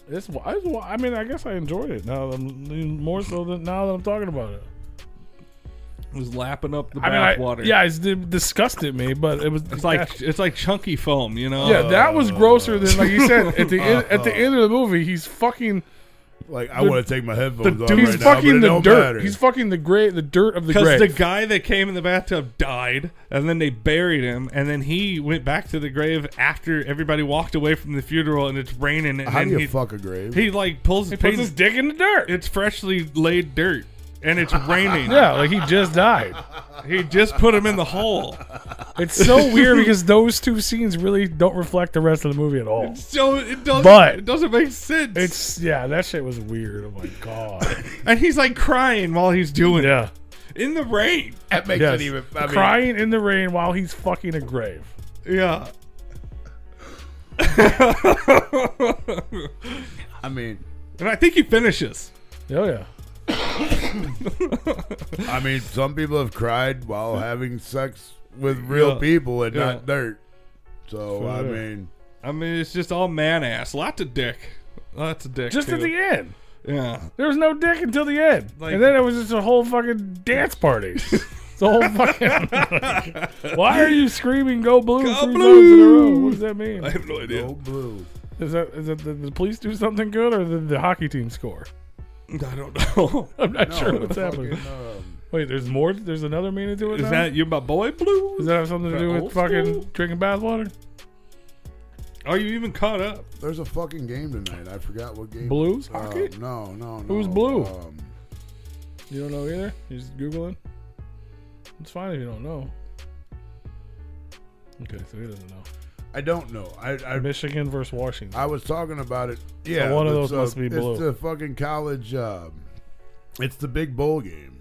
it's, I, was- I mean, I guess I enjoyed it. Now that I'm more so than now that I'm talking about it. It was lapping up the I mean, I, bathwater. yeah, it's, it disgusted me, but it was it's like it's like chunky foam, you know. Yeah, that Uh. was grosser than like you said at the end, at the end of the movie. He's fucking Like, I want to take my headphones off he's right now, but fucking it the don't dirt. matter. He's fucking the gray the dirt of the Because grave. the guy that came in the bathtub died, and then they buried him, and then he went back to the grave after everybody walked away from the funeral, and it's raining. And How then do you he, fuck a grave? he like pulls he his puts pants- his dick in the dirt. it's freshly laid dirt and it's raining. yeah, like he just died. He just put him in the hole. It's so weird because those two scenes really don't reflect the rest of the movie at all. So it doesn't But- it doesn't make sense. It's yeah, that shit was weird. Oh my god. and he's like crying while he's doing it Yeah. in the rain. that makes Yes. it even. I mean, Crying in the rain while he's fucking a grave. Yeah. I mean, And I think he finishes. Oh yeah. I mean, some people have cried while having sex with real Yeah. people and Yeah. not dirt. So I real. mean, I mean, it's just all man ass. Lots of dick. Lots of dick. Just at too. the e- end. Yeah. There was no dick until the end. Like- and then it was just a whole fucking dance party. It's a whole fucking. why are you screaming "Go Blue" Go three times in a row? Blue! What does that mean? I have no idea. no blue. Is that is that the, the police do something good or did the hockey team score? I don't know. I'm not sure what's Oh, Fucking, happening. um, Is Wait, there's more. There's another meaning to it. Is now? that you, my boy, Blue? Does uh, that have something to do with old fucking school? drinking bathwater? Are you even caught up? there's a fucking game tonight. I forgot what game. Blues Uh, hockey? no, no, no. Who's blue? Um, You don't know either. You're just googling. It's fine if you don't know. Okay, so he doesn't know. I don't know. I I, Michigan versus Washington. I was talking about it. Yeah, one of it's, those must be blue. It's the fucking college. Um, it's the big bowl game.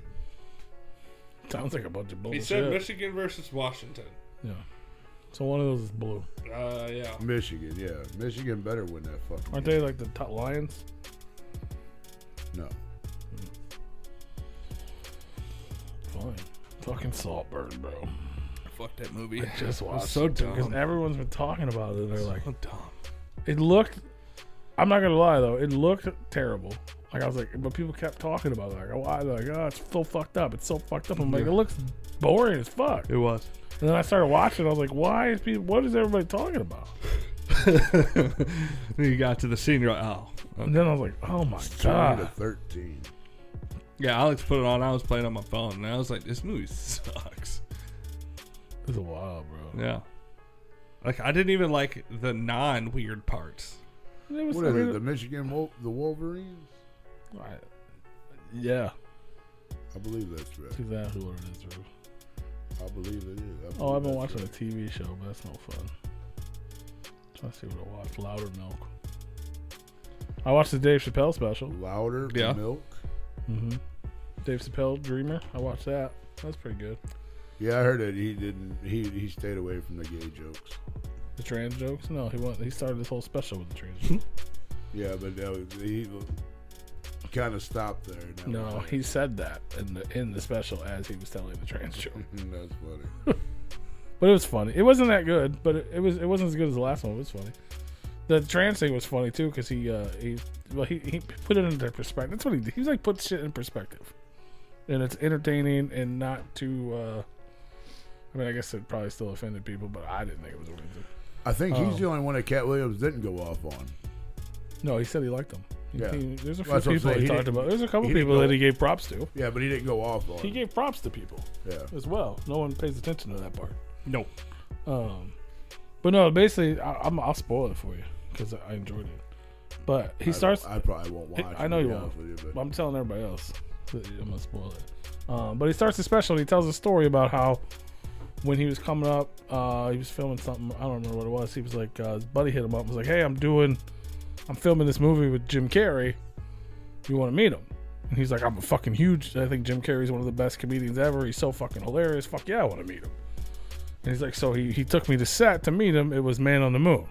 Sounds like a bunch of He bullshit. said Michigan versus Washington. Yeah. So one of those is blue. Uh, yeah. Michigan, yeah, Michigan better win that fucking. Aren't game. they like the top lions? No, Fine. Fucking Saltburn, bro. Fuck that movie. Just watch. so dumb. Because everyone's been talking about it. They're like, So dumb. it looked. I'm not gonna lie though, it looked terrible. Like I was like, but people kept talking about it. Like, oh, I, like, oh, it's so fucked up. It's so fucked up. I'm like, Yeah. it looks boring as fuck. It was. And then I started watching. I was like, why is people? What is everybody talking about? then you got to the senior. Oh, And then I was like, oh my twenty to god, thirteen. Yeah, Alex put it on. I was playing on my phone, and I was like, "This movie sucks." It's a while, bro. Yeah, like I didn't even like the non-weird parts. It was- What I is mean, it? The Michigan Wol- the Wolverines? I- yeah, I believe that's right. exactly what it is, bro. I believe it is. I Oh, I've been believe watching a that's TV show, but that's no fun. trying to see what I watched. Louder Milk. I watched the Dave Chappelle special. right. louder Yeah. milk. Mm-hmm. Dave Chappelle, Dreamer. I watched that. That's pretty good. Yeah, I heard that he didn't. He he stayed away from the gay jokes. The trans jokes? No, he went. He started this whole special with the trans. jokes. Yeah, but that was, he kind of stopped there. and that no, was it. he said that in the in the special as he was telling the trans joke. Hmm, that's funny. But it was funny. It wasn't that good, but it, it was it wasn't as good as the last one. It was funny. The trans thing was funny too because he uh, he well he, he put it into perspective. That's what he did. He was like put shit in perspective, and it's entertaining and not too. Uh, I mean, I guess it probably still offended people, but I didn't think it was offensive. I think he's Oh. the only one that Cat Williams didn't go off on. No, he said he liked them. He- Yeah. he- there's a few Well, that's what I'm people saying. he, He talked didn't- about. There's a couple he didn't people go- that he gave props to. Yeah, but he didn't go off on. He gave props to people yeah, as well. No one pays attention to that part. No, Um, but no, basically, I, I'm, I'll spoil it for you because I enjoyed it. But he I- starts. I, I probably won't watch. it, know to you be won't. honest with you, but but I'm telling everybody else. that I'm gonna spoil it. Um, but he starts the special. and He tells a story about how when he was coming up, uh, he was filming something. I don't remember what it was. He was like, uh, his buddy hit him up. and was like, "Hey, I'm doing, I'm filming this movie with Jim Carrey. You want to meet him?" And he's like, "I'm a fucking huge. I think Jim Carrey's one of the best comedians ever. He's so fucking hilarious. Fuck yeah, I want to meet him." And he's like, "So he he took me to set to meet him. It was Man on the Moon,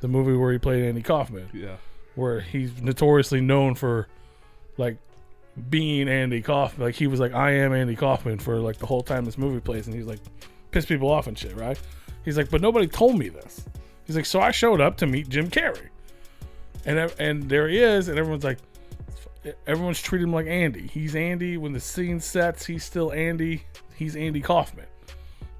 the movie where he played Andy Kaufman." yeah, where he's notoriously known for like being Andy Kaufman. Like he was like, I am Andy Kaufman for like the whole time this movie plays, and he's like piss people off and shit, right? He's like, but nobody told me this. He's like, so I showed up to meet Jim Carrey, and ev- and there he is, and everyone's like, everyone's treating him like Andy. He's Andy. When the scene sets, he's still Andy. He's Andy Kaufman.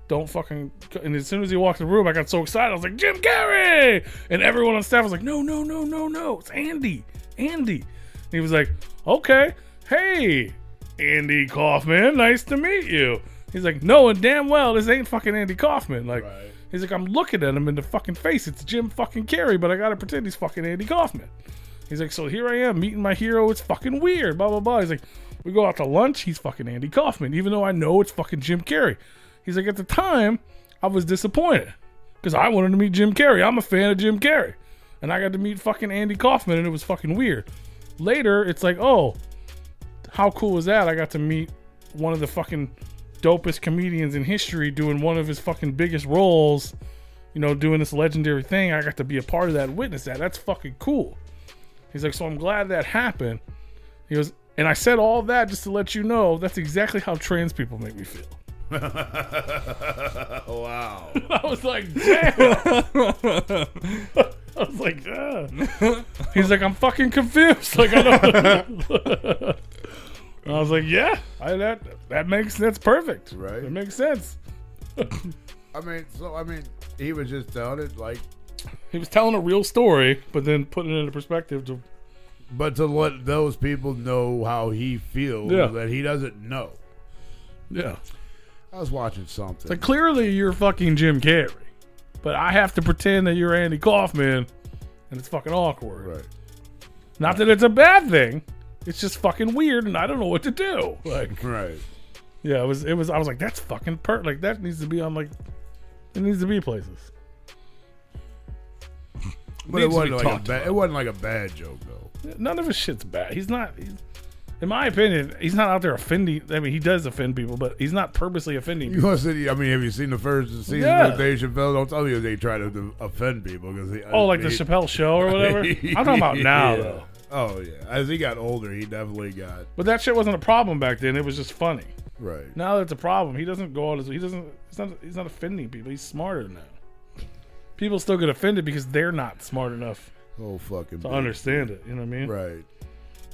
Don't fucking. And as soon as he walked in the room, I got so excited. I was like, Jim Carrey! And everyone on staff was like, no, no, no, no, no. It's Andy. Andy. And he was like, okay. Hey, Andy Kaufman. Nice to meet you. He's like, no, and damn well, this ain't fucking Andy Kaufman. Like, Right. he's like, I'm looking at him in the fucking face. It's Jim fucking Carrey, but I gotta pretend he's fucking Andy Kaufman. He's like, so here I am meeting my hero. It's fucking weird. Blah blah blah. He's like, we go out to lunch. He's fucking Andy Kaufman, even though I know it's fucking Jim Carrey. He's like, at the time, I was disappointed because I wanted to meet Jim Carrey. I'm a fan of Jim Carrey, and I got to meet fucking Andy Kaufman, and it was fucking weird. Later, it's like, oh, how cool was that? I got to meet one of the fucking dopest comedians in history doing one of his fucking biggest roles. You know, doing this legendary thing. I got to be a part of that, witness that. That's fucking cool. He's like, so I'm glad that happened. He goes, and I said all that just to let you know that's exactly how trans people make me feel. wow, I was like, damn. I was like, ah. he's like, I'm fucking confused. Like, I don't. I was like, yeah, I, that that makes that's perfect. Right. it makes sense. I mean, so I mean, he was just telling it like, He was telling a real story, but then putting it into perspective to but to let those people know how he feels Yeah. that he doesn't know. yeah. I was watching something. Like clearly you're fucking Jim Carrey, but I have to pretend that you're Andy Kaufman, and it's fucking awkward. right. Not that it's a bad thing. It's just fucking weird, and I don't know what to do. Like, Right. yeah, it was. It was. I was like, that's fucking per. Like, that needs to be on. Like, it needs to be places. But it Needs to be wasn't, like a talked ba- it wasn't like a bad joke though. None of his shit's bad. He's not. He's, in my opinion, he's not out there offending. I mean, he does offend people, but he's not purposely offending. You people. want to see? I mean, have you seen the first season Yeah. of Dave Chappelle? Don't tell me they try to, to offend people because they. Oh, like the they- Chappelle show or whatever. I'm talking about now Yeah. though. Oh yeah, as he got older, he definitely got But that shit wasn't a problem back then. It was just funny. right. Now that's a problem. He doesn't go out as he doesn't. He's not. He's not offending people. He's smarter than that. People still get offended because they're not smart enough Oh fucking. to bitch. understand it. You know what I mean? Right.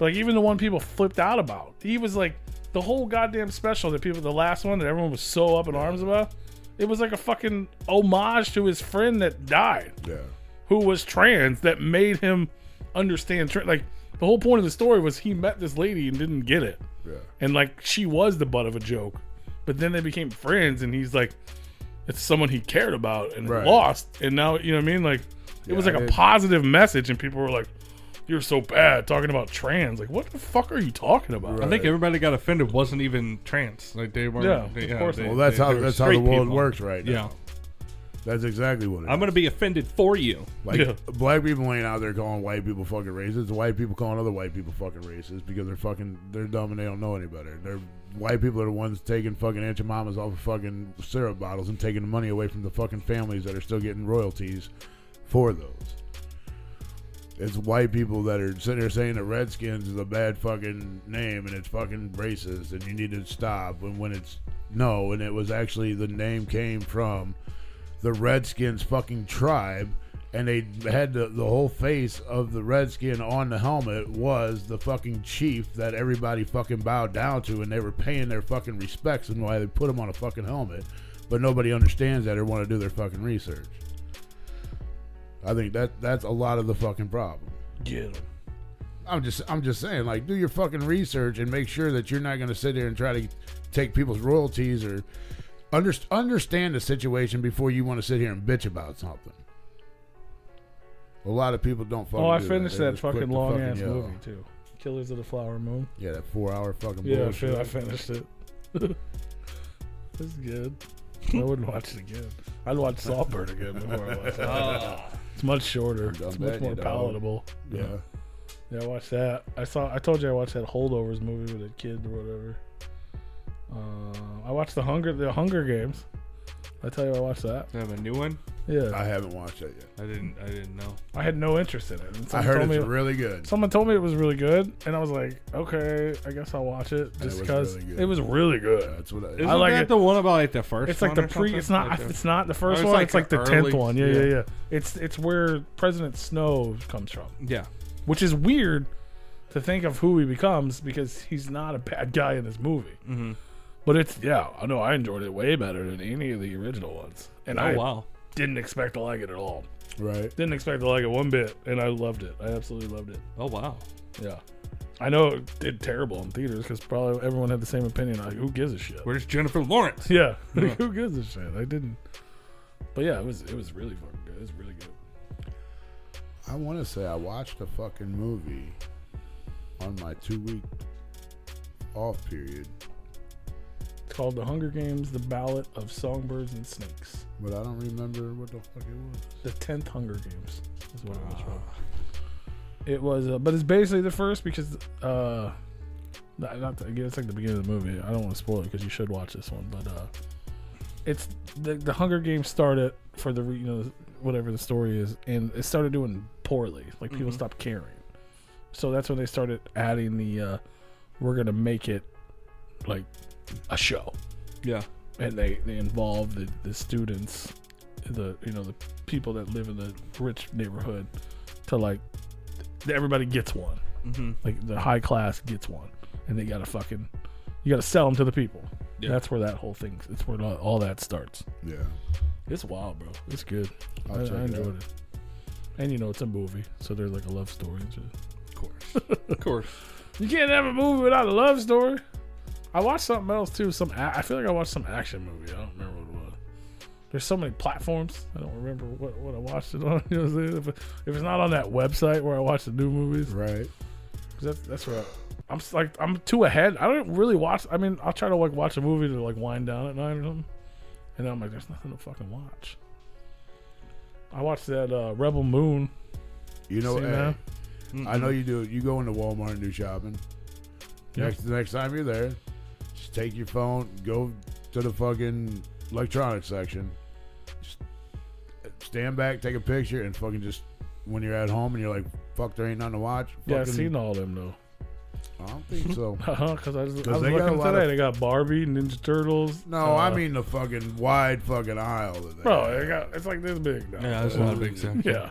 Like even the one people flipped out about. He was like the whole goddamn special that people. The last one that everyone was so up in arms about. It was like a fucking homage to his friend that died, Yeah. who was trans, that made him understand. Tra- like the whole point of the story was he met this lady and didn't get it. and like she was the butt of a joke. But then they became friends, and he's like, it's someone he cared about and Right. lost, and now you know what I mean. Like it was Yeah, like a it- positive message, and people were like, "You're so bad talking about trans." Like, what the fuck are you talking about? I think everybody got offended wasn't even trans. Like they weren't. Yeah, they- of course. they- Well, that's they- how they were that's how the straight world people. works right now. Yeah, That's exactly what it is. I'm gonna be offended for you. like Yeah. black people ain't out there calling white people fucking racist. White people calling other white people fucking racist because they're fucking they're dumb and they don't know any better. They're white people are the ones taking fucking Aunt Mamas off of fucking syrup bottles and taking the money away from the fucking families that are still getting royalties for those. It's white people that are sitting there saying that Redskins is a bad fucking name and it's fucking racist and you need to stop. And when it's no, and it was actually the name came from the Redskins fucking tribe, and they had the, the whole face of the Redskin on the helmet was the fucking chief that everybody fucking bowed down to, and they were paying their fucking respects and why they put him on a fucking helmet, but nobody understands that or want to do their fucking research. I think that that's a lot of the fucking problem. Get him. I'm just I'm just saying, like, do your fucking research and make sure that you're not going to sit there and try to take people's royalties or under, understand the situation before you want to sit here and bitch about something. A lot of people don't fucking. Oh, I do finished They're that just quick fucking to long ass yell. movie too. Killers of the Flower Moon. Yeah, that four hour fucking Yeah, I, bullshit. fin- I finished it. this is good. I wouldn't watch it again. I'd watch Saltburn again before I watch that. It's much shorter. done It's much that, more Ah. you dog. palatable. yeah, Yeah, I watched that. I saw. I told you I watched that Holdovers movie with a kid or whatever. Uh, I watched the Hunger the Hunger Games. I tell you, I watched that. They have a new one. Yeah, I haven't watched that yet. I didn't. I didn't know. I had no interest in it. And I someone heard told it's me, really good. Someone told me it was really good, and I was like, okay, I guess I'll watch it just was because really good. it was really good. That's what I. Isn't like that it. the one about like the first? It's like one the or pre. something? It's not. Like the- it's not the first it's one. like it's like the the tenth early- one. Yeah, yeah, yeah. yeah. It's it's where President Snow comes from, yeah. which is weird to think of who he becomes because he's not a bad guy in this movie. Mhm. But it's yeah. I know I enjoyed it way better than any of the original ones, and I Oh wow. didn't expect to like it at all. right. Didn't expect to like it one bit, and I loved it. I absolutely loved it. Oh wow. Yeah. I know it did terrible in theaters because probably everyone had the same opinion. Like, who gives a shit? Where's Jennifer Lawrence? Yeah. Like, who gives a shit? I didn't. But yeah, it was it was really fucking good. It was really good. I want to say I watched a fucking movie on my two week off period, It's called The Hunger Games: The Ballad of Songbirds and Snakes. but I don't remember what the fuck it was. The tenth Hunger Games is what it was from. It was, uh, but it's basically the first because, uh, not, not the, again, it's like the beginning of the movie. I don't want to spoil it because you should watch this one, but uh, it's the the Hunger Games started for the re- you know whatever the story is, and it started doing poorly. Like people stopped caring, so that's when they started adding the uh, we're gonna make it like a show Yeah. and they they involve the, the students the you know the people that live in the rich neighborhood to like th- everybody gets one Mm-hmm. like the high class gets one and they gotta fucking you gotta sell them to the people Yeah. that's where that whole thing it's where all- all that starts Yeah. it's wild bro it's good i, I'll check I it out. enjoyed it and you know it's a movie so there's like a love story and shit. Of course. of course. you can't have a movie without a love story i watched something else too some a- i feel like i watched some action movie i don't remember what it was there's so many platforms. I don't remember what, what I watched it on. You know what I'm saying? If, if it's not on that website where I watch the new movies, Right. 'cause that's that's where I, I'm s- like I'm too ahead. I don't really watch. I mean, I'll try to like watch a movie to like wind down at night or something, and then I'm like, there's nothing to fucking watch. I watched that uh, Rebel Moon. You know, See, hey, man? I know you do. You go into Walmart and do shopping. Yeah. Next, the next time you're there, just take your phone, go to the fucking electronics section, just uh, stand back, take a picture, and fucking just when you're at home and you're like, "Fuck, there ain't nothing to watch." Yeah, I've fucking- seen all them though. I don't think so. Because Uh-huh, I, just I 'Cause was they got a looking lot today. of- They got Barbie, Ninja Turtles. No, I uh, mean the fucking wide fucking aisle. That they bro, eh. have. they got, it's like this big. Now. Yeah, that's not a big thing. yeah.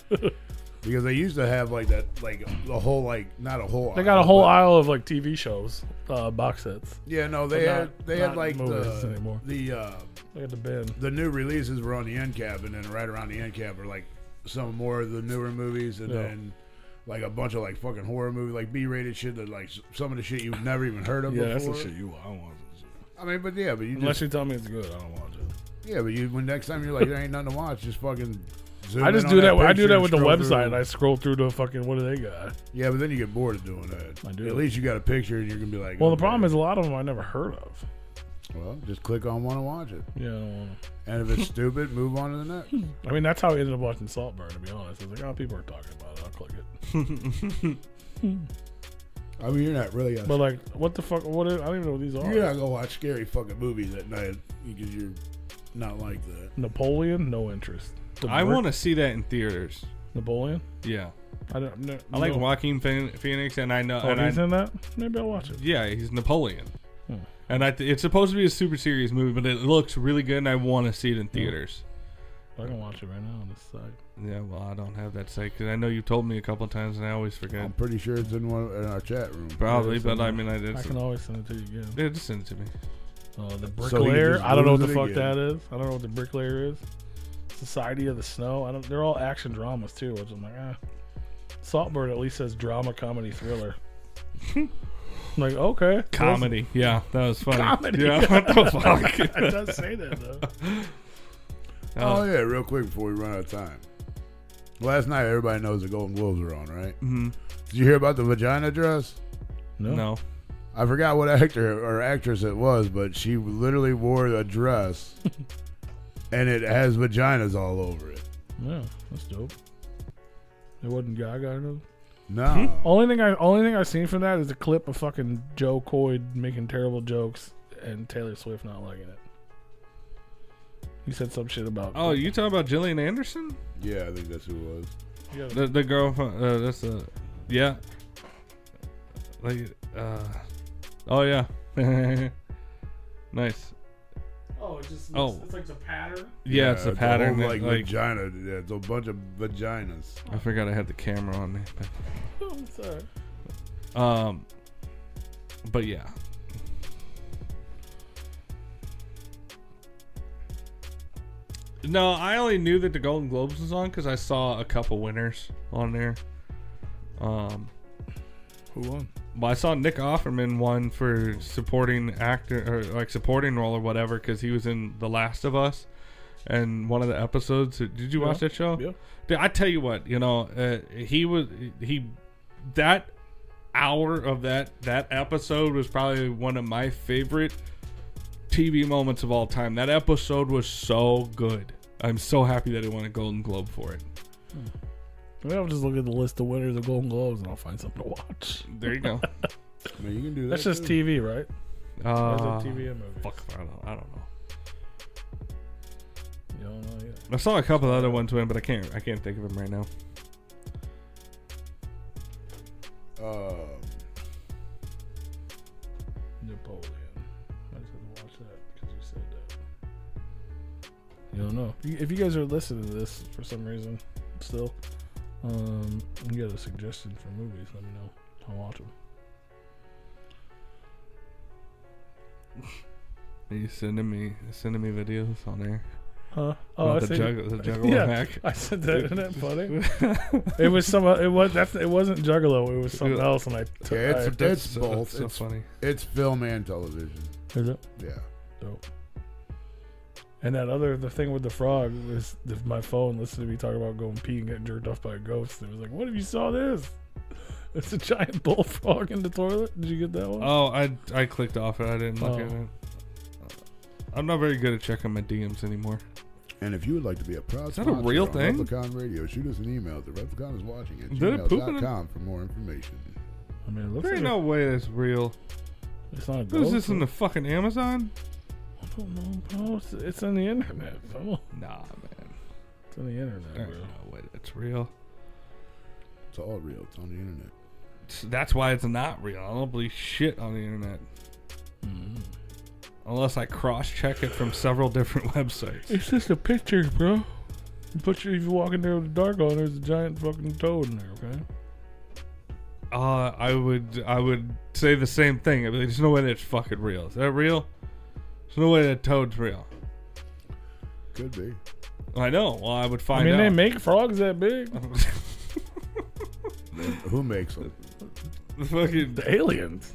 because they used to have like that, like the whole like not a whole. They got a whole but- aisle of like TV shows, uh, box sets. Yeah, no, they but had not- they not had like movies the anymore. the. Uh, Look at the bin. the new releases were on the end cap, and then right around the end cap are like some more of the newer movies, and Yeah. then like a bunch of like fucking horror movie, like B-rated shit that like s- some of the shit you've never even heard of Yeah, that's before. the shit you want. I don't want this shit. I mean, but yeah, but you Unless just you tell me it's good, I don't want it. yeah, but you when next time you're like there ain't nothing to watch, just fucking. Zoom I in just on do that. I do picture that and with the scroll website. through. I scroll through the fucking what do they got? yeah, but then you get bored of doing that. I do. At least you got a picture, and you're gonna be like, Well, the okay. problem is a lot of them I never heard of. well, just click on one and watch it. Yeah, I don't want to. And if it's stupid, move on to the next. I mean, that's how I ended up watching Saltburn. To be honest, I was like, oh, people are talking about it. I'll click it. I mean, you're not really. A, But like, what the fuck? What? Is, I don't even know what these are. you're not gonna watch scary fucking movies at night because you're not like that. Napoleon, no interest. The I Brick- want to see that in theaters. Napoleon. Yeah, I don't. No, I like no. Joaquin Phoen- Phoenix, and I know, Oh, and he's I, in that. Maybe I'll watch it. yeah, he's Napoleon. Hmm. And I th- it's supposed to be a super serious movie, but it looks really good, and I want to see Hmm. it in theaters. I can watch it right now on this site. Yeah, well, I don't have that site 'cause I know you told me a couple times, and I always forget. Oh. I'm pretty sure it's in one in our chat room. Probably, it's but in I there. mean, I I did. can always send it to you again. Yeah, just send it to me. Uh, the So you bricklayer. just I don't know what the lose it fuck again. that is. I don't know what the bricklayer is. Society of the Snow. I don't. They're all action dramas too, which I'm like, ah. Saltburn at least says drama, comedy, thriller. I'm like, okay, Comedy. Yeah, that was funny. Comedy. Yeah, what the It fuck? Uh, does say that though. Oh yeah, real quick before we run out of time. Last night, everybody knows the Golden Globes are on, right? hmm Did you hear about the vagina dress? No. No. I forgot what actor or actress it was, but she literally wore a dress, and it has vaginas all over it. Yeah, that's dope. It wasn't Gaga or nothing. Hmm? No, Only thing I only thing I've seen from that is a clip of fucking Joe Coy making terrible jokes and Taylor Swift not liking it. He said some shit about Oh, you talking about Gillian Anderson? yeah, I think that's who it was. Yeah, The, the girl from uh, that's uh yeah. Like uh oh yeah. nice. Oh, it just looks- Oh. it's like the pattern. Yeah, it's a whole, pattern that, like, like vagina. Yeah, it's a bunch of vaginas. I forgot I had the camera on me. Oh, sorry. But, um but yeah. No, I only knew that the Golden Globes was on because I saw a couple winners on there. Um, Who won? Well, I saw Nick Offerman won for supporting actor or like supporting role or whatever because he was in The Last of Us and one of the episodes. Did you watch Yeah. that show? Yeah. Dude, I tell you what, you know, uh, he was he that hour of that that episode was probably one of my favorite TV moments of all time. That episode was so good. I'm so happy that he won a Golden Globe for it. Maybe I'll just look at the list of winners of Golden Globes and I'll find something to watch. There you go. I mean, you can do that. That's just too. TV, right? That's Uh, TV and movies. Fuck, I don't, I don't know. You don't know yet. I saw a couple other ones win, but I can't I can't think of them right now. Um, Napoleon. I just had to watch that because you said that. You don't know. You- If you guys are listening to this for some reason, still, um, and you got a suggestion for movies, let me know. I'll watch them. You sending me sending me videos on there. Huh? About Oh, I the see. juggle, the juggalo yeah, hack. I said that. Isn't that funny? it was some. It was that's. It wasn't Juggalo. It was something Yeah. else. And I. took Yeah, it's- I- it's- That's so- both. So, It's- funny. it's film and television. Is it? Yeah. Dope. And that other the thing with the frog was the, my phone listened to me talk about going pee and getting jerked off by a ghost. It was like, what if you saw this? It's a giant bullfrog in the toilet. Did you get that one? Oh, I I clicked off it. I didn't look Oh. at it. I'm not very good at checking my DMs anymore. And if you would like to be a proud that a sponsor real on thing? Replicon Radio, shoot us an email at the Replicon is watching at Did it poop in it? gmail.com for more information. I mean, it looks There like ain't a- no way that's real. it's not a ghost. Who's this in the fucking Amazon? I don't know, bro. It's, it's on the internet. Come on. Nah, man. It's on the internet, There bro. ain't no way that's real. It's all real. It's on the internet. It's- That's why it's not real. I don't believe shit on the internet. Unless I cross check it from several different websites. It's just a picture, bro. You put your, if you walk in there with a dark on, there's a giant fucking toad in there. Okay. Uh, I would I would say the same thing. I mean, there's no way that's fucking real. Is that real? There's no way that toad's real. Could be. I know. Well, I would I, find mean, they out. make frogs that big. Who makes them? The fucking The aliens.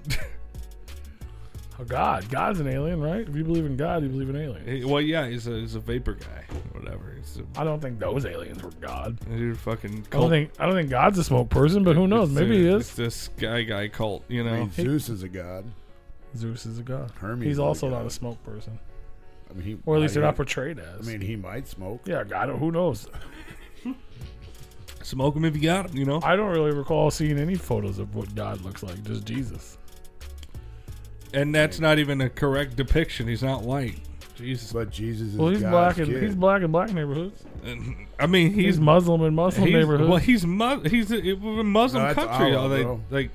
oh, God. God's an alien, right? If you believe in God, you believe in aliens. well, yeah, he's a he's a vapor guy, or whatever. He's a, I don't think those aliens were God. he's a fucking I don't cult. think I don't think God's a smoke person, but who knows? Oh. It's Maybe a- he It's is. this guy guy cult, you I know. mean, Zeus is a god. Zeus is a god. Hermes is He's a also god. not a smoke person, I mean, he, or at least they're I- not portrayed as. I mean, he might smoke. yeah, God, who knows? Smoke him if you got him, you know. I don't really recall seeing any photos of what God looks like, just Jesus. And that's not even a correct depiction. He's not white. Jesus. But Jesus is Well, he's God's black and kid. he's black in black neighborhoods. I mean, He's he's Muslim in Muslim he's, neighborhoods. well, he's mu- he's a, it was a Muslim No, that's country. Allah, all they, bro. like,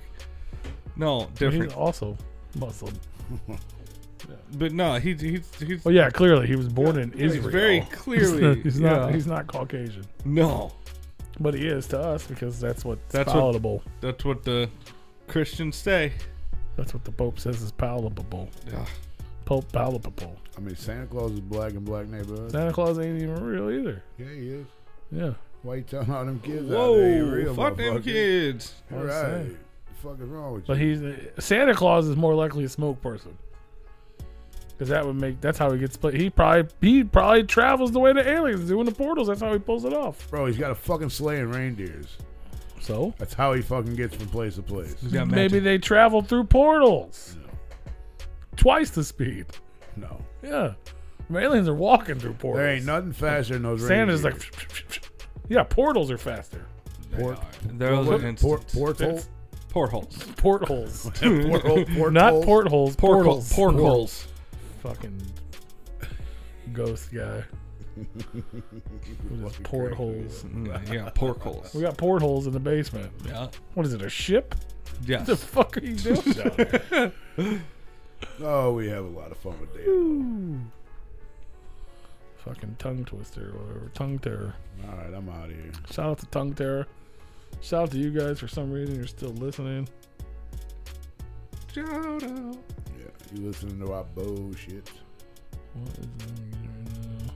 no, he's different. also Muslim. But no, he's he's he's, Well, Oh, yeah, clearly he was born in he's Israel. very He's not- clearly. he's not. yeah. He's not Caucasian, no, but he is to us because that's what's That's what- palatable. that's what the Christians say. that's what the Pope says is palatable. Ugh. Pope palatable. I mean, Santa Claus is black and black neighborhood. Santa Claus ain't even real either. yeah, he is. Yeah. Why you telling all them kids out there? you Whoa! real Fuck them motherfucker? kids. All I'm right. saying. Fuck is wrong with you? But he's Santa Claus is more likely a smoke person. Cause that would make that's how he gets split. He probably he probably travels the way the aliens do in the portals. That's how he pulls it off. Bro, he's got a fucking sleigh and reindeers. So That's how he fucking gets from place to place. He's got maybe magic. they travel through portals. Twice the speed. No. Yeah. The aliens are walking through portals. There ain't nothing faster than those Santa's like reindeers. Yeah, portals are faster. Port, Those port, are port, instants. portal? It's- portholes. Portholes. Portal- portal- Not portholes, portals. Portholes. fucking ghost guy. With his Fucking portholes. Mm, Yeah, portholes. We got portholes in the basement. Yeah. What is it? A ship? Yes. The fuck are you doing? down there? Oh, we have a lot of fun with Dave. fucking tongue twister or whatever. Tongue terror. All right, I'm out of here. Shout out to tongue terror. Shout out to you guys for some reason you're still listening. Shout out. Yeah, you listening to our bullshit? What is going on right now?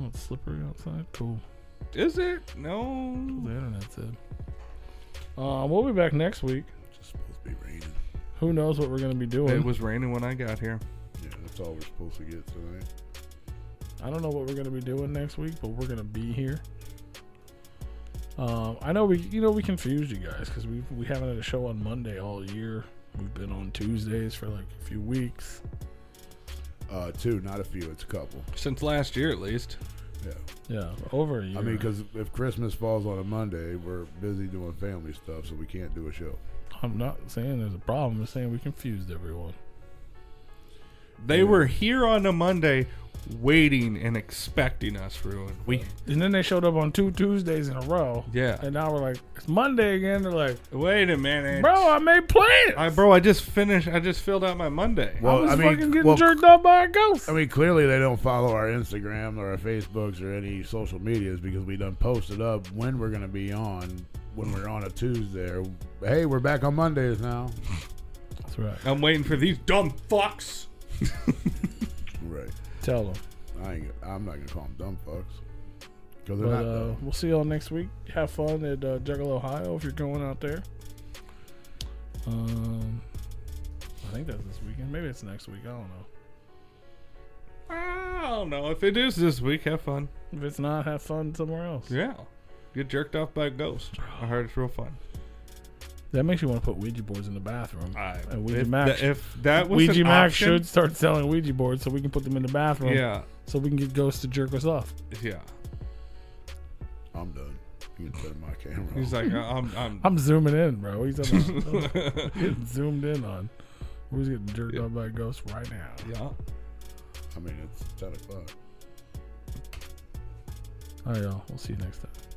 Oh, it's slippery outside. Cool. Is it? No. The internet said. Um, we'll be back next week. It's just supposed to be raining. Who knows what we're gonna be doing? It was raining when I got here. Yeah, that's all we're supposed to get tonight. I don't know what we're gonna be doing next week, but we're gonna be here. Um, I know we, you know, we confused you guys because we we haven't had a show on Monday all year. We've been on Tuesdays for like a few weeks. Uh, two, not a few. It's a couple. Since last year, at least. Yeah. Yeah, over a year. I mean, because if Christmas falls on a Monday, we're busy doing family stuff, so we can't do a show. I'm not saying there's a problem. I'm just saying we confused everyone. They were here on a Monday, waiting and expecting us, Ruin. We And then they showed up on two Tuesdays in a row. Yeah. And now we're like, it's Monday again. They're like, wait a minute, bro, I made plans. I, bro, I just finished. I just filled out my Monday. I Well, was I mean, fucking getting well, jerked off by a ghost. I mean, clearly they don't follow our Instagram or our Facebooks or any social medias because we done posted up when we're gonna be on when we're on a Tuesday. Or, hey, we're back on Mondays now. That's right. I'm waiting for these dumb fucks. Right. Tell them. I ain't, gonna- I'm not gonna call them dumb fucks because they're But not uh, dumb. we'll see y'all next week. Have fun at uh, Juggalo, Ohio if you're going out there. Um, I think that's this weekend. Maybe it's next week. I don't know. I don't know if it is this week. Have fun. If it's not, have fun somewhere else. Yeah, get jerked off by a ghost. I heard it's real fun. That makes you want to put Ouija boards in the bathroom. I, And Ouija if, Max- tha- if that was Ouija an Max option- should start selling Ouija boards so we can put them in the bathroom. Yeah, So we can get ghosts to jerk us off. yeah. I'm done. You can turn my camera. He's off. like, I- I'm, I'm, I'm zooming in, bro. He's on- getting zoomed in on. Who's getting jerked off by a ghost right now? yeah. I mean, it's ten o'clock. All right, y'all. We'll see you next time.